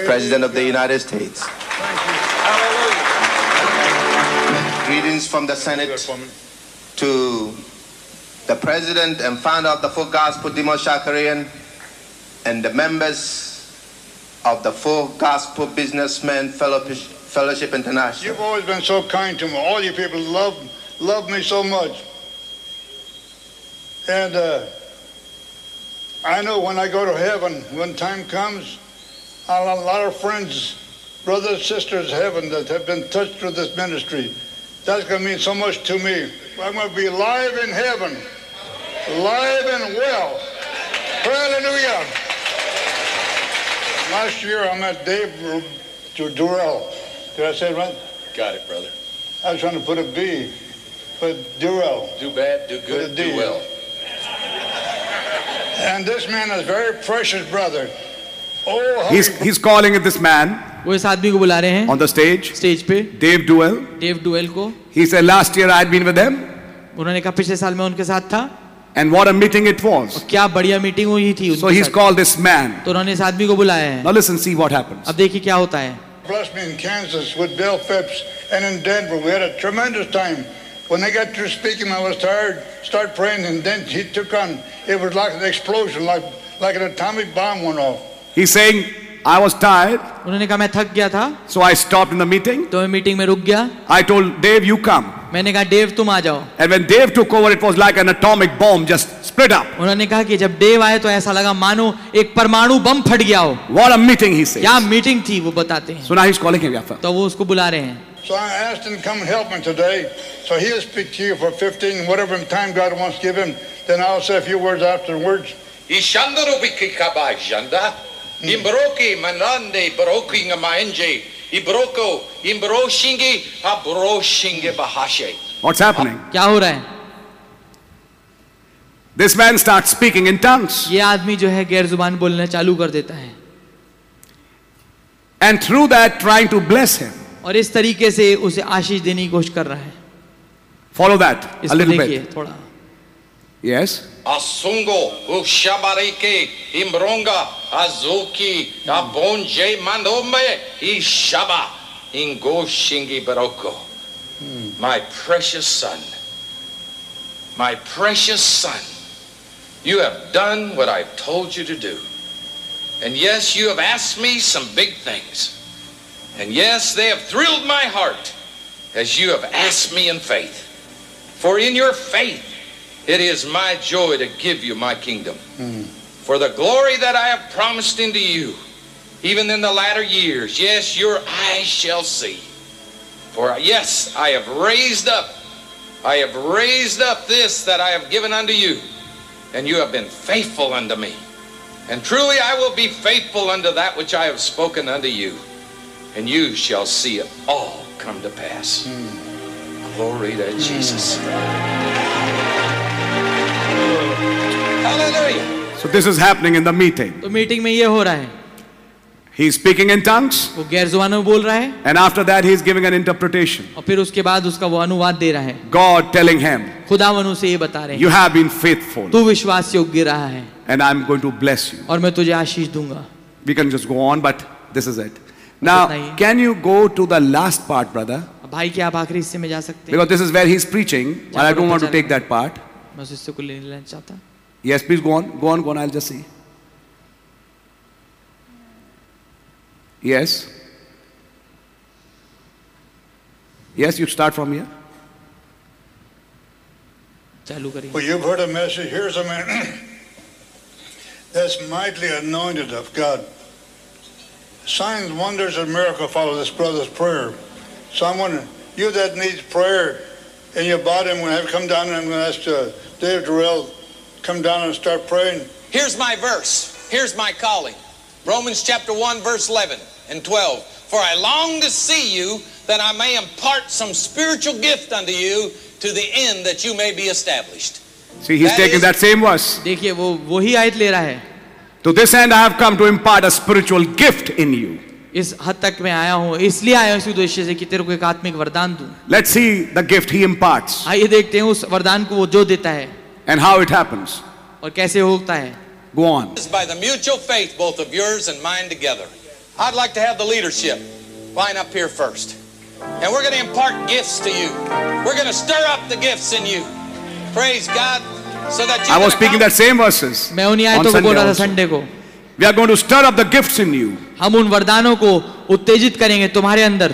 S14: President of the United States. Greetings from the Senate to the President and founder of the Full Gospel, Dimo Shakarian, and the members of the Full Gospel Businessmen Fellowship Fellowship International.
S12: You've always been so kind to me. All you people love love me so much. And uh, I know when I go to heaven, when time comes, I'll have a lot of friends, brothers, sisters, heaven that have been touched through this ministry. That's going to mean so much to me. I'm going to be live in heaven, live and well. Hallelujah. Last year I met Dave Ru- Du- Durrell. Did I say it right?
S15: Got it, brother.
S12: I was trying to put a B, but Durrell.
S15: Do bad, do good, do well.
S12: And this man is very precious, brother. Oh, how
S5: He's,
S12: he-
S5: he's calling it this man
S3: वो इस आदमी को बुला रहे हैं
S5: on the stage,
S3: stage पे
S5: Dave Duell.
S3: Dave Duell को
S5: He said, Last year I had been with them,
S3: उन्होंने कहा पिछले साल में उनके साथ था
S5: and what a meeting it was.
S3: क्या बढ़िया मीटिंग हुई थी
S5: So he's
S3: उनके साथ
S5: called this man.
S3: तो उन्होंने इस आदमी को बुलाया है
S5: Now listen, see what happens.
S3: अब देखिए क्या होता है
S12: blessed me in Kansas with Bill Phipps and in Denver. We had a tremendous time. When I got through speaking, I was tired, started praying, and then he took on. It was like an explosion, like, like an atomic bomb went off.
S5: He's saying, I was tired,
S3: उन्होंने कहा मैं थक गया था
S5: so I stopped in the meeting.
S3: तो मैं meeting में रुक गया
S5: I told Dave, You come.
S3: मैंने कहा डेव तुम आ जाओ
S5: And when Dave took over, it was like an atomic bomb just split up.
S3: उन्होंने कहा कि जब डेव आए तो ऐसा लगा मानो एक परमाणु बम फट गया हो
S5: What a meeting, he says.
S3: क्या मीटिंग थी वो बताते हैं
S5: So now he's calling him Yafa.
S3: तो वो उसको बुला रहे हैं
S12: So I asked him to come and help me today. So he'll speak to you for 15, whatever time God wants to give him. Then I'll say a few words afterwards.
S15: Ishandaro bikikabajanda. Imbroki manande broki ngamaenje. Ibroko imbroshingi abroshingi bahashe.
S5: What's happening?
S3: क्या हो रहा है
S5: This man starts speaking in tongues.
S3: ये आदमी जो है गैर जुबान बोलना चालू कर देता है
S5: And through that, trying to bless him.
S3: और इस तरीके से उसे आशीष देने की कोशिश कर रहा है
S5: Follow that a
S3: इसको
S5: little
S3: देखिए
S5: bit.
S3: थोड़ा
S5: Yes.
S15: Asungo ushabarike imbronga azuki abonje manome ishaba ingoshingi broko. My precious son, my precious son, you have done what I've told you to do. And yes, you have asked me some big things. And yes, they have thrilled my heart as you have asked me in faith. For in your faith, it is my joy to give you my kingdom.
S2: Mm.
S15: For the glory that I have promised unto you, even in the latter years, yes, your eyes shall see. For yes, I have raised up, I have raised up this that I have given unto you, and you have been faithful unto me. And truly I will be faithful unto that which I have spoken unto you, and you shall see it all come to pass. Glory to Jesus. Hallelujah.
S5: So this is happening in the meeting.
S3: तो meeting में ये हो रहा है
S5: He's speaking in tongues.
S3: वो गैर जुबान में बोल रहा है
S5: And after that, he's giving an interpretation.
S3: और फिर उसके बाद उसका वो अनुवाद दे रहा है
S5: God telling him,
S3: खुदावन उसे ये बता रहे
S5: You
S3: हैं
S5: have been faithful,
S3: तू विश्वास योग्य रहा है
S5: and I'm going to bless you.
S3: और मैं तुझे आशीष दूंगा
S5: We can just go on, but this is it.
S3: इतना
S5: Now,
S3: he.
S5: can you go to the last part, brother?
S3: अब भाई क्या आप आखिरी हिस्से में जा सकते हैं
S5: Because this is where he's preaching, and I don't want to take that part.
S3: मैं उस हिस्से को ले लेना चाहता हूं।
S5: Yes, please go on. Go on, go on. I'll just see. Yes. Yes, you start from here.
S3: चालू करिए
S12: Well, you've heard a message. Here's a man that's mightily anointed of God. Signs, wonders, and miracles follow this brother's prayer. Someone, you that needs prayer in your body, I'm going to have come down and I'm going to ask uh, Dave Durrell come down and start praying.
S15: Here's my verse. Here's my calling. Romans chapter 1, verse 11 and 12. For I long to see you that I may impart some spiritual gift unto you to the end that you may be established.
S5: See, he's
S15: That
S5: taking
S15: is-
S5: that same verse.
S3: देखिए वो वही आयत ले रहा है
S5: To this end, I have come to impart a spiritual gift in you.
S3: इस हद तक मैं आया हूँ इसलिए आया हूँ इस उद्देश्य से कि तेरे को एक आत्मिक वरदान दूं
S5: Let's see the gift he imparts
S3: आइए देखते हैं उस वरदान को वो जो देता है
S5: and how it happens.
S3: और कैसे होता है
S5: Go on.
S15: It's by the mutual faith, both of yours and mine together. I'd like to have the leadership line up here first. And we're going to impart gifts to you. We're going to stir up the gifts in you. Praise God. So that you
S5: I was
S15: can
S5: speaking that same verses.
S3: मैं उन्हीं
S5: on
S3: आयतों को
S5: Sunday
S3: बोल रहा था
S5: also.
S3: Sunday को
S5: We are going to stir up the gifts in you.
S3: हम उन वरदानों को उत्तेजित करेंगे तुम्हारे अंदर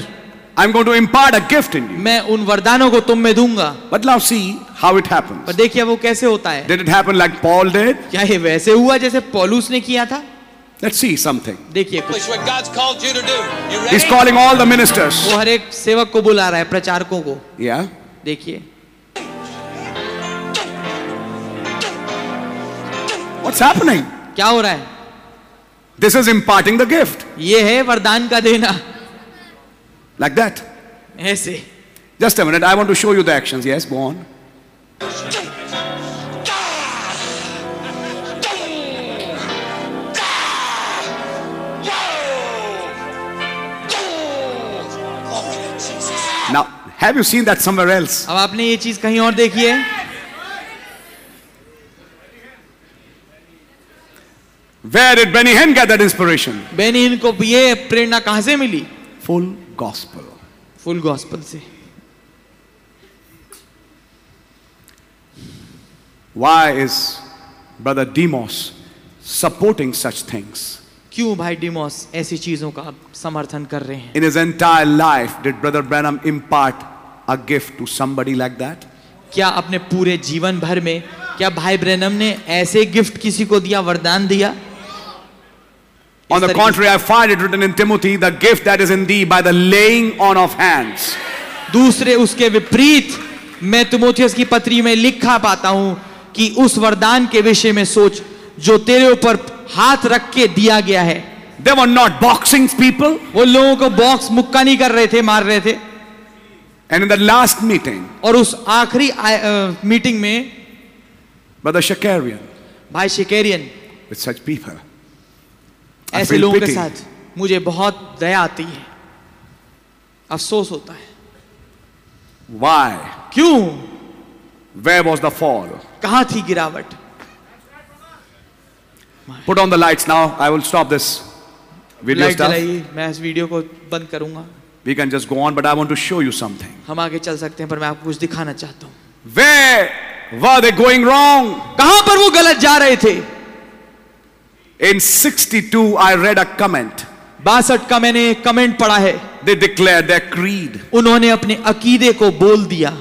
S5: I'm going to impart a gift in you.
S3: मैं उन वरदानों को तुम में दूंगा
S5: But now see how it happens.
S3: पर देखिए वो कैसे होता है
S5: Did it happen like Paul did?
S3: क्या ये वैसे हुआ जैसे पॉलूस ने किया था
S5: Let's see something.
S3: देखिए कुछ
S15: accomplish what God's called you to do. You ready?
S5: He's calling all the ministers.
S3: वो हर एक सेवक को बुला रहा है प्रचारकों को
S5: Yeah.
S3: देखिए
S5: What's happening?
S3: क्या हो रहा है
S5: This is imparting the gift.
S3: ये है वरदान का देना
S5: Like that.
S3: ऐसे
S5: Just a minute. I want to show you the actions. Yes, go on. Now, have you seen that somewhere else?
S3: अब आपने ये चीज कहीं और देखी है
S5: Where did Benny Hinn get that inspiration?
S3: Beni इनको ये प्रेरणा कहाँ से मिली
S5: Full gospel.
S3: फुल गॉस्पल से
S5: Why is Brother Demos supporting such things?
S3: क्यों भाई डिमोस ऐसी चीजों का आप समर्थन कर रहे हैं
S5: In his entire life, did Brother Branham impart a gift to somebody like that?
S3: क्या अपने पूरे जीवन भर में क्या भाई ब्रैनम ने ऐसे गिफ्ट किसी को दिया वरदान दिया
S5: On the contrary, I find it written in Timothy, the gift that is in thee by the laying on of hands.
S3: दूसरे उसके विपरीत मैं तिमोथियस की पत्री में लिखा पाता हूं कि उस वरदान के विषय में सोच जो तेरे ऊपर हाथ रख के दिया गया है
S5: They were not boxing people.
S3: वो लोगों को बॉक्स मुक्का नहीं कर रहे थे मार रहे थे
S5: And in the last meeting,
S3: और उस आखिरी आय- अ, मीटिंग में
S5: Brother Shakarian,
S3: भाई Shakarian
S5: with such people, I
S3: ऐसे
S5: feel
S3: लोगों के
S5: pity.
S3: साथ मुझे बहुत दया आती है अफसोस होता है
S5: why?
S3: क्यों
S5: Where was the fall?
S3: कहाँ थी गिरावट
S5: Put on the lights now. I will stop this video
S3: light
S5: stuff.
S3: जलाइए मैं इस वीडियो को बंद करूंगा
S5: We can just go on, but I want to show you something.
S3: हम आगे चल सकते हैं पर मैं आपको कुछ दिखाना चाहता हूँ
S5: Where were they going wrong?
S3: कहां पर वो गलत जा रहे थे
S5: In 62, I read a comment.
S3: बासठ का मैंने एक कमेंट पढ़ा है
S5: They declared their creed.
S3: उन्होंने अपने अकीदे को बोल दिया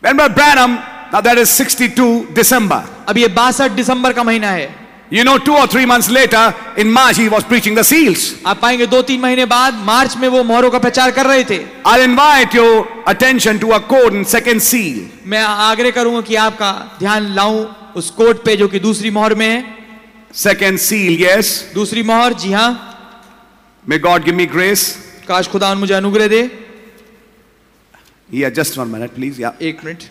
S5: When by Branham, now that is 62 December.
S3: अब ये बासठ दिसंबर का महीना है
S5: You know, two or three months later, in March, he was preaching the seals.
S3: आप पाएंगे दो तीन महीने बाद मार्च में वो मोहरों का प्रचार कर रहे थे
S5: I'll invite your attention to a code in second seal.
S3: मैं आग्रह करूंगा कि आपका ध्यान लाऊं उस कोट पे जो कि दूसरी मोहर में है
S5: Second seal, yes.
S3: दूसरी मोहर जी हाँ
S5: May God give me grace.
S3: काश खुदा मुझे अनुग्रह दे
S5: Yeah, just one minute, please. Yeah.
S3: एक minute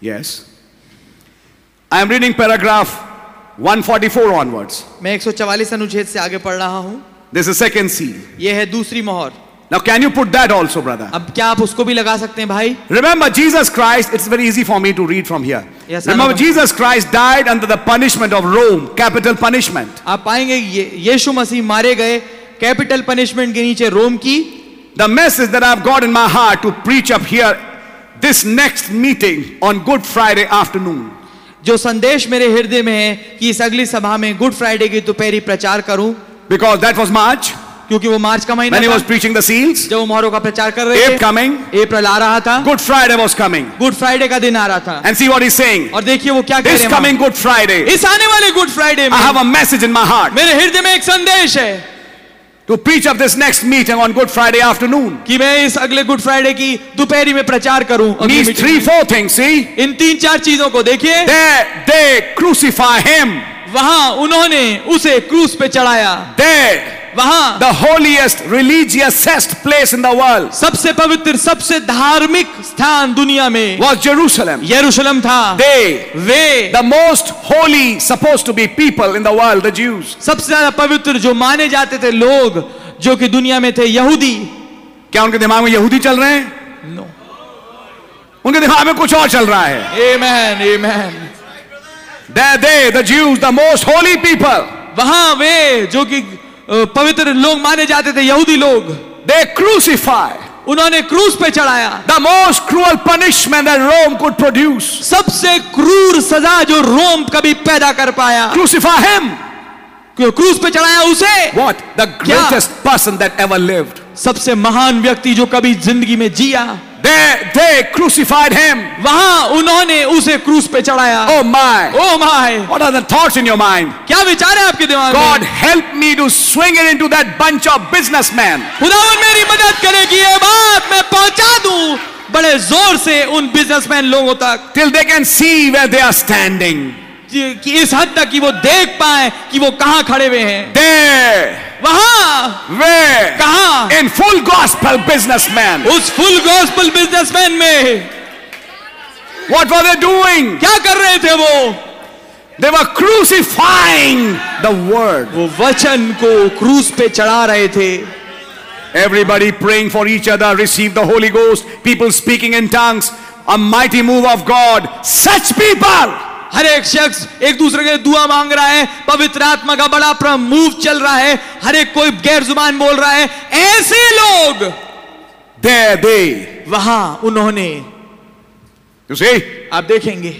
S5: Yes. I am reading paragraph 144 onwards.
S3: मैं 144 अनुच्छेद से आगे पढ़ रहा हूँ
S5: This is second seal.
S3: यह है दूसरी मोहर
S5: Now, can you put that also, brother?
S3: अब क्या आप उसको भी लगा सकते हैं भाई
S5: Remember, Jesus Christ, it's very easy for me to read from here.
S3: Yes, I
S5: Remember,
S3: know.
S5: Jesus Christ died under the punishment of Rome, capital punishment.
S3: आप पाएंगे ये यीशु मसीह मारे गए कैपिटल पनिशमेंट के नीचे रोम की
S5: The message that I've got in my heart to preach up here this next meeting on Good Friday afternoon.
S3: जो संदेश मेरे हृदय में है कि इस अगली सभा में गुड फ्राइडे की दोपहरी प्रचार करूं
S4: because that was March.
S5: क्योंकि वो मार्च का महीना
S4: When he
S5: था।
S4: was preaching the seals,
S5: जब वो मोहरों का प्रचार कर रहे
S4: April coming,
S5: अप्रैल आ रहा था
S4: Good Friday was coming.
S5: Good Friday का दिन आ रहा था
S4: And see what he's saying.
S5: और देखिए वो क्या कह
S4: This
S5: रहे हैं
S4: coming
S5: वहाँ।
S4: Good Friday,
S5: इस आने वाले गुड फ्राइडे में
S4: I have a message in my heart
S5: मेरे हृदय में एक संदेश है
S4: to preach of this next meeting on Good Friday afternoon.
S5: कि मैं इस अगले गुड फ्राइडे की दोपहरी में प्रचार करूं अगली
S4: These
S5: meeting
S4: three,
S5: में।
S4: four things, see?
S5: इन तीन चार चीजों को देखिए
S4: They, they crucify him.
S5: वहां उन्होंने उसे क्रूस पे चढ़ाया
S4: There,
S5: वहां
S4: the holiest, religiousest place in the world
S5: सबसे पवित्र सबसे धार्मिक स्थान दुनिया में
S4: was Jerusalem.
S5: यरूशलेम था
S4: They,
S5: way
S4: the most holy, supposed to be people in the world, the Jews.
S5: सबसे ज्यादा पवित्र जो माने जाते थे लोग जो कि दुनिया में थे यहूदी
S4: क्या उनके दिमाग में यहूदी चल रहे हैं
S5: नो
S4: उनके दिमाग में कुछ और चल रहा है
S5: आमेन आमेन
S4: There they, the Jews, the most holy people,
S5: वहां वे जो कि अ, पवित्र लोग माने जाते थे यहूदी लोग
S4: they crucify
S5: उन्होंने क्रूस पे चढ़ाया
S4: the most cruel punishment that Rome could produce.
S5: सबसे क्रूर सजा जो रोम कभी पैदा कर पाया
S4: Crucify him.
S5: क्रूस पे चढ़ाया उसे
S4: What? The greatest person that ever lived.
S5: सबसे महान व्यक्ति जो कभी जिंदगी में जिया
S4: They, they crucified him.
S5: वहां उन्होंने उसे क्रूस पे चढ़ाया
S4: Oh my.
S5: Oh my
S4: What are the thoughts in your mind?
S5: क्या विचार है आपके दिमाग
S4: God
S5: में
S4: help me to swing it into that bunch of businessmen.
S5: खुदावन मेरी मदद करेगी ये बात मैं पहुंचा दूं बड़े जोर से उन बिजनेसमैन लोगों तक
S4: Till they can see where they are standing.
S5: कि कि इस हद तक कि वो देख पाए कि वो कहां खड़े हुए हैं
S4: They,
S5: वहां
S4: where?
S5: कहां
S4: In full gospel businessmen.
S5: उस फुल गॉस्पल बिजनेसमैन में
S4: What were they doing?
S5: क्या कर रहे थे वो
S4: They were crucifying the word.
S5: वो वचन को क्रूस पे चढ़ा रहे थे
S4: Everybody praying for each other, receive the Holy Ghost, people speaking in tongues, a mighty move of God. Such people,
S5: हर एक शख्स एक दूसरे के लिए दुआ मांग रहा है पवित्र आत्मा का बड़ा प्रमूव चल रहा है हर एक कोई गैर जुबान बोल रहा है ऐसे लोग
S4: there they.
S5: वहां उन्होंने
S4: You see,
S5: आप देखेंगे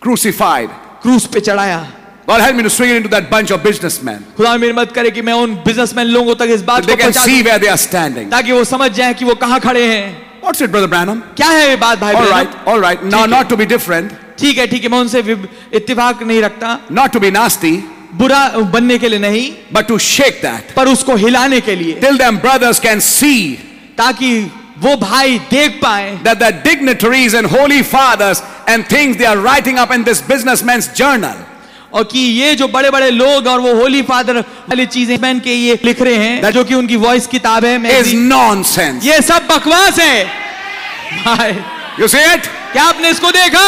S4: crucified.
S5: क्रूस पे चढ़ाया
S4: God help me to swing it into that bunch of businessmen.
S5: खुदा मेरी मदद करे कि मैं उन बिजनेसमैन लोगों तक इस बात
S4: They
S5: को
S4: can
S5: पहुंचा
S4: see
S5: दूं,
S4: where they are standing.
S5: ताकि वो समझ जाए कि वो कहाँ खड़े हैं
S4: What's it, Brother Branham?
S5: क्या है ये बात भाई
S4: All
S5: बहनों?
S4: right, all right. Now, not to be different,
S5: ठीक है ठीक है मैं उनसे विभ- इत्तेफाक नहीं रखता
S4: not to be nasty,
S5: बुरा बनने के लिए नहीं
S4: but to shake that.
S5: पर उसको हिलाने के लिए
S4: Till them brothers can see
S5: ताकि वो भाई देख पाए
S4: that the dignitaries and holy fathers and things they are writing up in this businessman's journal.
S5: और कि ये जो बड़े बड़े लोग और वो होली फादर वाली चीजें पहन के ये लिख रहे हैं जो कि उनकी वॉइस किताब है
S4: is
S5: मैगजीन-
S4: nonsense.
S5: ये सब बकवास है भाई
S4: You see it?
S5: क्या आपने इसको देखा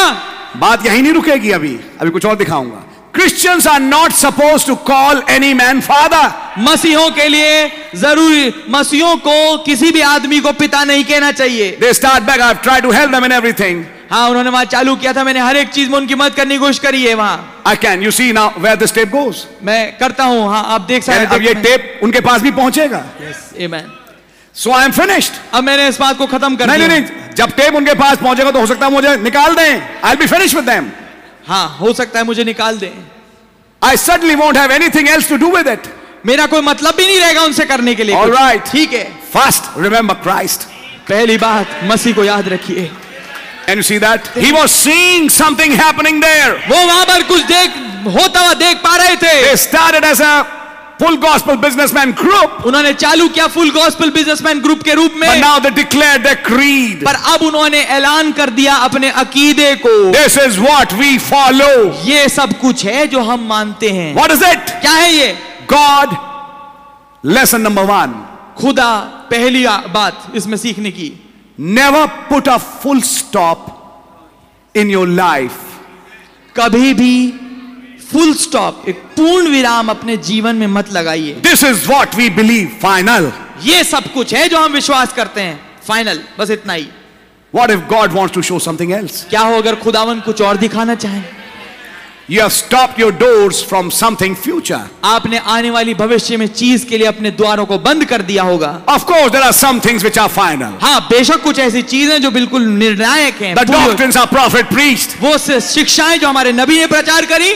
S4: बात यहीं नहीं रुकेगी अभी अभी कुछ और दिखाऊंगा Christians are not supposed to call any man father.
S5: मसीहों के लिए जरूरी मसीहों को किसी भी आदमी को पिता नहीं कहना चाहिए
S4: They start back. I've tried to help them in everything.
S5: हाँ उन्होंने वहां चालू किया था मैंने हर एक चीज में उनकी मदद करने की कोशिश करी है वहां
S4: I can. You see now where this tape goes.
S5: मैं करता हूँ हाँ आप देख
S4: And अब ये
S5: सकते
S4: tape उनके पास भी पहुंचेगा.
S5: हैं Amen.
S4: So I am finished.
S5: अब मैंने इस बात को खत्म कर
S4: नहीं नहीं
S5: दिया
S4: नहीं जब टेप उनके पास पहुंचेगा तो हो सकता है मुझे निकाल दें. I'll be finished with them.
S5: हाँ हो सकता है मुझे निकाल दें
S4: I certainly won't have anything else to do with it.
S5: मेरा कोई मतलब भी नहीं रहेगा उनसे करने के लिए
S4: All
S5: कुछ।
S4: right.
S5: ठीक है
S4: First, remember Christ.
S5: पहली बात मसीह को याद रखिए
S4: And you see that? He was seeing something happening there.
S5: वो वहां पर कुछ देख होता हुआ देख पा रहे थे
S4: They started as a full gospel businessman group,
S5: उन्होंने चालू किया फुल गॉस्पल बिजनेसमैन ग्रुप के रूप में
S4: but now they declared their creed.
S5: पर अब उन्होंने ऐलान कर दिया अपने अकीदे को
S4: This is what we follow.
S5: ये सब कुछ है जो हम मानते हैं
S4: What is it?
S5: क्या है ये
S4: God, lesson number one
S5: खुदा पहली आ- बात इसमें सीखने की
S4: never put a full stop in your life.
S5: कभी भी फुल स्टॉप एक पूर्ण विराम अपने जीवन में मत लगाइए
S4: This is what we believe. Final.
S5: ये सब कुछ है जो हम विश्वास करते हैं फाइनल बस इतना ही
S4: What if God wants to show something else?
S5: क्या हो अगर खुदावन कुछ और दिखाना चाहे
S4: You have stopped your doors from something future.
S5: आपने आने वाली भविष्य में चीज के लिए अपने द्वारों को बंद कर दिया होगा
S4: Of course, there are some things which are final.
S5: हाँ बेशक कुछ ऐसी चीजें जो बिल्कुल निर्णायक हैं
S4: The
S5: पूर्ण-
S4: doctrines our prophet preached.
S5: वो से- शिक्षाएं जो हमारे नबी ने प्रचार करी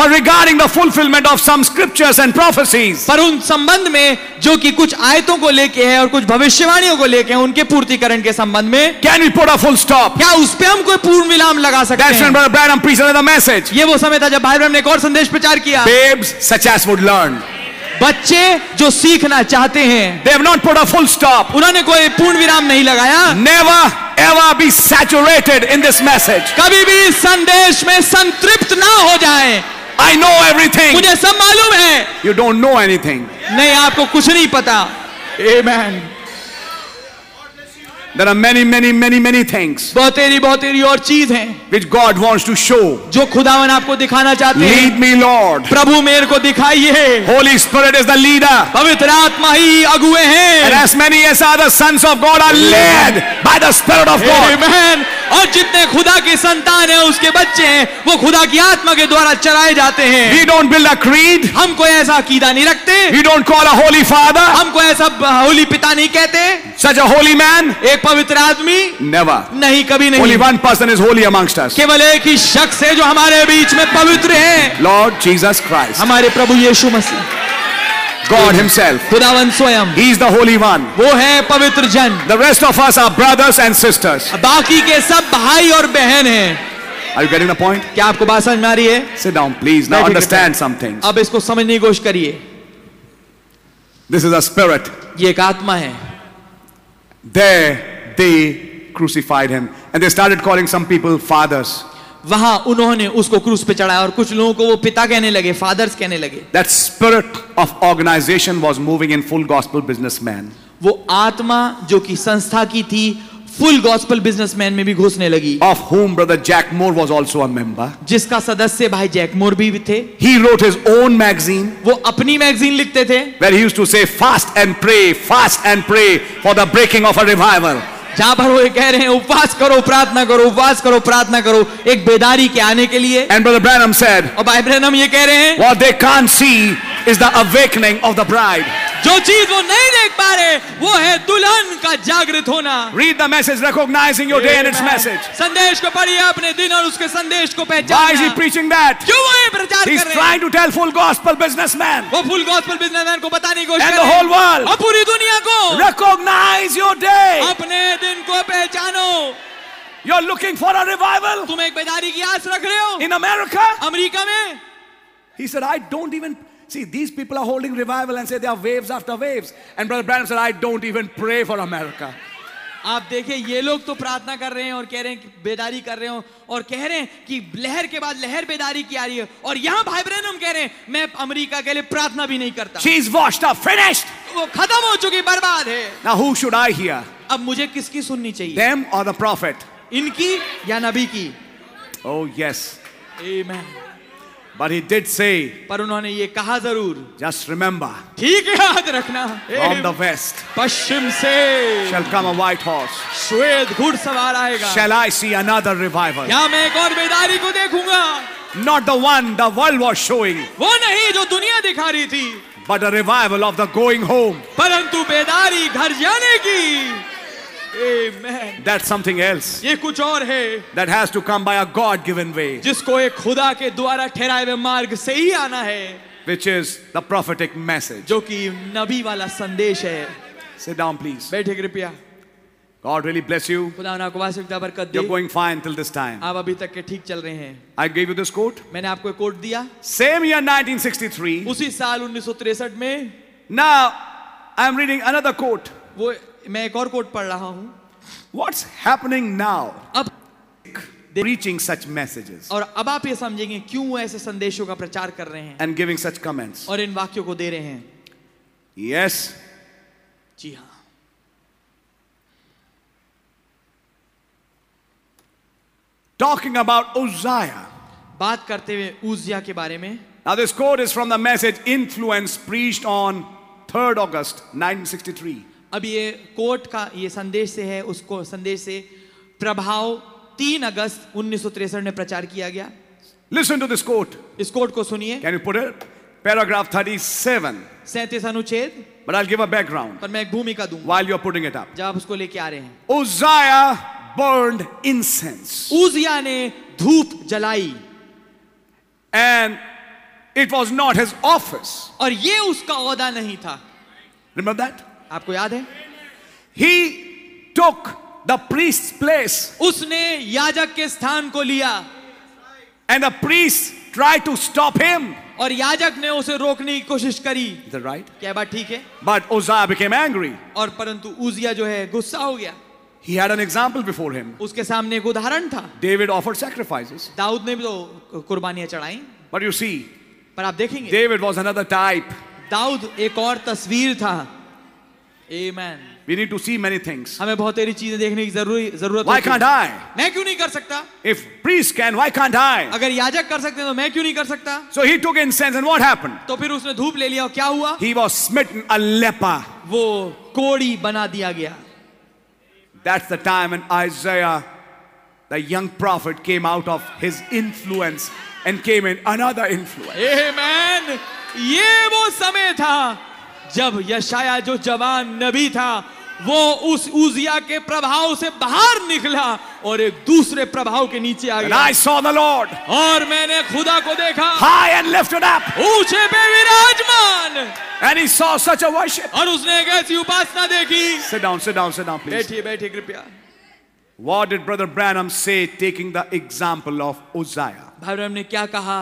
S4: but regarding the fulfillment of some scriptures and prophecies.
S5: पर उन संबंध में जो कि कुछ आयतों को लेके है और कुछ भविष्यवाणियों को लेके है उनके पूर्तिकरण के संबंध में
S4: can we put a full stop
S5: क्या उस पे हम कोई पूर्ण विराम लगा सकते
S4: That's when
S5: हैं
S4: Brother Branham preached another message.
S5: ये वो समय था जब भाई ब्रह्म ने एक और संदेश प्रचार किया
S4: Babes such as would learn.
S5: बच्चे जो सीखना चाहते हैं
S4: They have not put a full stop.
S5: उन्होंने कोई पूर्ण विराम नहीं लगाया
S4: Never ever be saturated in this message.
S5: कभी भी इस संदेश में संतृप्त ना हो जाए
S4: I know everything.
S5: मुझे सब मालूम है
S4: You don't know anything.
S5: नहीं आपको कुछ नहीं पता Amen.
S4: There are many, many, many, many things
S5: बहुतेरी बहुतेरी और चीज हैं
S4: which God wants to show.
S5: जो खुदावन आपको दिखाना चाहते हैं
S4: Lead me, Lord.
S5: प्रभु मेरे को दिखाइए
S4: Holy Spirit is the leader.
S5: पवित्र आत्मा ही अगुए
S4: And
S5: हैं
S4: as many as are the sons of God are led by the Spirit of God.
S5: Amen. और जितने खुदा की संतान है उसके बच्चे हैं वो खुदा की आत्मा के द्वारा चलाए जाते हैं
S4: We don't build a creed.
S5: हम कोई ऐसा कीदा नहीं रखते
S4: We don't call a holy father
S5: हम कोई ऐसा होली पिता नहीं कहते
S4: such a holy man.
S5: एक पवित्र आदमी
S4: Never.
S5: नहीं कभी
S4: Only
S5: नहीं
S4: one person is holy amongst us.
S5: केवल एक ही शख्स है जो हमारे बीच में पवित्र है
S4: Lord Jesus Christ.
S5: हमारे प्रभु यीशु मसीह
S4: God Himself.
S5: खुदावन स्वयं
S4: He is the holy one.
S5: वो है पवित्र जन
S4: The rest of us are brothers and sisters.
S5: बाकी के सब भाई और बहन हैं
S4: Are you getting the point?
S5: क्या आपको बात समझ में आ रही है
S4: Sit down, please. Now
S5: Right,
S4: understand
S5: right.
S4: some things.
S5: अब इसको समझने की कोशिश करिए
S4: This is a spirit.
S5: ये एक आत्मा है
S4: There they crucified him. And they started calling some people fathers.
S5: वहां उन्होंने उसको क्रूस पे चढ़ाया और कुछ लोगों को वो पिता कहने लगे फादर्स कहने लगे
S4: That spirit of organization was moving in full gospel businessman.
S5: वो आत्मा जो कि संस्था की थी फुल गॉस्पल बिजनेसमैन में भी घुसने लगी
S4: Of whom Brother Jack Moore was also a member.
S5: जिसका सदस्य भाई जैकमोर भी थे
S4: He wrote his own magazine
S5: वो अपनी मैगजीन लिखते थे
S4: where he used to say, Fast and pray, fast and pray for the breaking of a revival.
S5: जहां पर वो ये कह रहे हैं उपवास करो प्रार्थना करो उपवास करो प्रार्थना करो एक बेदारी के आने के लिए
S4: And Brother Branham said,
S5: और भाई ब्रहनम ये कह रहे हैं
S4: What they can't see is the awakening of the bride.
S5: जो चीज वो नहीं देख पा रहे वो है दुल्हन का जागृत होना
S4: Read the message, recognizing your day and its message.
S5: संदेश को पढ़िए अपने दिन और उसके संदेश को
S4: Why is he
S5: पहचानिए
S4: preaching that?
S5: क्यों वो ये प्रचार
S4: He's
S5: कर रहे हैं
S4: trying to tell full gospel businessman,
S5: वो फुल गॉस्पल बिजनेसमैन को बताने की कोशिश
S4: And
S5: कर
S4: the
S5: रहे हैं
S4: whole world.
S5: और पूरी दुनिया को
S4: recognize your day.
S5: अपने दिन को पहचानो
S4: You're looking for a revival
S5: तुम एक बेदारी की आस रख रहे हो
S4: in America.
S5: अमेरिका में
S4: He said, I don't even see these people are holding revival and say there are waves after waves. And Brother Branham said, I don't even pray for America.
S5: आप देखिए ये लोग तो प्रार्थना कर रहे हैं और कह रहे हैं कि बेदारी कर रहे हो और कह रहे हैं कि लहर के बाद लहर बेदारी की आ रही है और यहाँ भाई बहन हम कह रहे हैं मैं अमेरिका के लिए प्रार्थना भी नहीं करता
S4: She's washed up, finished.
S5: वो खत्म हो चुकी बर्बाद है
S4: Now, who should I hear?
S5: अब मुझे किसकी सुननी चाहिए
S4: Them or the prophet?
S5: इनकी या नबी की
S4: Oh, yes.
S5: Amen.
S4: But he did say,
S5: पर उन्होंने ये कहा जरूर
S4: Just remember,
S5: ठीक याद रखना
S4: from the
S5: Amen.
S4: west
S5: पश्चिम से
S4: shall come a white horse.
S5: श्वेत घुड़सवार आएगा
S4: Shall I see another revival?
S5: क्या मैं एक और बेदारी को देखूंगा
S4: Not the one the world was showing,
S5: वो नहीं जो दुनिया दिखा रही थी
S4: but a revival of the going home.
S5: परंतु बेदारी घर जाने की Amen.
S4: That's something else
S5: ये कुछ और है
S4: that has to come by a God given way,
S5: जिसको एक खुदा के द्वारा ठहराए हुए मार्ग से ही आना है
S4: which is the prophetic message.
S5: जो कि नबी वाला संदेश है
S4: Sit down, please.
S5: बैठे कृपया
S4: God really bless you.
S5: खुदा ने आपको वास्तविकता बरकत
S4: You're
S5: they
S4: going fine till this time.
S5: आप अभी तक के ठीक चल रहे हैं
S4: I gave you this quote.
S5: मैंने आपको एक कोट दिया
S4: Same year 1963.
S5: उसी साल 1963 में
S4: Now I'm reading another quote.
S5: वो मैं एक और कोट पढ़ रहा हूँ
S4: What's happening now?
S5: अब
S4: Preaching such messages
S5: और अब आप ये समझेंगे क्यों वो ऐसे संदेशों का प्रचार कर रहे हैं
S4: and giving such comments.
S5: और इन वाक्यों को दे रहे हैं
S4: Yes,
S5: जी हाँ
S4: talking about Uzziah.
S5: बात करते हुए ऊजिया के बारे में
S4: Now, this quote is from the message Influence preached on 3rd August 1963.
S5: अब ये कोर्ट का ये संदेश से है उसको संदेश से प्रभाव 3 अगस्त 1963 में प्रचार किया गया
S4: Listen to this quote.
S5: इस कोर्ट को सुनिए
S4: Can you put it? Paragraph 37.
S5: सैंतीस अनुच्छेद
S4: But I'll give a background
S5: पर मैं एक भूमिका दूंगा
S4: while you're putting it up.
S5: जब आप उसको लेके आ रहे हैं
S4: Uzziah burned incense
S5: ऊजिया ने धूप जलाई
S4: and It was not his office.
S5: और ये उसका औदा नहीं था
S4: Remember that?
S5: आपको याद है
S4: He took the priest's place.
S5: उसने याजक के स्थान को लिया
S4: And the priest tried to stop him.
S5: और याजक ने उसे रोकने की कोशिश करी
S4: Is that right?
S5: क्या बात ठीक है
S4: But Uzziah became angry.
S5: और परंतु उजिया जो है गुस्सा हो गया
S4: He had an example before him.
S5: उसके सामने एक उदाहरण था
S4: David offered sacrifices.
S5: दाऊद ने भी तो कुर्बानियां चढ़ाई
S4: But you see,
S5: पर आप देखेंगे
S4: David was another type.
S5: Dawood एक और तस्वीर था Amen.
S4: We need to see many things.
S5: हमें बहुत सारी चीजें देखने की जरूरी जरूरत
S4: Why
S5: होती है।
S4: can't I?
S5: तो मैं क्यों नहीं कर सकता
S4: If priest can, why can't I?
S5: अगर याजक कर सकते हैं तो मैं क्यों नहीं कर सकता
S4: So he took incense, and what happened?
S5: तो फिर उसने धूप ले लिया और क्या हुआ
S4: He was smitten a leper.
S5: वो कोड़ी बना दिया गया
S4: That's the time when Isaiah, the young prophet, came out of his influence and came in another influence.
S5: Amen. ये वो समय था जब यशाया जो जवान नबी था वो उस उजिया के प्रभाव से बाहर निकला और एक दूसरे प्रभाव के नीचे आ
S4: And
S5: गया
S4: I saw the Lord
S5: और मैंने खुदा को देखा
S4: high and lifted up.
S5: ऊंचे पे विराजमान
S4: And he saw such a worship.
S5: और उसने एक ऐसी उपासना देखी
S4: Sit down, sit down, sit down, please.
S5: बैठिए बैठिए कृपया
S4: What did Brother Branham say taking the example of Uzziah?
S5: भाई ब्रह्म ने क्या कहा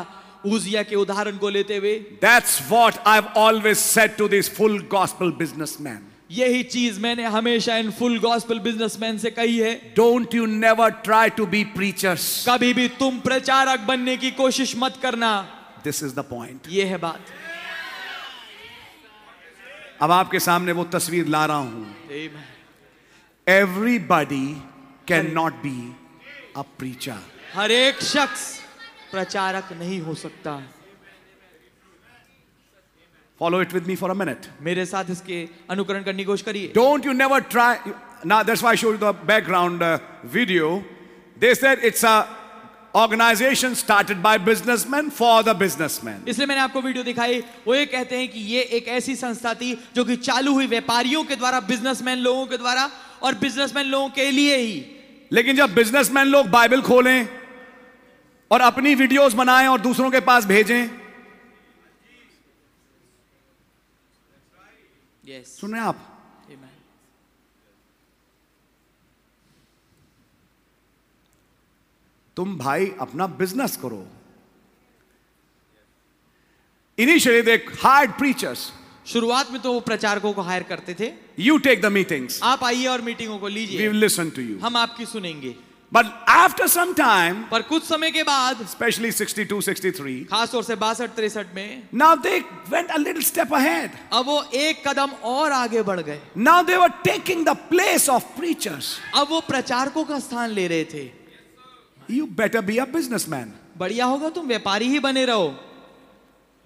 S5: उजिया के उदाहरण को लेते हुए
S4: That's what I've always said to these full gospel businessmen.
S5: यही चीज मैंने हमेशा इन फुल गॉस्पल बिजनेसमैन से कही है
S4: Don't you never try to be preachers.
S5: कभी भी तुम प्रचारक बनने की कोशिश मत करना
S4: This is the point.
S5: ये है बात
S4: अब आपके सामने वो तस्वीर ला रहा हूं Everybody cannot be a preacher.
S5: हर एक शख्स प्रचारक नहीं हो सकता
S4: Follow it with me for a minute.
S5: मेरे साथ इसके अनुकरण करने की कोशिश करिए
S4: Don't you never try. Now that's why I showed you the background uh, video. They said it's a organization started by businessmen for the businessmen.
S5: इसलिए मैंने आपको वीडियो दिखाई वो ये कहते हैं कि ये एक ऐसी संस्था थी जो कि चालू हुई व्यापारियों के द्वारा बिजनेसमैन लोगों के द्वारा और बिजनेसमैन लोगों के लिए ही
S4: लेकिन जब बिजनेसमैन लोग बाइबल खोलें और अपनी वीडियोस बनाएं और दूसरों के पास भेजें
S5: यस
S4: सुन रहे हैं आप तुम भाई अपना बिजनेस करो इनिशियली दे हार्ड प्रीचर्स
S5: शुरुआत में तो वो प्रचारकों को हायर करते थे
S4: You take the meetings.
S5: आप आइए और मीटिंगों को
S4: We will
S5: लीजिए
S4: listen to you.
S5: हम आपकी सुनेंगे
S4: But after some time,
S5: पर कुछ समय के बाद
S4: especially 62, 63,
S5: खास तौर से बासठ तिरसठ में
S4: now they went a little step ahead.
S5: अब वो एक कदम और आगे बढ़ गए
S4: Now they were taking the place of preachers.
S5: अब वो प्रचारकों का स्थान ले रहे थे
S4: You better be a businessman.
S5: बढ़िया होगा तुम व्यापारी ही बने रहो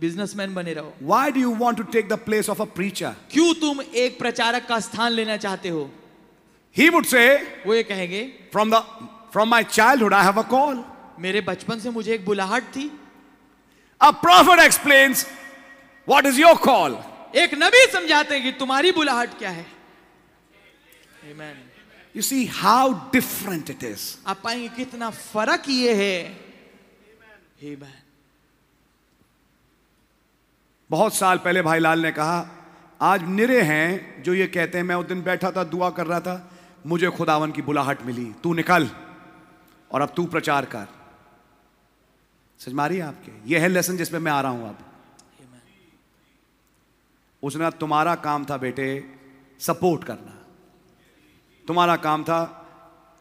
S5: बिजनेसमैन बने रहो
S4: Why do you want to take the place of a preacher?
S5: क्यों तुम एक प्रचारक का स्थान लेना चाहते हो
S4: He would say,
S5: वो ये कहेंगे
S4: from the from my childhood I have a call.
S5: मेरे बचपन से मुझे एक बुलाहट थी
S4: A prophet explains, what is your call?
S5: एक नबी समझाते हैं कि तुम्हारी बुलाहट क्या है Amen.
S4: You see how different it is.
S5: आप पाएंगे कितना फर्क ये है Amen.
S4: बहुत साल पहले भाई लाल ने कहा आज निरे हैं जो ये कहते हैं मैं उस दिन बैठा था दुआ कर रहा था मुझे खुदावन की बुलाहट मिली तू निकल और अब तू प्रचार कर समझ मारी आपके ये है लेसन जिसमें मैं आ रहा हूं अब उसने कहा, तुम्हारा काम था बेटे सपोर्ट करना तुम्हारा काम था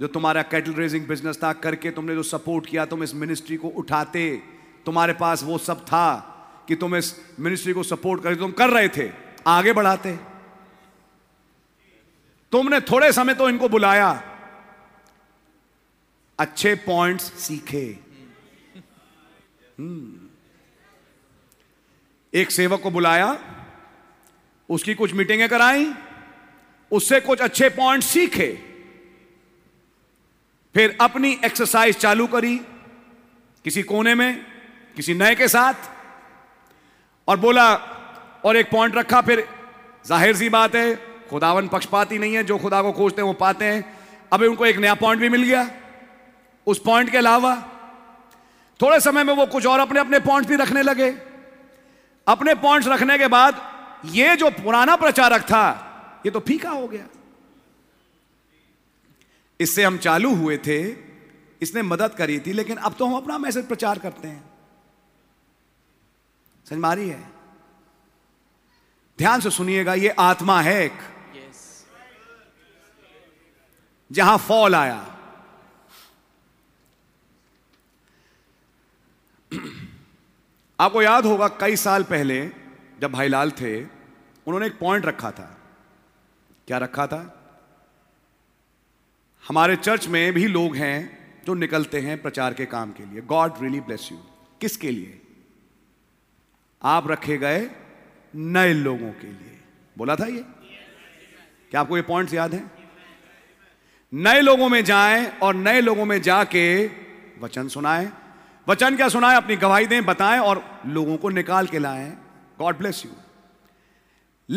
S4: जो तुम्हारा कैटल रेजिंग बिजनेस था करके तुमने जो सपोर्ट किया तुम इस मिनिस्ट्री को उठाते तुम्हारे पास वो सब था कि तुम इस मिनिस्ट्री को सपोर्ट करके तुम कर रहे थे आगे बढ़ाते तुमने थोड़े समय तो इनको बुलाया अच्छे पॉइंट्स सीखे हम्म। एक सेवक को बुलाया उसकी कुछ मीटिंगें कराई उससे कुछ अच्छे पॉइंट सीखे फिर अपनी एक्सरसाइज चालू करी किसी कोने में किसी नए के साथ और बोला और एक पॉइंट रखा फिर जाहिर सी बात है खुदावन पक्षपाती नहीं है जो खुदा को खोजते हैं वो पाते हैं अभी उनको एक नया पॉइंट भी मिल गया उस पॉइंट के अलावा थोड़े समय में वो कुछ और अपने अपने पॉइंट भी रखने लगे अपने पॉइंट्स रखने के बाद ये जो पुराना प्रचारक था ये तो फीका हो गया इससे हम चालू हुए थे इसने मदद करी थी लेकिन अब तो हम अपना मैसेज प्रचार करते हैं समझ में आ रही है ध्यान से सुनिएगा ये आत्मा है एक जहां फॉल आया आपको याद होगा कई साल पहले जब भाईलाल थे उन्होंने एक पॉइंट रखा था क्या रखा था हमारे चर्च में भी लोग हैं जो निकलते हैं प्रचार के काम के लिए गॉड रियली ब्लेस यू किसके लिए आप रखे गए नए लोगों के लिए बोला था ये क्या आपको ये पॉइंट्स याद हैं नए लोगों में जाएं और नए लोगों में जाके वचन सुनाएं वचन क्या सुनाएं अपनी गवाही दें बताएं और लोगों को निकाल के लाएं गॉड ब्लेस यू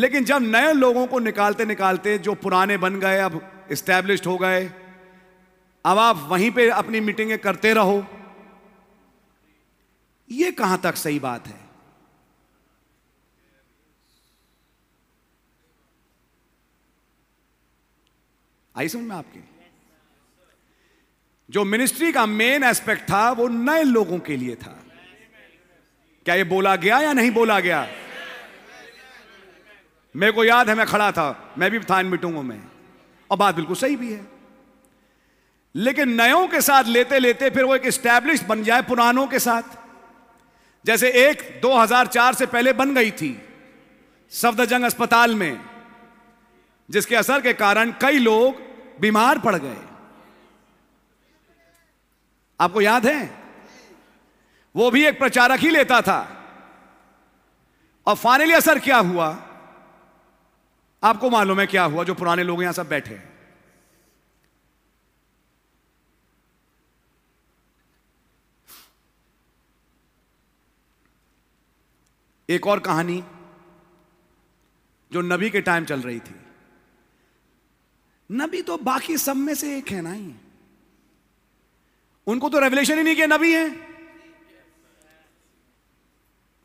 S4: लेकिन जब नए लोगों को निकालते निकालते जो पुराने बन गए अब इस्टेब्लिश हो गए अब आप वहीं पे अपनी मीटिंगें करते रहो ये कहां तक सही बात है आई समझ में आपके जो मिनिस्ट्री का मेन एस्पेक्ट था वो नए लोगों के लिए था क्या ये बोला गया या नहीं बोला गया मेरे को याद है मैं खड़ा था मैं भी था इन मीटिंगों में और बात बिल्कुल सही भी है लेकिन नयों के साथ लेते लेते फिर वो एक स्टैब्लिश बन जाए पुरानों के साथ जैसे एक 2004 से पहले बन गई थी सफदरजंग अस्पताल में जिसके असर के कारण कई लोग बीमार पड़ गए आपको याद है वो भी एक प्रचारक ही लेता था और फाइनली असर क्या हुआ आपको मालूम है क्या हुआ जो पुराने लोग यहां सब बैठे हैं एक और कहानी जो नबी के टाइम चल रही थी नबी तो बाकी सब में से एक है ना ही उनको तो रेवलेशन ही नहीं किया नबी है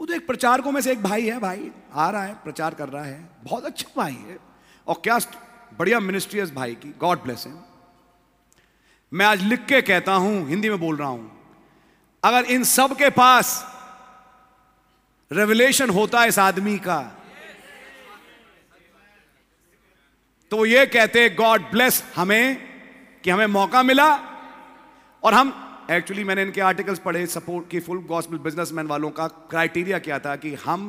S4: वो तो एक प्रचारकों में से एक भाई है भाई आ रहा है प्रचार कर रहा है बहुत अच्छा भाई है और क्या बढ़िया मिनिस्ट्री है इस भाई की गॉड ब्लेस हिम मैं आज लिख के कहता हूं हिंदी में बोल रहा हूं अगर इन सब के पास रेवलेशन होता है इस आदमी का तो वो ये कहते गॉड ब्लेस हमें कि हमें मौका मिला और हम एक्चुअली मैंने इनके आर्टिकल्स पढ़े सपोर्ट की फुल गॉस्पल बिजनेसमैन वालों का क्राइटेरिया क्या था कि हम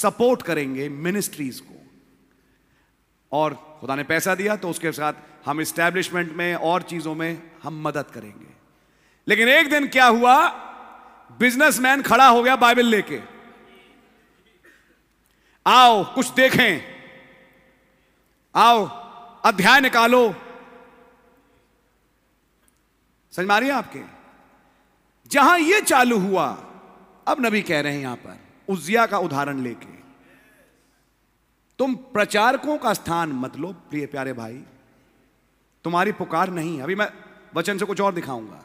S4: सपोर्ट करेंगे मिनिस्ट्रीज को और खुदा ने पैसा दिया तो उसके साथ हम इस्टेब्लिशमेंट में और चीजों में हम मदद करेंगे लेकिन एक दिन क्या हुआ बिजनेसमैन खड़ा हो गया बाइबल लेके आओ कुछ देखें आओ अध्याय निकालो समझ में आ रही है आपके जहां यह चालू हुआ अब नबी कह रहे हैं यहां पर उजिया का उदाहरण लेके तुम प्रचारकों का स्थान मत लो प्रिय प्यारे भाई तुम्हारी पुकार नहीं है अभी मैं वचन से कुछ और दिखाऊंगा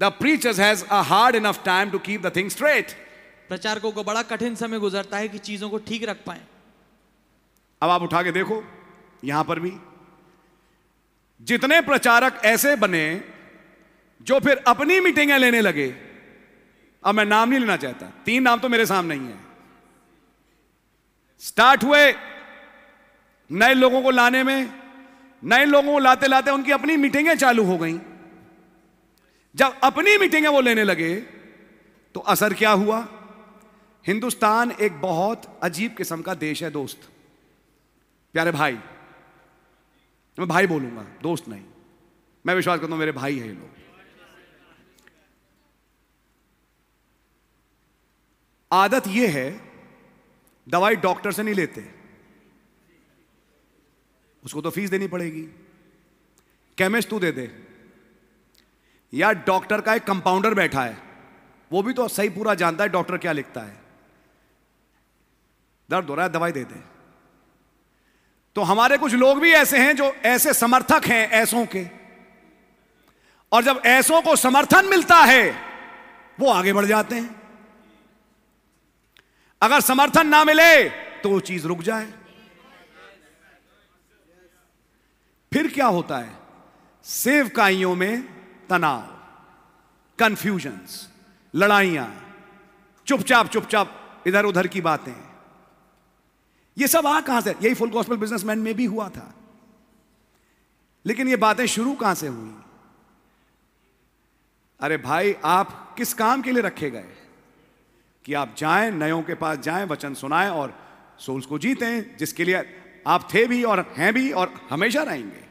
S4: the preachers has a hard enough time to keep the thing straight
S3: प्रचारकों को बड़ा कठिन समय गुजरता है कि चीजों को ठीक रख पाए
S4: अब आप उठा के देखो यहां पर भी जितने प्रचारक ऐसे बने जो फिर अपनी मीटिंगें लेने लगे अब मैं नाम नहीं लेना चाहता तीन नाम तो मेरे सामने ही हैं स्टार्ट हुए नए लोगों को लाने में नए लोगों को लाते लाते उनकी अपनी मीटिंगें चालू हो गई जब अपनी मीटिंगें वो लेने लगे तो असर क्या हुआ हिंदुस्तान एक बहुत अजीब किस्म का देश है दोस्त प्यारे भाई मैं भाई बोलूंगा दोस्त नहीं मैं विश्वास करता हूं मेरे भाई हैं ये लोग आदत यह है दवाई डॉक्टर से नहीं लेते उसको तो फीस देनी पड़ेगी केमिस्ट तू दे दे या डॉक्टर का एक कंपाउंडर बैठा है वो भी तो सही पूरा जानता है डॉक्टर क्या लिखता है दर्द हो रहा है दवाई दे दे तो हमारे कुछ लोग भी ऐसे हैं जो ऐसे समर्थक हैं ऐसों के और जब ऐसों को समर्थन मिलता है वो आगे बढ़ जाते हैं अगर समर्थन ना मिले तो वो चीज रुक जाए फिर क्या होता है सेवकाइयों में तनाव कंफ्यूजन्स लड़ाइयां चुपचाप चुपचाप इधर उधर की बातें ये सब आ कहां से यही फुल गॉस्पेल बिजनेसमैन में भी हुआ था लेकिन ये बातें शुरू कहां से हुई अरे भाई आप किस काम के लिए रखे गए कि आप जाएं नयों के पास जाएं वचन सुनाएं और सोल्स को जीतें जिसके लिए आप थे भी और हैं भी और हमेशा रहेंगे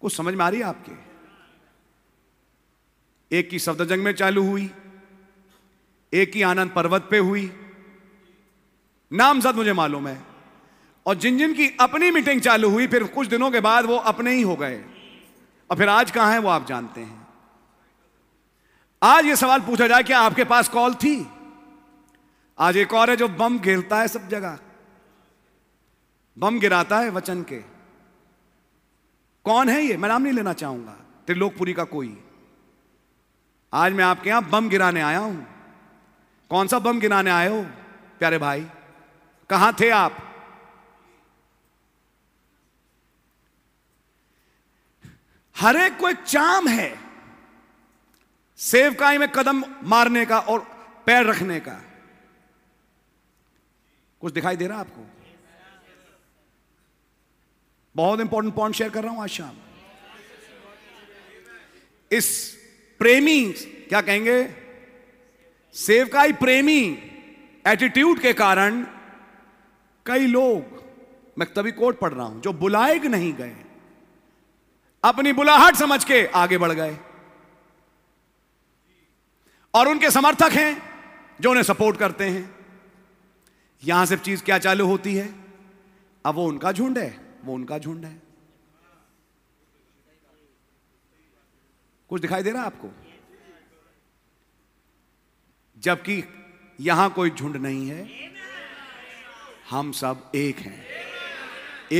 S4: कुछ समझ में आ रही है आपके एक की सफदरजंग में चालू हुई एक ही आनंद पर्वत पे हुई नामजद मुझे मालूम है और जिन जिन की अपनी मीटिंग चालू हुई फिर कुछ दिनों के बाद वो अपने ही हो गए और फिर आज कहां है वो आप जानते हैं आज ये सवाल पूछा जाए कि आपके पास कॉल थी आज एक और है जो बम गिरता है सब जगह बम गिराता है वचन के कौन है ये मैं नाम नहीं लेना चाहूंगा त्रिलोकपुरी का कोई आज मैं आपके यहां बम गिराने आया हूं कौन सा बम गिराने आए हो प्यारे भाई कहां थे आप हर एक को एक चाम है सेवकाई में कदम मारने का और पैर रखने का कुछ दिखाई दे रहा है आपको बहुत इंपॉर्टेंट पॉइंट शेयर कर रहा हूं आज शाम इस प्रेमी क्या कहेंगे सेवकाई प्रेमी एटीट्यूड के कारण कई लोग मैं तभी कोट पढ़ रहा हूं जो बुलाए कि नहीं गए अपनी बुलाहट समझ के आगे बढ़ गए और उनके समर्थक हैं जो उन्हें सपोर्ट करते हैं यहां से चीज क्या चालू होती है अब वो उनका झुंड है वो उनका झुंड है कुछ दिखाई दे रहा है आपको जबकि यहां कोई झुंड नहीं है हम सब एक हैं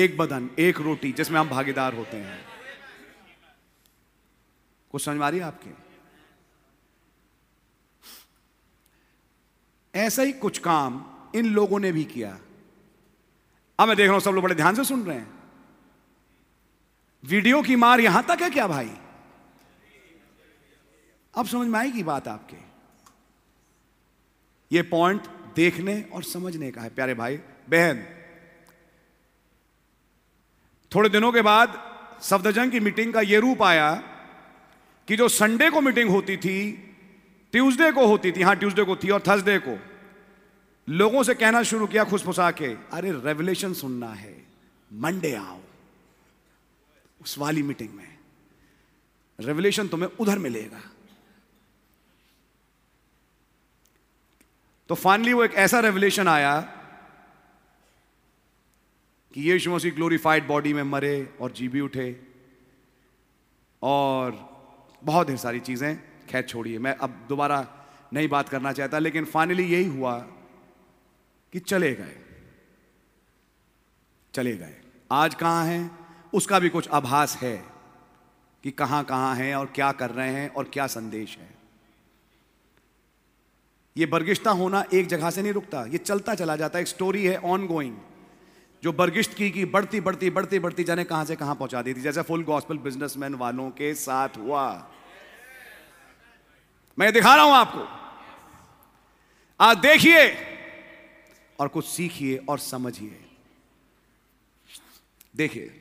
S4: एक बदन एक रोटी जिसमें हम भागीदार होते हैं कुछ समझ में आ रही है आपके ऐसा ही कुछ काम इन लोगों ने भी किया अब मैं देख रहा हूं सब लोग बड़े ध्यान से सुन रहे हैं वीडियो की मार यहां तक है क्या भाई अब समझ में आएगी बात आपके ये पॉइंट देखने और समझने का है प्यारे भाई बहन थोड़े दिनों के बाद सफदरजंग की मीटिंग का यह रूप आया कि जो संडे को मीटिंग होती थी ट्यूसडे को होती थी हाँ ट्यूसडे को थी और थर्सडे को लोगों से कहना शुरू किया खुशफुसा के अरे रेवलेशन सुनना है मंडे आओ उस वाली मीटिंग में रेवलेशन तुम्हें उधर मिलेगा तो फाइनली वो एक ऐसा रेवलेशन आया कि यीशु मसीह ग्लोरीफाइड बॉडी में मरे और जी भी उठे और बहुत ढेर सारी चीजें खैर छोड़िए मैं अब दोबारा नहीं बात करना चाहता लेकिन फाइनली यही हुआ कि चले गए चले गए आज कहाँ हैं उसका भी कुछ आभास है कि कहाँ कहाँ हैं और क्या कर रहे हैं और क्या संदेश है ये बर्गिश्ता होना एक जगह से नहीं रुकता ये चलता चला जाता एक स्टोरी है ऑन गोइंग जो बर्गिश्त की कि बढ़ती बढ़ती बढ़ती बढ़ती जाने कहाँ से कहाँ पहुँचा देती जैसे फुल गॉस्पल बिजनेसमैन वालों के साथ हुआ मैं दिखा रहा हूं आपको आज देखिए और कुछ सीखिए और समझिए देखिए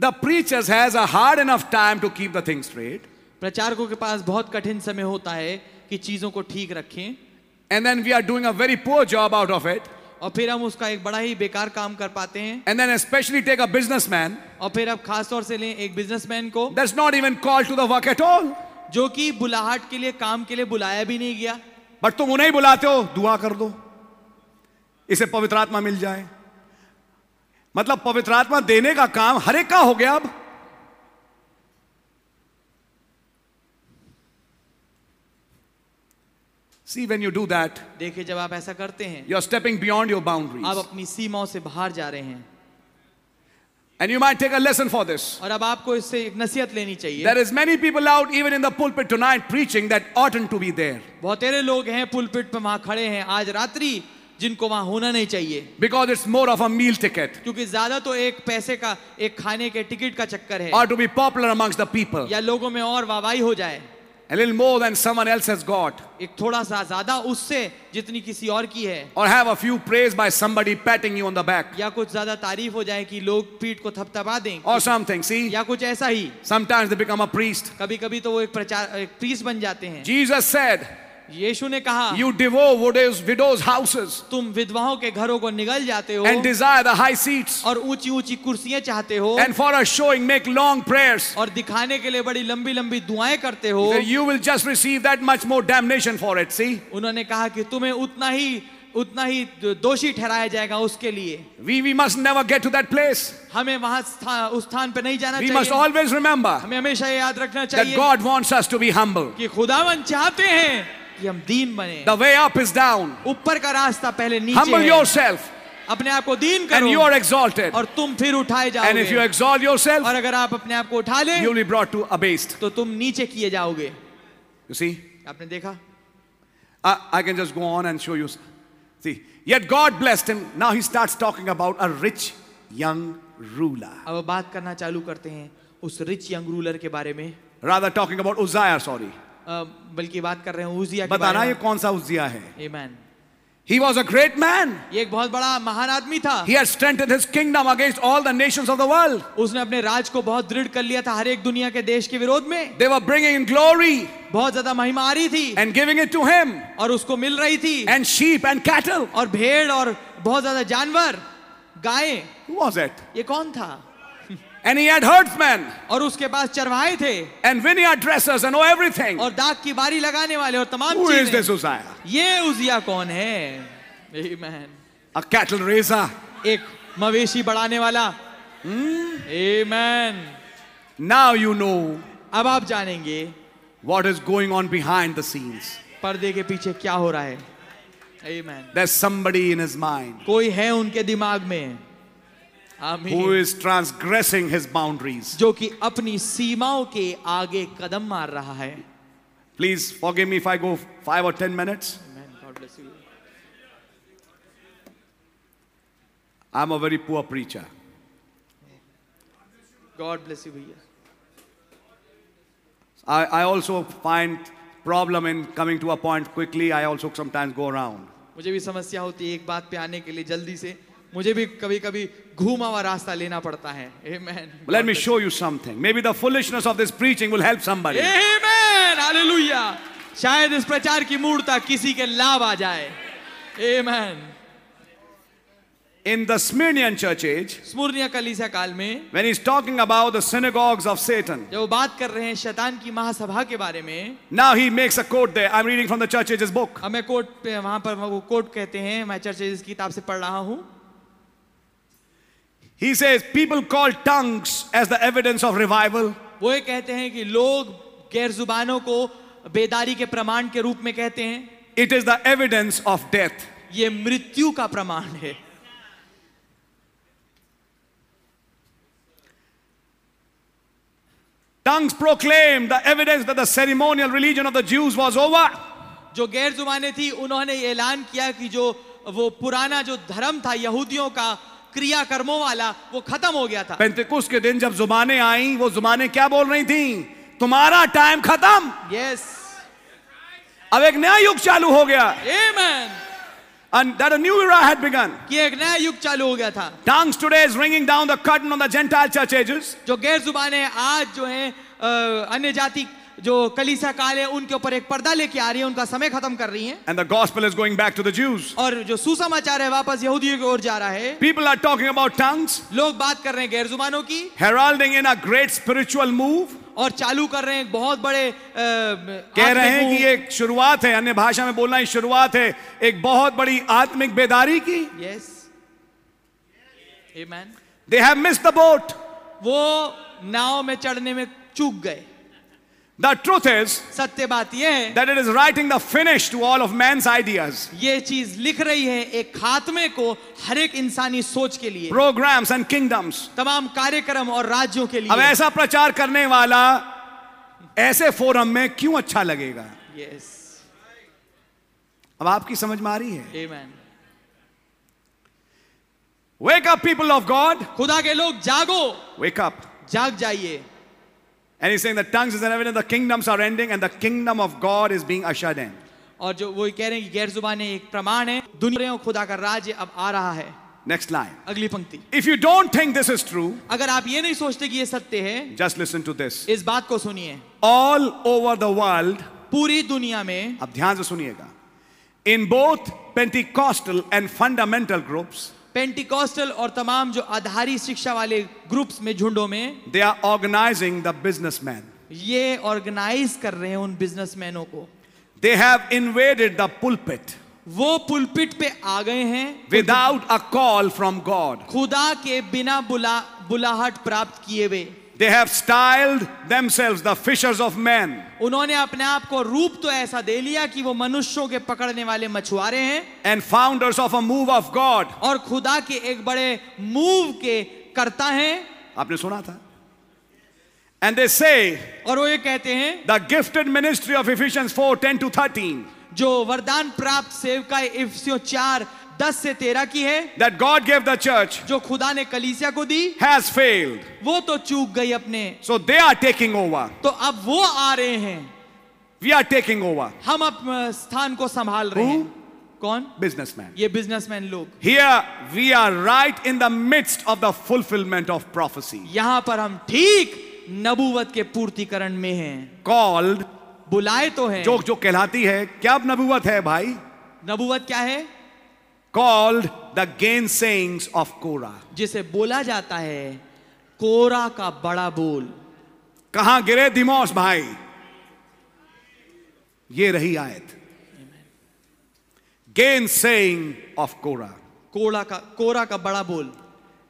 S4: the preachers has a hard enough time to keep the thing straight
S3: प्रचारकों के पास बहुत कठिन समय होता है कि चीजों को ठीक रखें
S4: and then we are doing a very poor job out of it
S3: और फिर हम उसका एक बड़ा ही बेकार काम कर पाते हैं
S4: and then specially take a businessman
S3: और फिर आप खास तौर से लें एक बिजनेसमैन को
S4: that's not even call to the work at all
S3: जो कि बुलाहट के लिए काम के लिए बुलाया भी नहीं गया
S4: बट तुम उन्हें ही बुलाते हो दुआ कर दो इसे पवित्र आत्मा मिल जाए मतलब पवित्र आत्मा देने का काम हर एक का हो गया अब see when you do that
S3: देखिए जब आप ऐसा करते हैं
S4: you are stepping beyond your boundary
S3: आप अपनी सीमाओं से बाहर जा रहे हैं
S5: And you might take a lesson for this.
S3: और अब तो आपको इससे एक नसीहत लेनी चाहिए
S5: There is many people out even in the pulpit tonight preaching that oughtn't to be there.
S3: बहुतेरे लोग हैं पुलपिट पर वहां खड़े हैं आज रात्रि जिनको वहां होना नहीं चाहिए
S5: Because it's more of a meal ticket.
S3: क्योंकि ज्यादा तो एक पैसे का एक खाने के टिकट का चक्कर है
S5: Or to be popular amongst the people.
S3: या लोगों में और वाहवाही हो जाए
S5: A little more than someone else has got.
S3: एक थोड़ा सा ज्यादा उससे जितनी किसी और की है
S5: Or have a few praise by somebody patting you on the back.
S3: या कुछ ज्यादा तारीफ हो जाए कि लोग पीठ को थपथपा दें
S5: Or something. See?
S3: या कुछ ऐसा ही
S5: Sometimes they become a priest.
S3: कभी कभी तो वो एक प्रचार एक प्रीस बन जाते हैं
S5: Jesus said,
S3: यीशु ने कहा
S5: You devour widows, widows' houses
S3: तुम विधवाओं के घरों को निगल जाते हो
S5: and desire the high seats.
S3: और ऊंची ऊंची कुर्सियां चाहते हो
S5: And for a showing, make long prayers.
S3: और दिखाने के लिए बड़ी लंबी लंबी दुआएं करते हो
S5: Then You will just receive that much more damnation for it. See?
S3: उन्होंने कहा कि तुम्हें उतना ही उतना ही दोषी ठहराया जाएगा उसके लिए
S5: We, we must never get to that place.
S3: हमें वहां स्था, उस स्थान पे नहीं जाना
S5: We must
S3: चाहिए
S5: always remember
S3: हमें हमेशा ये याद रखना
S5: that
S3: चाहिए
S5: God wants us to be humble.
S3: कि खुदावन चाहते हैं कि हम दीन बने
S5: The way up is down.
S3: ऊपर का रास्ता पहले नीचे
S5: Humble
S3: है।
S5: yourself
S3: अपने आप को दीन
S5: and
S3: करो
S5: you are exalted.
S3: और तुम फिर उठाए
S5: And if you
S3: जाओगे
S5: exalt yourself,
S3: और अगर आप अपने आप को उठा ले
S5: you will be brought to abased.
S3: तो तुम नीचे किए जाओगे
S5: You see?
S3: आपने देखा
S5: I, I can just go on and show you. See? Yet God blessed him. Now he starts talking about a rich young ruler.
S3: अब बात करना चालू करते हैं उस रिच यंग रूलर के बारे में
S5: Rather talking about Uzziah, sorry.
S3: अ, बल्कि बात कर रहे हैं उजिया के
S5: बताना ये
S3: बारे में
S5: कौन सा Uzziah है?
S3: Amen.
S5: He was a great man.
S3: ये एक बहुत बड़ा महान आदमी था
S5: He had strengthened his kingdom against all the nations of the world.
S3: उसने अपने राज को बहुत दृढ़ कर लिया था हर एक दुनिया के देश के विरोध में
S5: They were bringing in glory
S3: बहुत ज्यादा महिमा आ रही थी
S5: and giving it to him.
S3: और उसको मिल रही थी
S5: And sheep and cattle.
S3: और भेड़ और बहुत ज्यादा जानवर गाय
S5: Who was it?
S3: ये कौन था
S5: And he had herdsmen
S3: और उसके पास चरवाहे थे
S5: and vineyard dressers and oh everything.
S3: और दाग की बारी लगाने वाले और तमाम
S5: Who is this
S3: चीजें
S5: Uzziah?
S3: ये उजिया कौन है Amen.
S5: A cattle raiser.
S3: एक मवेशी बढ़ाने वाला Amen.
S5: Hmm? Now you know
S3: अब आप जानेंगे
S5: what is going on behind the scenes.
S3: पर्दे के पीछे क्या हो रहा है Amen.
S5: There's somebody in his mind
S3: कोई है उनके दिमाग में
S5: who
S3: आमीन
S5: is transgressing his boundaries.
S3: जो कि अपनी सीमाओं के आगे कदम मार रहा है
S5: Please forgive me if I go five or ten minutes. I'm a very poor preacher.
S3: God bless you भैया
S5: I, I also find problem in coming to a point quickly. I also sometimes go around.
S3: मुझे भी समस्या होती है एक बात पे आने के लिए जल्दी से मुझे भी कभी कभी घूमा हुआ रास्ता लेना पड़ता है Amen.
S5: But let me show you something. Maybe the foolishness of this preaching will help somebody.
S3: Amen. Hallelujah. शायद इस प्रचार की मूर्ता किसी के लाभ आ जाए Amen.
S5: In the Smyrnian church age,
S3: स्मुर्निया कलीसिया काल में
S5: when he's talking about the synagogues of Satan,
S3: जब वो बात कर रहे हैं शैतान की महासभा के बारे में
S5: now he makes a quote there. I'm reading from the church age's book.
S3: अब मैं कोर्ट पे वहां पर वो कोर्ट कहते हैं मैं चर्चेज की किताब से पढ़ रहा हूँ
S5: He says, People call tongues as the evidence of revival.
S3: वो ये कहते हैं कि लोग गैर जुबानों को बेदारी के प्रमाण के रूप में कहते हैं
S5: It is the evidence of death.
S3: ये मृत्यु का प्रमाण है
S5: Tongues proclaim the evidence that the ceremonial religion of the Jews was over.
S3: जो गैर जुबाने थी उन्होंने ये ऐलान किया कि जो वो पुराना जो धर्म था यहूदियों का क्रिया कर्मों वाला वो खत्म हो गया था
S5: पेंतिकुस के दिन जब जुबानें आई वो जुबानें क्या बोल रही थी तुम्हारा टाइम खत्म
S3: यस
S5: अब एक नया युग चालू हो गया
S3: Amen.
S5: and that a new era had begun
S3: कि एक नया युग चालू हो गया था
S5: tongues today is ringing down the curtain on the gentile church ages
S3: जो गैर जुबाने आज जो है अन्य जाति जो कलीसा काल है उनके ऊपर एक पर्दा लेके आ रही है उनका समय खत्म कर रही है
S5: and the gospel is going back to the jews
S3: और जो सुसमाचार है वापस यहूदियों की ओर जा रहा है
S5: people are talking about tongues
S3: लोग बात कर रहे हैं गैर जुबानों की
S5: heralding in a great spiritual move
S3: और चालू कर रहे हैं एक बहुत बड़े अ,
S5: कह रहे हैं
S3: आत्मिक
S5: कि ये एक शुरुआत है अन्य भाषा में बोलना ही शुरुआत है एक बहुत बड़ी आत्मिक बेदारी की
S3: Yes. Amen.
S5: they have missed the boat
S3: वो नाव में चढ़ने में चूक गए
S4: The truth is
S5: सत्य बात यह है
S4: that it is writing the finish to all of man's ideas,
S5: ये चीज लिख रही है एक खात्मे को हर एक इंसानी सोच के लिए
S4: programs, and kingdoms.
S5: तमाम कार्यक्रम और राज्यों के लिए
S4: अब ऐसा प्रचार करने वाला ऐसे फोरम में क्यों अच्छा लगेगा
S5: यस
S4: अब आपकी समझ में आ रही है
S5: आमेन
S4: wake up people of God
S5: खुदा के लोग जागो
S4: वेक अप
S5: जाग जाइए
S4: And he's saying the tongues is an evidence the kingdoms are ending and the kingdom of God is being ushered in.
S5: और जो वो कह रहे हैं कि गैर जुबान एक प्रमाण है दुनिया में खुदा का राज्य अब आ रहा है
S4: Next line.
S5: अगली पंक्ति
S4: If you don't think this is true,
S5: अगर आप ये नहीं सोचते कि ये सत्य है
S4: just listen to this.
S5: इस बात को सुनिए
S4: All over the world,
S5: पूरी दुनिया में
S4: अब ध्यान से सुनिएगा. In both Pentecostal and fundamental groups,
S5: Pentecostal और तमाम जो आधारी शिक्षा वाले ग्रुप्स में झुंडों में
S4: they are organizing the businessmen.
S5: ये ऑर्गेनाइज कर रहे हैं उन बिजनेसमैनों को
S4: They have invaded the pulpit
S5: वो पुलपिट पे आ गए हैं
S4: without a call from God.
S5: खुदा के बिना बुला बुलाहट प्राप्त किए हुए
S4: They have styled themselves the fishers of men
S5: उन्होंने अपने आप को रूप तो ऐसा दे लिया कि वो मनुष्यों के पकड़ने वाले मछुआरे हैं
S4: and founders of a move of God.
S5: और खुदा के एक बड़े मूव के करता हैं
S4: आपने सुना था And they say
S5: और वो ये कहते हैं
S4: the gifted ministry of Ephesians 4 10 to 13
S5: जो वरदान प्राप्त सेवका इफ्सियों चार दस से तेरह की है
S4: that God gave the church
S5: जो खुदा ने कलीसिया को दी
S4: has failed.
S5: वो तो चूक गई अपने
S4: So they are taking over.
S5: तो अब वो आ रहे हैं
S4: We are taking over.
S5: हम अब अ, स्थान को संभाल रहे हैं कौन
S4: Businessman.
S5: ये बिजनेसमैन लोग
S4: Here we are right in the midst of the fulfillment of prophecy
S5: यहाँ पर हम ठीक नबूवत के पूर्तिकरण में हैं
S4: called
S5: बुलाए तो हैं
S4: जो जो कहलाती है क्या अब नबूवत है भाई
S5: नबूवत क्या है
S4: called the gainsayings of Korah.
S5: जिसे बोला जाता है कोरा का बड़ा बोल
S4: कहां गिरे दिमोस भाई ये रही आयत gain saying of Korah.
S5: कोड़ा का कोरा का बड़ा बोल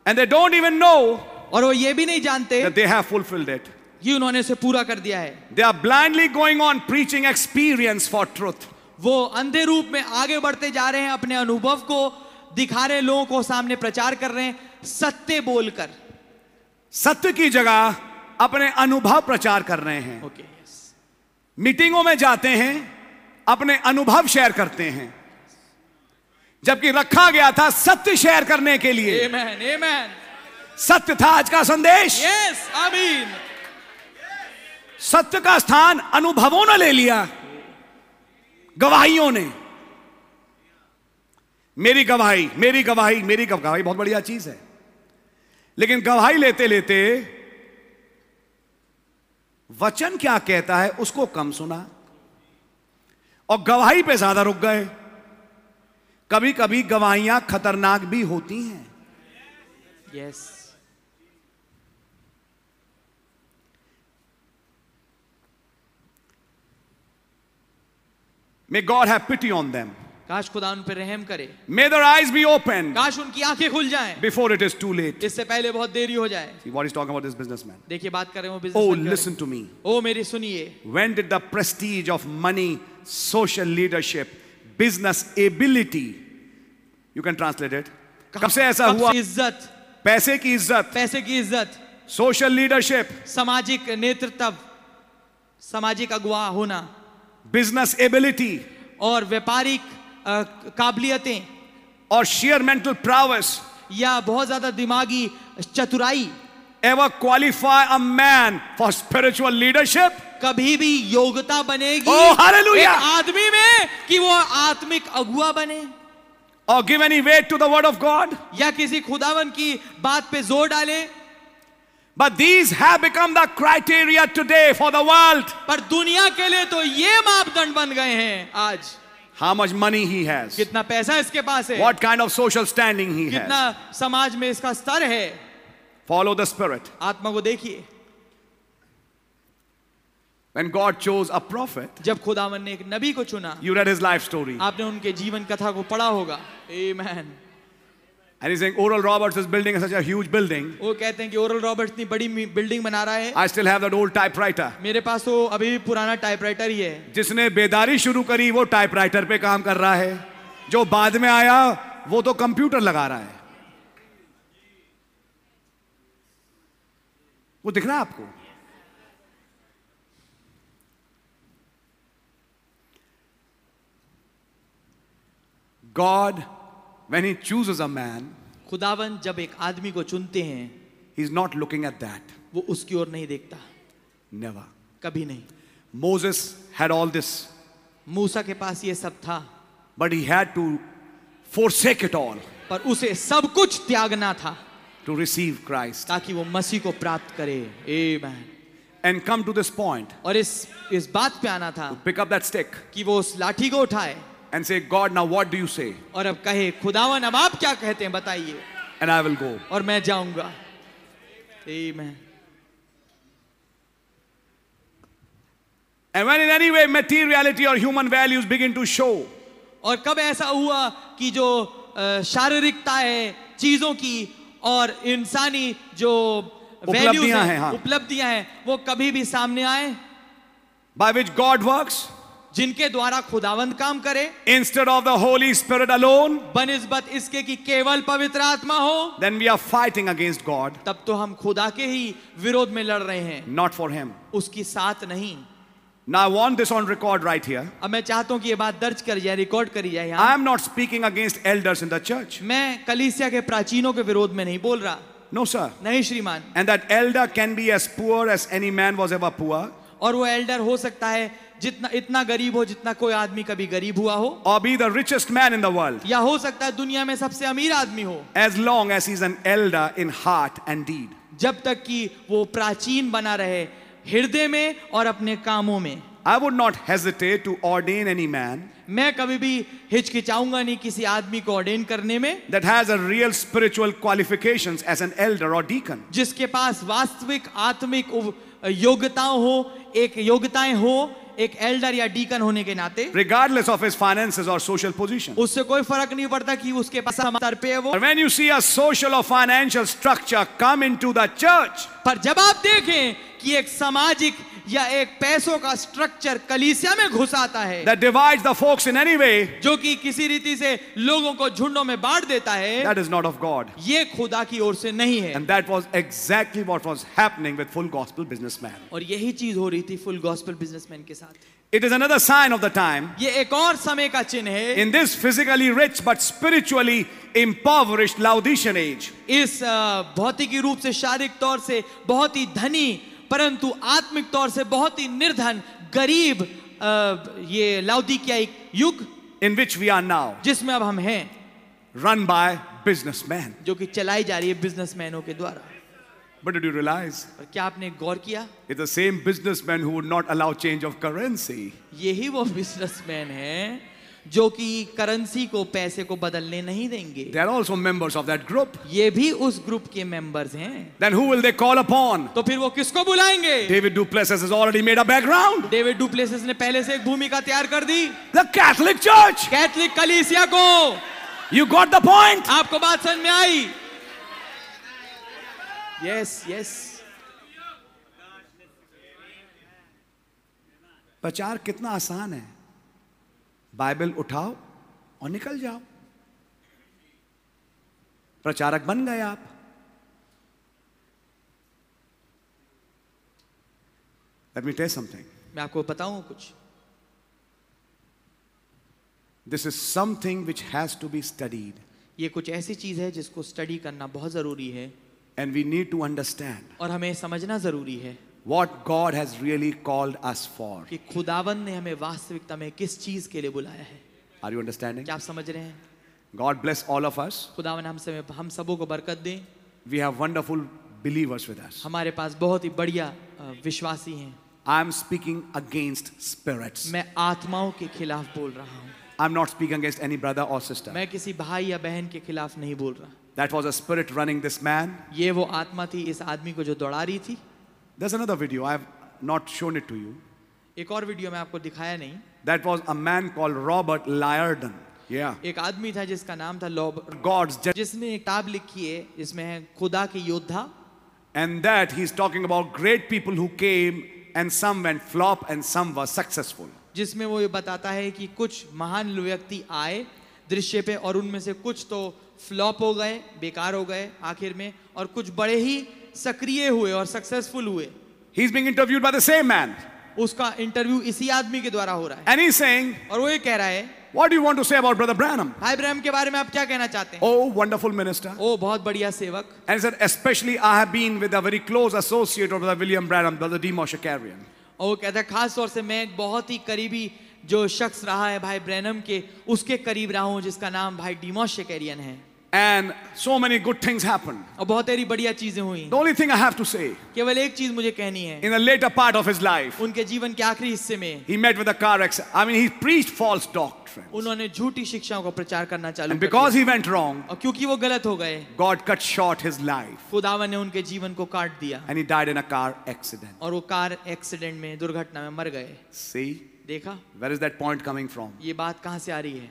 S4: And they don't even know
S5: और वो ये भी नहीं जानते
S4: that they have fulfilled it.
S5: कि उन्होंने इसे पूरा कर दिया है
S4: They are blindly going on preaching experience for truth.
S5: वो अंधे रूप में आगे बढ़ते जा रहे हैं अपने अनुभव को दिखा रहे लोगों को सामने प्रचार कर रहे हैं सत्य बोलकर
S4: सत्य की जगह अपने अनुभव प्रचार कर रहे हैं
S5: ओके
S4: मीटिंगों में जाते हैं अपने अनुभव शेयर करते हैं जबकि रखा गया था सत्य शेयर करने के लिए
S5: आमेन आमेन
S4: सत्य था आज का संदेश
S5: यस आमीन
S4: सत्य का स्थान अनुभवों ने ले लिया गवाहियों ने मेरी गवाही मेरी गवाही मेरी गवाही बहुत बढ़िया चीज है लेकिन गवाही लेते लेते वचन क्या कहता है उसको कम सुना और गवाही पे ज्यादा रुक गए कभी कभी गवाहियां खतरनाक भी होती हैं
S5: yes
S4: may God have pity on them
S5: काश खुदा उन पर रहम करे
S4: मे their eyes be opened
S5: काश उनकी आंखें खुल जाएं
S4: before it is too late
S5: इससे पहले बहुत देरी हो जाए
S4: See what he's talking about this businessman
S5: देखिए बात कर रहे हो
S4: oh
S5: business
S4: listen to me
S5: oh मेरी सुनिए
S4: When did the prestige of money, social leadership, business ability, you can translate it, कब से ऐसा
S5: कब
S4: हुआ
S5: से इज्जत
S4: पैसे की इज्जत
S5: पैसे की इज्जत
S4: सोशल लीडरशिप
S5: सामाजिक नेतृत्व सामाजिक अगुवा होना
S4: बिजनेस एबिलिटी
S5: और व्यापारिक अ, काबिलियतें
S4: और sheer mental prowess
S5: या बहुत ज्यादा दिमागी चतुराई
S4: ever qualify a man for spiritual leadership?
S5: कभी भी योग्यता बनेगी
S4: Oh, hallelujah!
S5: एक आदमी में कि वो आत्मिक अगुआ बने
S4: Or give any weight to the word of God?
S5: या किसी खुदावन की बात पे जोर डाले
S4: But these have become the criteria today for the world.
S5: पर दुनिया के लिए तो ये मापदंड बन गए हैं आज
S4: How much money he has,
S5: कितना पैसा इसके पास है
S4: what kind of social standing he
S5: कितना
S4: has.
S5: समाज में इसका स्तर है
S4: Follow the spirit.
S5: आत्मा को देखिए
S4: When God chose a prophet,
S5: जब खुदावन ने एक नबी को चुना
S4: you read his life story.
S5: आपने उनके जीवन कथा को पढ़ा होगा Amen.
S4: And he's saying, Oral Roberts is building such a huge building.
S5: वो कहते हैं कि ओरल रॉबर्ट्स इतनी बड़ी बिल्डिंग बना रहा है
S4: I still have that old typewriter.
S5: मेरे पास तो अभी भी पुराना टाइपराइटर ही है
S4: जिसने बेदारी शुरू करी वो टाइपराइटर पे काम कर रहा है जो बाद में आया वो तो कंप्यूटर लगा रहा है वो दिख रहा है आपको God, when He chooses a man,
S5: खुदावन जब एक आदमी को चुनते हैं
S4: He's not looking at that.
S5: वो उसकी ओर नहीं देखता
S4: Never.
S5: कभी नहीं
S4: Moses had all this,
S5: मूसा के पास ये सब था
S4: but he had to forsake it all
S5: पर उसे सब कुछ त्यागना था
S4: to receive Christ.
S5: ताकि वो मसीह को प्राप्त करे amen
S4: And come to this point,
S5: और इस इस बात पे आना था
S4: pick up that stick
S5: कि वो उस लाठी को उठाए
S4: and say, God, now what do you say?
S5: और अब कहे खुदावन अब आप क्या कहते हैं बताइए
S4: And I will go.
S5: और मैं जाऊंगा आमेन
S4: And when in any way materiality or human values begin to show,
S5: और कब ऐसा हुआ कि जो तो, अ, शारीरिकता है चीजों की और इंसानी जो values
S4: उपलब्धियां हैं, हाँ।
S5: उपलब्धियां हैं वो कभी भी सामने आए
S4: by which God works,
S5: जिनके द्वारा खुदावंद काम करे
S4: instead of the Holy Spirit alone,
S5: बनस्बत इसके कि केवल पवित्र आत्मा हो
S4: then we are fighting against God,
S5: तब तो हम खुदा के ही विरोध में लड़ रहे हैं
S4: not for Him.
S5: उसकी साथ नहीं
S4: Now I want this on record right here.
S5: अब मैं चाहता हूं कि ये बात दर्ज करी जाए रिकॉर्ड करी जाए
S4: I
S5: यहाँ
S4: am not speaking against elders in the church.
S5: मैं कलीसिया के प्राचीनों के विरोध में नहीं बोल रहा
S4: No, sir.
S5: नहीं श्रीमान
S4: And that elder can be as poor as any man was ever poor,
S5: और वो एल्डर हो सकता है जितना इतना गरीब हो जितना कोई आदमी कभी गरीब हुआ हो
S4: or be the richest man in the world,
S5: या हो सकता है दुनिया में सबसे अमीर आदमी हो
S4: as long as he's an elder in heart and deed.
S5: जब तक कि वो प्राचीन बना रहे हृदय में और अपने कामों में
S4: I would not hesitate to ordain any man
S5: मैं कभी भी हिचकिचाऊंगा नहीं किसी आदमी को ऑर्डेन करने में
S4: that has a real spiritual qualifications as an elder or deacon.
S5: जिसके पास वास्तविक आत्मिक उव- योग्यताओं हो एक योग्यताएं हो एक एल्डर या डीकन होने के नाते
S4: regardless of his finances or social position.
S5: उससे कोई फर्क नहीं पड़ता कि उसके पास समाचार पे है वो
S4: But when you see a social or financial structure come into the church,
S5: पर जब आप देखें कि एक सामाजिक या एक पैसों का स्ट्रक्चर कलीसिया में घुस आता है
S4: that divides the folks in any way,
S5: जो कि किसी रीति से लोगों को झुंडों में बांट देता है
S4: that is not of God.
S5: ये खुदा की ओर से नहीं है
S4: And that was exactly what was happening with full gospel businessman.
S5: और यही चीज हो रही थी फुल गॉस्पल बिजनेसमैन के साथ
S4: It is another sign of the time.
S5: ये एक और समय का चिन्ह है
S4: In this physically rich but spiritually impoverished Laodicean age,
S5: इस अ, भौतिकी रूप से शारीरिक तौर से बहुत ही धनी परंतु आत्मिक तौर से बहुत ही निर्धन गरीब अ, ये लाउदिकियाई युग
S4: in which we are now,
S5: जिसमें अब हम हैं
S4: run by businessmen.
S5: जो कि चलाई जा रही है बिजनेसमैनों के द्वारा
S4: But did you realize?
S5: और क्या आपने गौर किया
S4: It's the same businessman who would not allow change of currency.
S5: यही वो बिजनेसमैन हैं जो कि करेंसी को पैसे को बदलने नहीं देंगे
S4: They are also members of that group.
S5: ये भी उस ग्रुप के मेंबर्स हैं
S4: Then who will they call upon?
S5: तो फिर वो किसको बुलाएंगे
S4: David Duplessis has already made a background.
S5: David du Plessis ने पहले से एक भूमिका तैयार कर दी
S4: The Catholic Church.
S5: कैथलिक कलीसिया को
S4: You got the point.
S5: आपको बात समझ में आई यस यस
S4: प्रचार कितना आसान है बाइबल उठाओ और निकल जाओ प्रचारक बन गए आप Let me tell you something.
S5: मैं आपको बताऊं कुछ
S4: This is something which has to be studied,
S5: ये कुछ ऐसी चीज है जिसको स्टडी करना बहुत जरूरी है
S4: and we need to understand
S5: और हमें समझना जरूरी है
S4: what God has really called us for.
S5: कि खुदावन ने हमें वास्तविकता में किस चीज के लिए बुलाया है
S4: Are you understanding?
S5: क्या आप समझ रहे हैं
S4: God bless all of us.
S5: खुदावन हम सब हम सबों को बरकत दें
S4: We have wonderful believers with us.
S5: हमारे पास बहुत ही बढ़िया अ, विश्वासी हैं
S4: I'm speaking against spirits.
S5: मैं आत्माओं के खिलाफ बोल रहा हूँ
S4: I'm not speaking against any brother or sister.
S5: मैं किसी भाई या बहन के खिलाफ नहीं बोल रहा
S4: That was a spirit running this man.
S5: ये वो आत्मा थी इस आदमी को जो दौड़ा रही थी
S4: There's another video. I've not shown it to you.
S5: एक और वीडियो में आपको दिखाया नहीं
S4: That was a man called Robert Lyerden.
S5: Yeah.
S3: एक आदमी था जिसका नाम था लॉब
S5: God's judgment.
S3: जिसने एक किताब लिखी है जिसमें है खुदा के योद्धा
S5: And that he's talking about great people who came and some went flop and some were successful.
S3: जिसमें वो ये बताता है कि कुछ महान व्यक्ति आए दृश्य पे और उनमें से कुछ तो फ्लॉप हो गए बेकार हो गए आखिर में और कुछ बड़े ही सक्रिय हुए और सक्सेसफुल हुए
S5: He's being interviewed by the same man.
S3: उसका इंटरव्यू इसी आदमी के द्वारा हो रहा है
S5: And he's saying,
S3: और वो ये कह रहा है
S5: What do you want to say about Brother Branham?
S3: भाई ब्रैम के बारे में आप क्या कहना चाहते हैं
S5: Oh, wonderful minister.
S3: Oh, बहुत बढ़िया सेवक.
S5: And he said, Especially I have been with a very close associate of Brother William Branham, Brother D. Moshakarian.
S3: और वो कहता है खास तौर से मैं एक बहुत ही करीबी जो शख्स रहा है भाई ब्रैनम के उसके करीब रहा हूँ जिसका नाम भाई डिमोश शेकेरियन है
S5: And so many good things happened.
S3: और बहुत सारी बढ़िया चीजें हुई
S5: The only thing I have to say,
S3: केवल एक चीज मुझे कहनी है
S5: in the later part of his life,
S3: उनके जीवन के आखिरी हिस्से में
S5: he met with a car accident. I mean, he preached false doctrine.
S3: उन्होंने झूठी शिक्षाओं का प्रचार करना चालू
S5: And
S3: कर
S5: because
S3: दिया।
S5: he went wrong,
S3: और क्योंकि वो गलत हो गए
S5: God cut short his life
S3: खुदावन ने उनके जीवन को काट दिया
S5: and he died in a car accident.
S3: और वो कार एक्सीडेंट में दुर्घटना में मर गए
S5: See,
S3: देखा
S5: where is that point coming from?
S3: ये बात कहाँ से आ रही है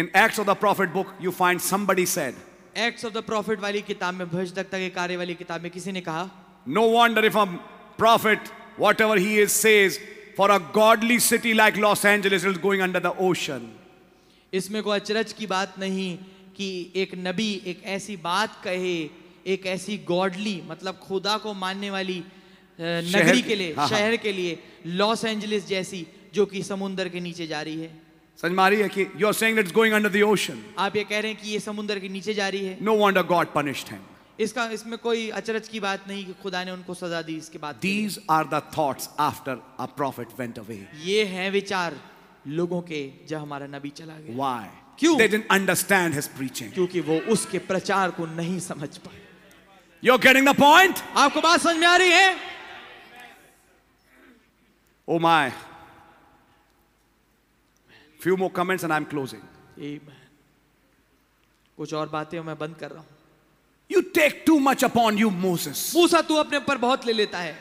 S5: In Acts of the Prophet book, you find somebody said,
S3: Acts of the prophet वाली किताब में भविष्यवक्ता के कार्य वाली किताब में किसी ने कहा
S5: No wonder if a prophet, whatever he is, says, for a godly city like Los Angeles is going under the ocean.
S3: इसमें कोई अचरज की बात नहीं कि एक नबी एक ऐसी बात कहे एक ऐसी गॉडली मतलब खुदा को मानने वाली अ, नगरी
S5: के-
S3: के लिए
S5: हाँ, हाँ।
S3: शहर के लिए लॉस एंजलिस जैसी जो कि समुंदर के नीचे जा रही है
S5: समझ में आ रही है कि you are saying that it's going under the ocean.
S3: आप ये कह रहे हैं कि ये समुंदर के नीचे जा रही है
S5: No wonder God punished him.
S3: इसका इसमें कोई अचरज की बात नहीं कि खुदा ने उनको सजा दी इसके बाद
S5: These are the thoughts after a prophet went away.
S3: ये हैं विचार लोगों के जब हमारा नबी चला गया
S5: Why?
S3: क्यों
S5: They didn't understand his preaching.
S3: क्योंकि वो उसके प्रचार को नहीं समझ पाए
S5: You're getting the point?
S3: आपको बात समझ में आ रही है
S5: Oh my. Few more comments and I'm closing.
S3: Amen. कुछ और बातें मैं बंद कर रहा हूँ
S5: You take too much upon you, Moses.
S3: मूसा तू अपने पर बहुत ले लेता है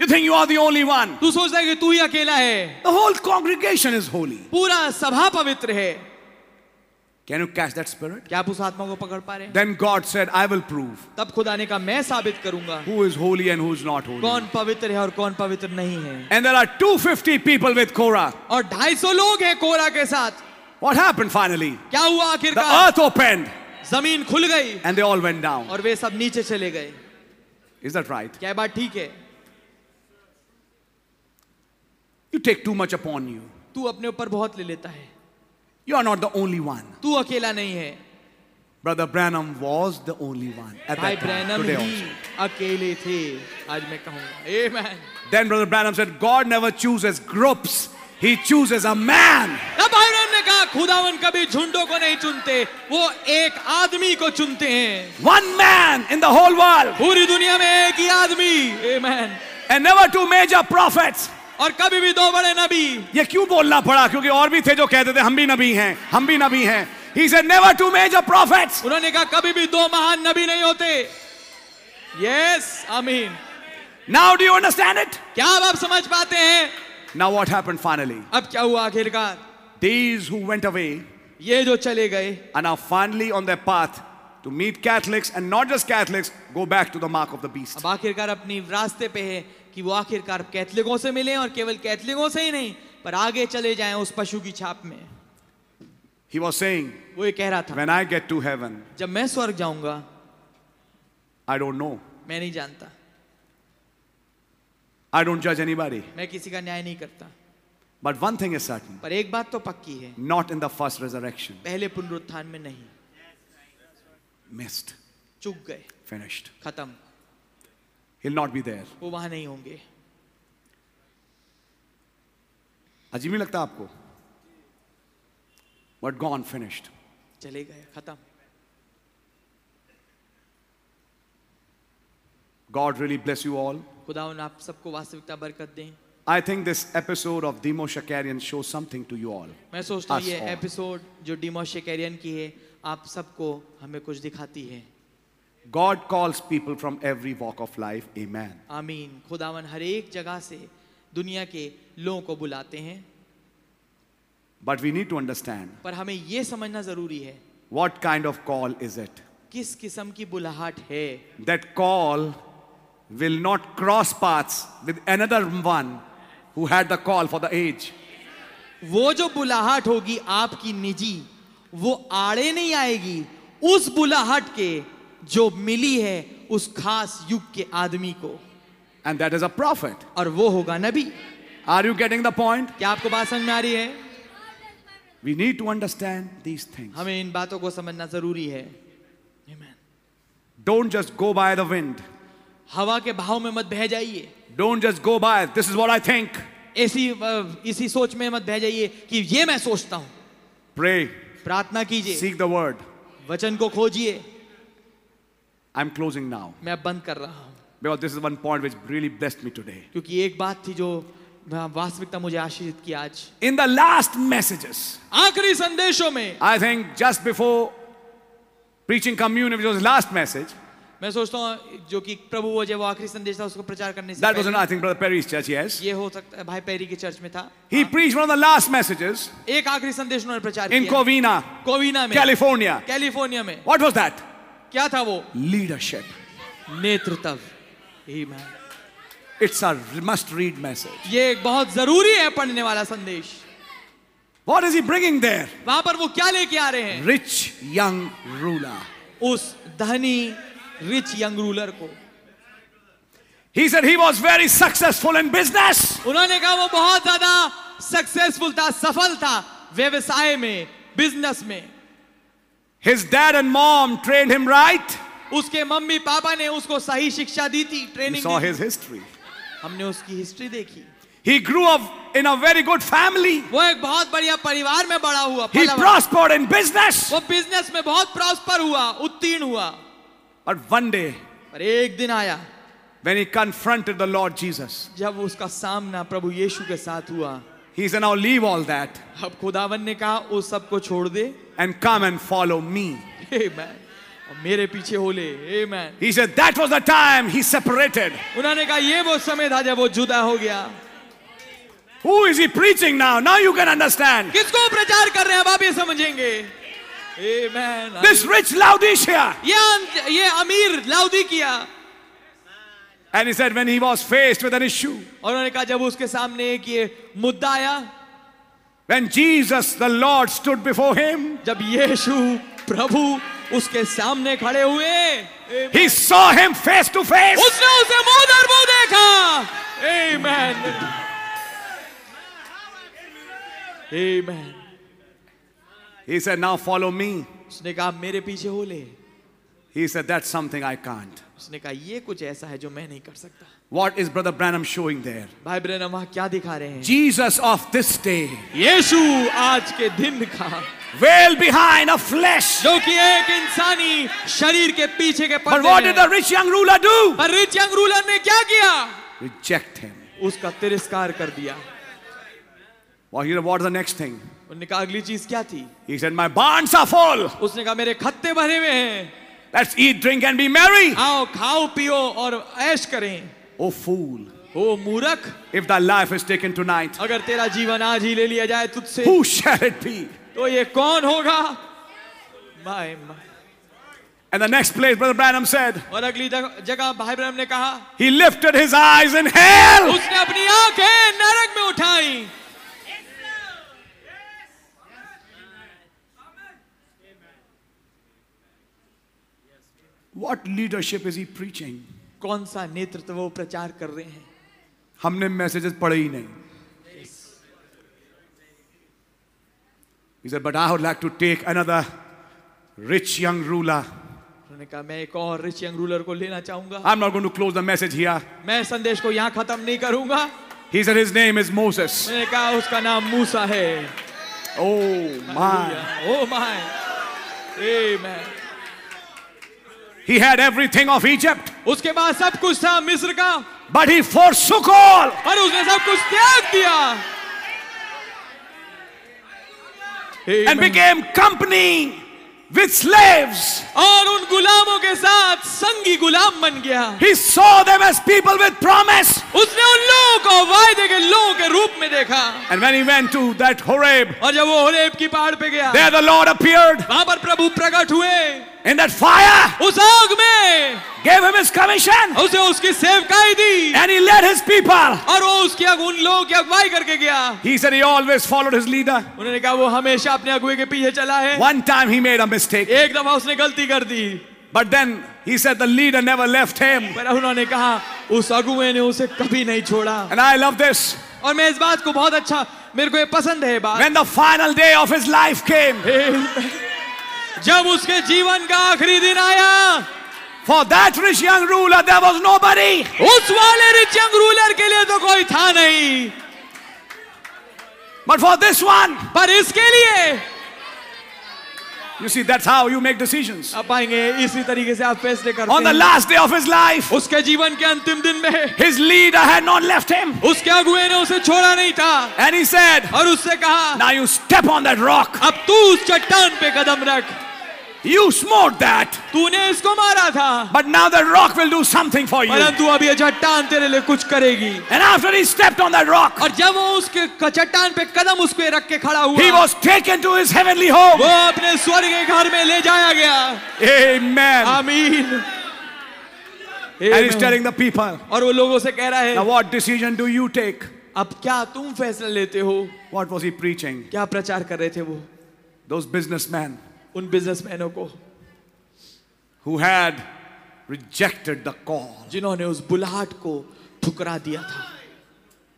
S5: You think you are the only one.
S3: तू सोचता है कि तू ही अकेला है
S5: The whole congregation is holy.
S3: पूरा सभा पवित्र है
S5: Can you catch that spirit?
S3: क्या आप उस आत्मा को पकड़ पा रहे हैं
S5: Then God said, I will prove
S3: तब खुदा ने कहा मैं साबित करूंगा
S5: who is holy and who is not holy.
S3: कौन पवित्र है और कौन पवित्र नहीं है
S5: And there are 250 people with Korah.
S3: और 250 लोग हैं कोरा के साथ
S5: What happened finally?
S3: क्या हुआ
S5: The
S3: आखिरकार
S5: earth opened
S3: जमीन खुल गई
S5: and they all went down.
S3: और वे सब नीचे चले गए
S5: Is that right?
S3: क्या ये बात ठीक है
S5: You take too much upon you.
S3: तू अपने ऊपर बहुत ले लेता है
S5: You are not the only one.
S3: तू अकेला नहीं है
S5: Brother Branham was the only one at
S3: भाई
S5: that time.
S3: ब्रैनम
S5: Today
S3: ही
S5: also.
S3: अकेले थे आज मैं कहूंगा amen
S5: Then Brother Branham said, God never chooses groups. He chooses a man.
S3: तब आयरन ने कहा खुदावन कभी झुंडों को नहीं चुनते वो एक आदमी को चुनते हैं
S5: One man in the whole world.
S3: पूरी दुनिया में एक ही आदमी आमेन
S5: And never two major prophets.
S3: और कभी भी दो बड़े नबी
S5: ये क्यों बोलना पड़ा क्योंकि और भी थे जो कहते थे हम भी नबी हैं हम भी नबी हैं He said never two major prophets.
S3: उन्होंने कहा कभी भी दो महान नबी नहीं होते यस आमीन
S5: Now do you understand it?
S3: क्या अब आप समझ पाते हैं
S5: Now what happened finally?
S3: अब क्या हुआ आखिरकार
S5: These who went away
S3: ये जो चले गए
S5: are now finally on their path to meet Catholics and not just Catholics, go back to the mark of the beast.
S3: अब आखिरकार अपनी रास्ते पे है कि वो आखिरकार कैथलिकों से मिले और केवल कैथलिकों से ही नहीं पर आगे चले जाएं उस पशु की छाप में
S5: He was saying,
S3: वो ये कह रहा था
S5: When I get to heaven,
S3: जब मैं स्वर्ग जाऊंगा
S5: I don't know.
S3: मैं नहीं जानता
S5: I don't judge anybody.
S3: मैं किसी का न्याय नहीं करता
S5: But one thing is certain
S3: पर एक बात तो पक्की है
S5: not in the first resurrection.
S3: पहले पुनरुत्थान में नहीं
S5: Missed.
S3: चुक गए
S5: Finished.
S3: खत्म
S5: He'll not be there.
S3: वो वहां नहीं होंगे
S5: अजीब नहीं लगता आपको But gone, finished.
S3: चले गए खत्म
S5: God really bless you all.
S3: खुदा उन आप सबको वास्तविकता बरकत दें
S5: I think this episode of Demo Shakarian shows something to you all.
S3: मैं सोचता हूँ
S5: Us
S3: ये
S5: all.
S3: एपिसोड जो डिमोशे कैरियन की है आप सबको हमें कुछ दिखाती है
S5: God calls people from every walk of life. Amen.
S3: आमीन खुदावन हर एक जगह से दुनिया के लोगों को बुलाते हैं
S4: But we need to understand
S5: पर हमें ये समझना जरूरी है
S4: what kind of call is it?
S5: किस किस्म की बुलाहट है
S4: That call will not cross paths with another one who had the call for the age.
S5: वो जो बुलाहट होगी आपकी निजी वो आड़े नहीं आएगी उस बुलाहट के जो मिली है उस खास युग के आदमी को
S4: And that is a prophet.
S5: और वो होगा नबी
S4: Are you getting the point?
S5: क्या आपको बात समझ में आ रही है
S4: We need to understand these things.
S5: हमें इन बातों को समझना जरूरी है
S4: Don't just go by the wind.
S5: हवा के भाव में मत बह जाइए
S4: Don't just go by, this is what I think.
S5: इसी इसी सोच में मत बह जाइए कि ये मैं सोचता हूं
S4: Pray.
S5: प्रार्थना कीजिए
S4: Seek the word.
S5: वचन को खोजिए
S4: I'm closing now
S5: मैं अब बंद कर रहा हूं
S4: because this is one point which really blessed me today.
S5: क्योंकि एक बात थी जो वास्तविकता मुझे आशीषित की आज
S4: In the last messages,
S5: आखिरी संदेशों में
S4: I think just before preaching communion, which was the last message,
S5: मैं सोचता हूँ जो कि प्रभु वो जो आखिरी संदेश था उसको प्रचार करने से
S4: that was in,
S5: पहले-
S4: I think, Brother Perry's church, yes.
S5: ये हो सकता है भाई पैरी के चर्च में था
S4: He preached one of the last messages
S5: एक आखिरी संदेश उन्होंने प्रचार
S4: in
S5: किया
S4: Covina,
S5: कोविना में
S4: California.
S5: कैलिफोर्निया में
S4: What was that?
S5: क्या था वो
S4: Leadership.
S5: नेतृत्व Amen.
S4: It's a must read message.
S5: ये एक बहुत जरूरी है पढ़ने वाला संदेश
S4: What is he bringing there?
S5: वहां पर वो क्या लेके आ रहे हैं
S4: Rich young ruler.
S5: उस धनी रिच यंग रूलर को
S4: He said he was very successful in business.
S5: उन्होंने कहा वो बहुत ज्यादा सक्सेसफुल था सफल था व्यवसाय में बिजनेस में
S4: His dad and mom trained him right.
S5: उसके मम्मी पापा ने उसको सही शिक्षा दी थी
S4: We
S5: ट्रेनिंग
S4: saw
S5: दी
S4: his
S5: थी।
S4: history.
S5: हमने उसकी हिस्ट्री देखी
S4: He grew up in a very good family.
S5: वो एक बहुत बढ़िया परिवार में बड़ा हुआ
S4: He
S5: पला बड़ा।
S4: prospered in business.
S5: वो बिजनेस में बहुत प्रॉस्पर हुआ उत्तीर्ण हुआ
S4: But one day,
S5: पर एक दिन आया
S4: when he confronted the Lord Jesus,
S5: जब उसका सामना प्रभु यीशु के साथ हुआ
S4: he said, Now leave all that
S5: अब खुदावन ने कहा उस सब को छोड़ दे
S4: and come and follow me.
S5: Amen. और मेरे पीछे हो ले Amen.
S4: He said, That was the time he separated.
S5: उन्होंने कहा ये वो समय था जब वो जुदा हो गया
S4: Who is he preaching now? Now you can understand.
S5: किसको प्रचार कर रहे हैं अब आप ये समझेंगे Amen.
S4: This rich Laodicea.
S5: ये अं- ये अमीर लाउदी किया
S4: And he said, When he was faced with an issue,
S5: और उन्होंने कहा जब उसके सामने एक ये मुद्दा आया
S4: when Jesus, the Lord, stood before him,
S5: जब यीशु प्रभु उसके सामने खड़े हुए
S4: he saw him face to face.
S5: उसने उसे मुंह दर मुंह देखा Amen. Amen.
S4: He said, Now follow me.
S5: उसने कहा मेरे पीछे हो ले
S4: He said, That's something I can't.
S5: उसने कहा ये कुछ ऐसा है जो मैं नहीं कर सकता
S4: What is Brother Branham showing there?
S5: भाई ब्रैनम वहां क्या दिखा रहे हैं
S4: Jesus of this day,
S5: यीशु आज के दिन का
S4: well behind a flesh.
S5: जो कि एक इंसानी शरीर के पीछे के
S4: But
S5: पर्दे
S4: what
S5: में
S4: did the
S5: है।
S4: rich young ruler do?
S5: पर रिच यंग रूलर ने क्या किया
S4: Reject him.
S5: उसका तिरस्कार कर दिया
S4: Well, you know, what's the next thing?
S5: उन्होंने कहा अगली चीज क्या थी
S4: He said, My barns are full.
S5: उसने कहा मेरे खत्ते भरे हुए हैं
S4: Let's eat, drink, and be merry.
S5: आओ खाओ पियो और ऐश करें
S4: Oh, fool.
S5: ओ मूरख
S4: If thy life is taken tonight,
S5: अगर तेरा जीवन आज ही ले लिया जाए तुझसे
S4: who shall it be?
S5: तो ये कौन होगा my my
S4: And the next place, Brother Branham said,
S5: और अगली जग- जगह भाई ब्रह्म ने कहा
S4: He lifted his eyes in hell.
S5: उसने अपनी आंखें नरक में उठाई
S4: What leadership is he preaching?
S5: कौन सा नेतृत्व वो प्रचार कर रहे हैं
S4: हमने messages पढ़े ही नहीं. He said, but I would like to take another rich young ruler.
S5: उन्होंने कहा मैं एक और रिच यंग रूलर को लेना चाहूंगा
S4: I'm not going to close the message here.
S5: मैं संदेश को यहाँ खत्म नहीं करूंगा
S4: He said, his name is Moses.
S5: मैंने कहा उसका नाम मूसा है Oh
S4: Oh my.
S5: Oh my amen
S4: He had everything of Egypt,
S5: उसके बाद सब कुछ था मिस्र का
S4: but he forsook all.
S5: और उसने सब कुछ त्याग दिया
S4: and became company with slaves.
S5: और उन गुलामों के साथ संगी गुलाम बन गया
S4: He saw them as people with promise.
S5: उसने उन लोगों को वायदे के लोगों के रूप में देखा
S4: And when he went to that Horeb,
S5: और जब वो होरेब की पहाड़ पे गया
S4: there the Lord appeared
S5: वहां पर प्रभु प्रकट हुए
S4: in that fire,
S5: उस आग में
S4: gave him his commission,
S5: उसे उसकी सेवकाई दी
S4: and he led his people.
S5: और वो उसकी अग- उन लोगों की अगुवाई करके गया
S4: He said he always followed his leader.
S5: उन्होंने कहा वो हमेशा अपने अगुए के पीछे चला है
S4: One time he made a mistake,
S5: एक दफा उसने गलती कर दी
S4: but then he said the leader never left him.
S5: पर उन्होंने कहा उस अगुए ने उसे कभी नहीं छोड़ा
S4: And I love this.
S5: और मैं इस बात को बहुत अच्छा मेरे को ये पसंद है ये बात
S4: When the final day of his life came,
S5: जब उसके जीवन का आखिरी दिन आया
S4: for that rich young ruler, there was nobody.
S5: उस वाले रिच यंग रूलर के लिए तो कोई था नहीं
S4: But for this one,
S5: पर इसके लिए
S4: you see, that's how you make decisions.
S5: आप पाएंगे इसी तरीके से आप फैसले करते
S4: On the
S5: हैं
S4: last day of his life,
S5: उसके जीवन के अंतिम दिन में
S4: his leader had not left him.
S5: उसके अगुए ने उसे छोड़ा नहीं था
S4: And he said,
S5: और उससे कहा
S4: Now you step on that rock.
S5: अब तू उस चट्टान पे कदम रख
S4: You smote that.
S5: तूने इसको मारा था
S4: But now the rock will do something for you. And
S5: परंतु अब ये चट्टान तेरे लिए कुछ करेगी
S4: after he stepped on that rock,
S5: और जब वो उसके क- चट्टान पे कदम उसके रख के खड़ा
S4: he
S5: हुआ
S4: was taken to his heavenly
S5: वो
S4: home.
S5: अपने स्वर्ग के घर में ले जाया गया
S4: Amen.
S5: आमीन
S4: And he's
S5: Amen.
S4: telling the people,
S5: और वो लोगों से कह रहा
S4: Now
S5: है
S4: what decision do you take?
S5: अब क्या तुम फैसला लेते हो
S4: What was he preaching?
S5: क्या प्रचार कर रहे थे वो
S4: Those businessmen
S5: उन बिजनेसमैनों को
S4: who had rejected the call.
S5: जिन्होंने उस बुलाहट को ठुकरा दिया था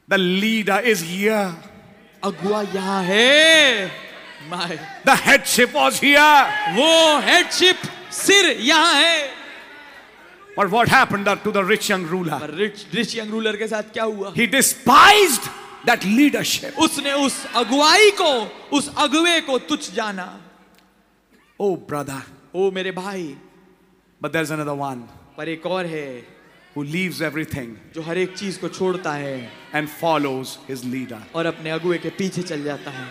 S4: The leader is here.
S5: अगुआ यहाँ है my
S4: The headship was here.
S5: वो हेडशिप सिर यहाँ है
S4: But what happened to the rich young ruler?
S5: पर रिच रिच यंग रूलर के साथ क्या हुआ
S4: He despised that leadership.
S5: उसने उस अगुवाई को उस अगुए को तुच्छ जाना
S4: Oh, brother.
S5: ओ मेरे भाई
S4: But there's another one
S5: पर एक और है
S4: who leaves everything
S5: जो हर एक चीज को छोड़ता है
S4: and follows his leader.
S5: और अपने अगुए के पीछे चल जाता है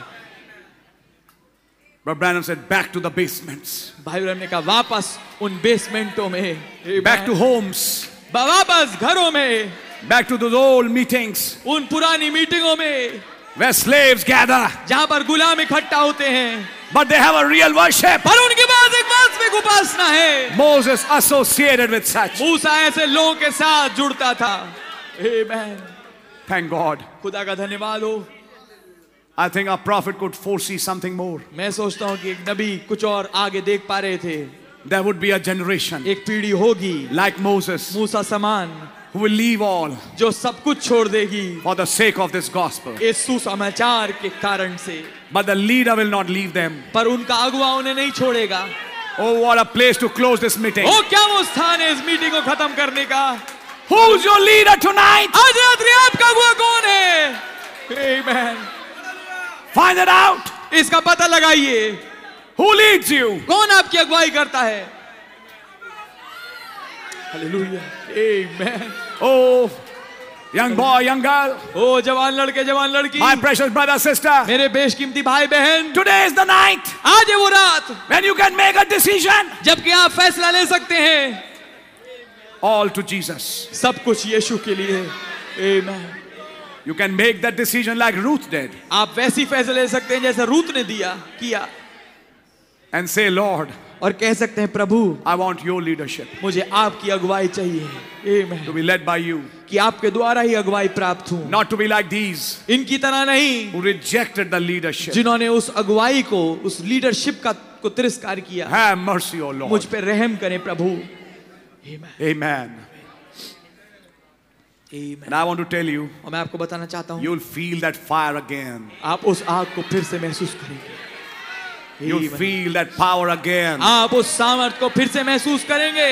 S4: But Branham said, Back to the basements,
S5: भाई ब्रह्म ने कहा वापस उन बेसमेंटों में
S4: back to homes,
S5: बा- वापस घरों में
S4: back to those old meetings
S5: उन पुरानी मीटिंगों में
S4: where slaves gather,
S5: जहां पर गुलाम इकट्ठा होते हैं
S4: but they have a real worship.
S5: पर उनके पास एक वास्तविक उपासना है
S4: Moses associated with such.
S5: मूसा ऐसे लोगों के साथ जुड़ता था Amen.
S4: Thank God.
S5: खुदा का धन्यवाद हो
S4: I think our prophet could foresee something more.
S5: मैं सोचता हूँ कि एक नबी कुछ और आगे देख पा रहे थे
S4: There would be a generation
S5: एक पीढ़ी होगी
S4: like Moses
S5: मूसा समान
S4: who will leave all
S5: जो सब कुछ छोड़ देगी
S4: for the sake of this gospel.
S5: इस सुसमाचार के कारण से
S4: But the leader will not leave them.
S5: पर उनका अगुवा उन्हें नहीं छोड़ेगा
S4: Oh, what a place to close this meeting.
S5: ओ क्या वो स्थान है इस मीटिंग को खत्म करने का
S4: Who's your leader tonight?
S5: आज रात्रि आपका अगुवा कौन है Amen.
S4: Find it out.
S5: इसका पता लगाइए
S4: Who leads you?
S5: कौन आपकी अगुवाई करता है hallelujah amen
S4: Oh, young boy, young girl,
S5: ओ जवान लड़के जवान लड़की
S4: my precious brother, sister.
S5: मेरे बेशकीमती भाई बहन
S4: Today is the night
S5: आज है वो रात
S4: when you can make a decision.
S5: जबकि आप फैसला ले सकते हैं
S4: All to Jesus.
S5: सब कुछ यीशु के लिए आमेन
S4: You can make that decision like Ruth did
S5: आप वैसी फैसला ले सकते हैं जैसे रूत ने दिया किया
S4: and say, Lord,
S5: और कह सकते हैं प्रभु
S4: I want your leadership
S5: मुझे आपकी अगुवाई चाहिए
S4: to
S5: Amen.
S4: be led by you,
S5: कि आपके द्वारा ही अगुवाई प्राप्त हूं
S4: not to be like these
S5: इनकी तरह नहीं
S4: who rejected the leadership.
S5: जिन्होंने उस अगुवाई को उस लीडरशिप का को तिरस्कार किया
S4: Have mercy, O
S5: मुझ
S4: Lord.
S5: पर रहम करें प्रभु
S4: Amen.
S5: Amen.
S4: And I want to tell you,
S5: और मैं आपको बताना चाहता हूँ
S4: you'll feel that fire again.
S5: आप उस आग को फिर से महसूस करेंगे
S4: You'll
S5: Amen.
S4: feel that power again.
S5: आप उस सामर्थ को फिर से महसूस करेंगे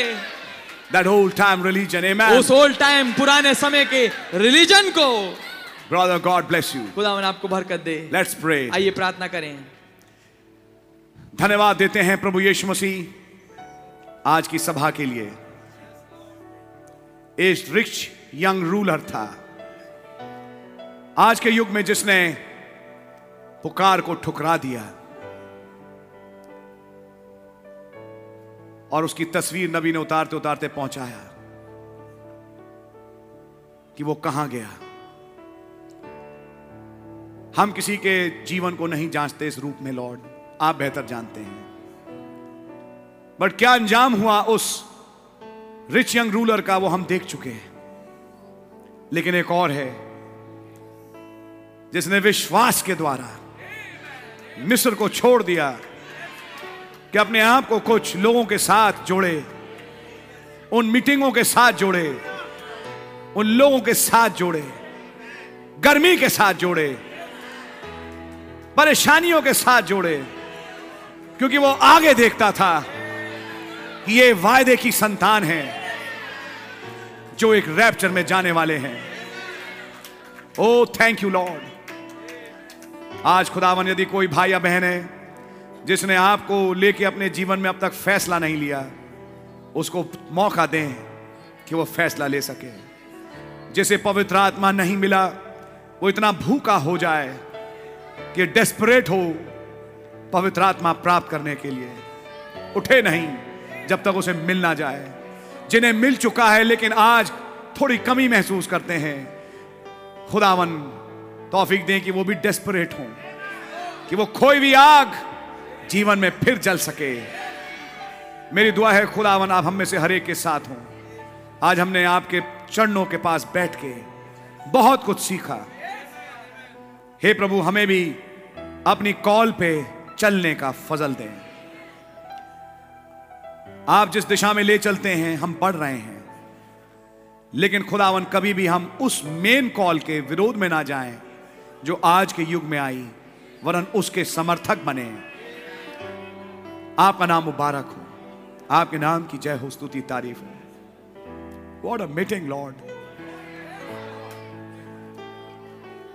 S4: That old time religion. Amen.
S5: उस ओल्ड टाइम पुराने समय के रिलीजन को
S4: Brother, God bless you.
S5: खुदा आपको बरकत दे
S4: Let's pray.
S5: आइए प्रार्थना करें
S4: धन्यवाद देते हैं प्रभु यीशु मसीह आज की सभा के लिए एक रिच यंग रूलर था आज के युग में जिसने पुकार को ठुकरा दिया और उसकी तस्वीर नबी ने उतारते उतारते पहुंचाया कि वो कहां गया हम किसी के जीवन को नहीं जांचते इस रूप में लॉर्ड आप बेहतर जानते हैं बट क्या अंजाम हुआ उस रिच यंग रूलर का वो हम देख चुके हैं लेकिन एक और है जिसने विश्वास के द्वारा मिस्र को छोड़ दिया कि अपने आप को कुछ लोगों के साथ जोड़े उन मीटिंगों के साथ जोड़े उन लोगों के साथ जोड़े गर्मी के साथ जोड़े परेशानियों के साथ जोड़े क्योंकि वो आगे देखता था कि ये वायदे की संतान है जो एक रैप्चर में जाने वाले हैं Oh, oh thank you Lord आज खुदावन यदि कोई भाई या बहन है जिसने आपको लेके अपने जीवन में अब तक फैसला नहीं लिया उसको मौका दें कि वो फैसला ले सके जिसे पवित्र आत्मा नहीं मिला वो इतना भूखा हो जाए कि डेस्परेट हो पवित्र आत्मा प्राप्त करने के लिए उठे नहीं जब तक उसे मिल ना जाए जिन्हें मिल चुका है लेकिन आज थोड़ी कमी महसूस करते हैं खुदावन तौफीक दें कि वो भी डेस्परेट हों कि वो खोई हुई आग जीवन में फिर जल सके मेरी दुआ है खुदावन आप हम में से हर एक के साथ हों आज हमने आपके चरणों के पास बैठ के बहुत कुछ सीखा हे प्रभु हमें भी अपनी कॉल पे चलने का फजल दें आप जिस दिशा में ले चलते हैं हम बढ़ रहे हैं लेकिन खुदावन कभी भी हम उस मेन कॉल के विरोध में ना जाएं जो आज के युग में आई वरन उसके समर्थक बने आपका नाम मुबारक हो आपके नाम की जय हो स्तुति तारीफ हो वॉट अ मीटिंग लॉर्ड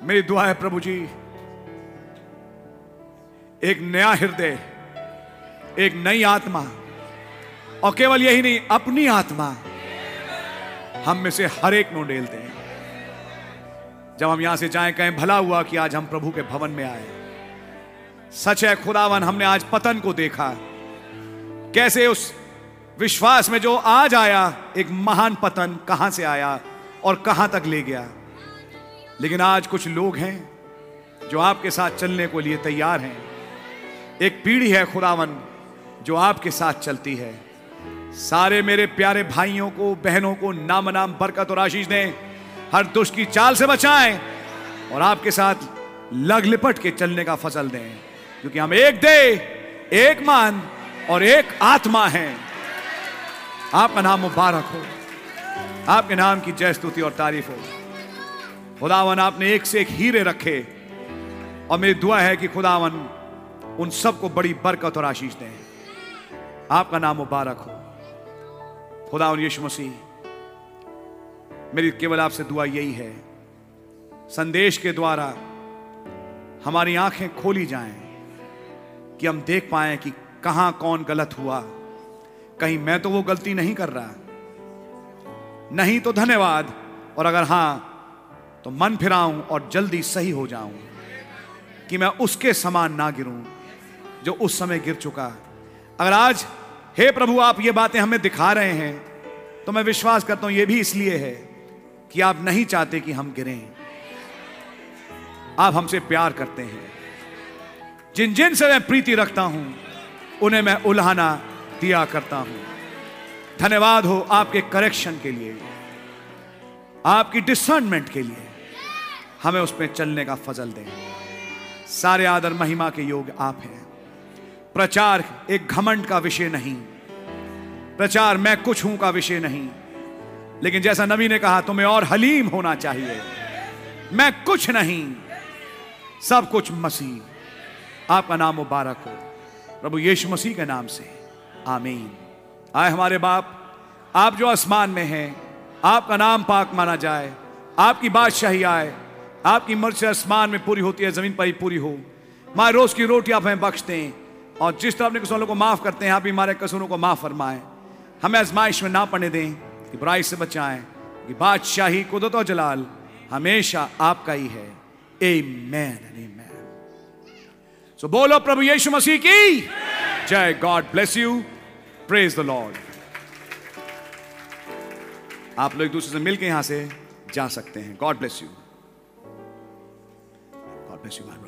S4: मेरी दुआ है प्रभु जी एक नया हृदय एक नई आत्मा और केवल यही नहीं अपनी आत्मा हम में से हर एक नो डेलते हैं जब हम यहां से जाएं कहें भला हुआ कि आज हम प्रभु के भवन में आए सच है खुदावन हमने आज पतन को देखा कैसे उस विश्वास में जो आज आया एक महान पतन कहां से आया और कहां तक ले गया लेकिन आज कुछ लोग हैं जो आपके साथ चलने को लिए तैयार हैं एक पीढ़ी है खुदावन जो आपके साथ चलती है सारे मेरे प्यारे भाइयों को बहनों को नाम नाम बरकत और आशीष ने हर दुष्ट की चाल से बचाएं और आपके साथ लग लिपट के चलने का फसल दें क्योंकि हम एक दे एक मान और एक आत्मा हैं आपका नाम मुबारक हो आपके नाम की जय स्तुति और तारीफ हो खुदावन आपने एक से एक हीरे रखे और मेरी दुआ है कि खुदावन उन सबको बड़ी बरकत और आशीष दें आपका नाम मुबारक हो खुदा और यीशु मसीह मेरी केवल आपसे दुआ यही है संदेश के द्वारा हमारी आंखें खोली जाएं कि हम देख पाए कि कहां कौन गलत हुआ कहीं मैं तो वो गलती नहीं कर रहा नहीं तो धन्यवाद और अगर हां तो मन फिराऊं और जल्दी सही हो जाऊं कि मैं उसके समान ना गिरूं जो उस समय गिर चुका अगर आज हे प्रभु आप ये बातें हमें दिखा रहे हैं तो मैं विश्वास करता हूं ये भी इसलिए है कि आप नहीं चाहते कि हम गिरें आप हमसे प्यार करते हैं जिन जिन से मैं प्रीति रखता हूं उन्हें मैं उल्हाना दिया करता हूं धन्यवाद हो आपके करेक्शन के लिए आपकी डिसर्नमेंट के लिए हमें उसमें चलने का फजल दें सारे आदर महिमा के योग आप हैं प्रचार एक घमंड का विषय नहीं प्रचार मैं कुछ हूं का विषय नहीं लेकिन जैसा नबी ने कहा तुम्हें और हलीम होना चाहिए मैं कुछ नहीं सब कुछ मसीह आपका नाम मुबारक हो प्रभु यीशु मसीह के नाम से आमीन आए हमारे बाप आप जो आसमान में हैं आपका नाम पाक माना जाए आपकी बादशाही आए आपकी मर्जी आसमान में पूरी होती है जमीन पर ही पूरी हो माए रोज की रोटी आप हमें बख्श दें और जिस तरह अपने कसूरों को माफ करते हैं आप भी हमारे कसूरों को माफ फरमाएं हमें आजमाइश में ना पड़ने दें कि बुराई से बचाएं कि बादशाही कुदरत और जलाल हमेशा आपका ही है ए मैन सो बोलो प्रभु यीशु मसीह की जय God bless you praise the Lord आप लोग एक दूसरे से मिलकर यहां से जा सकते हैं God bless you God bless you my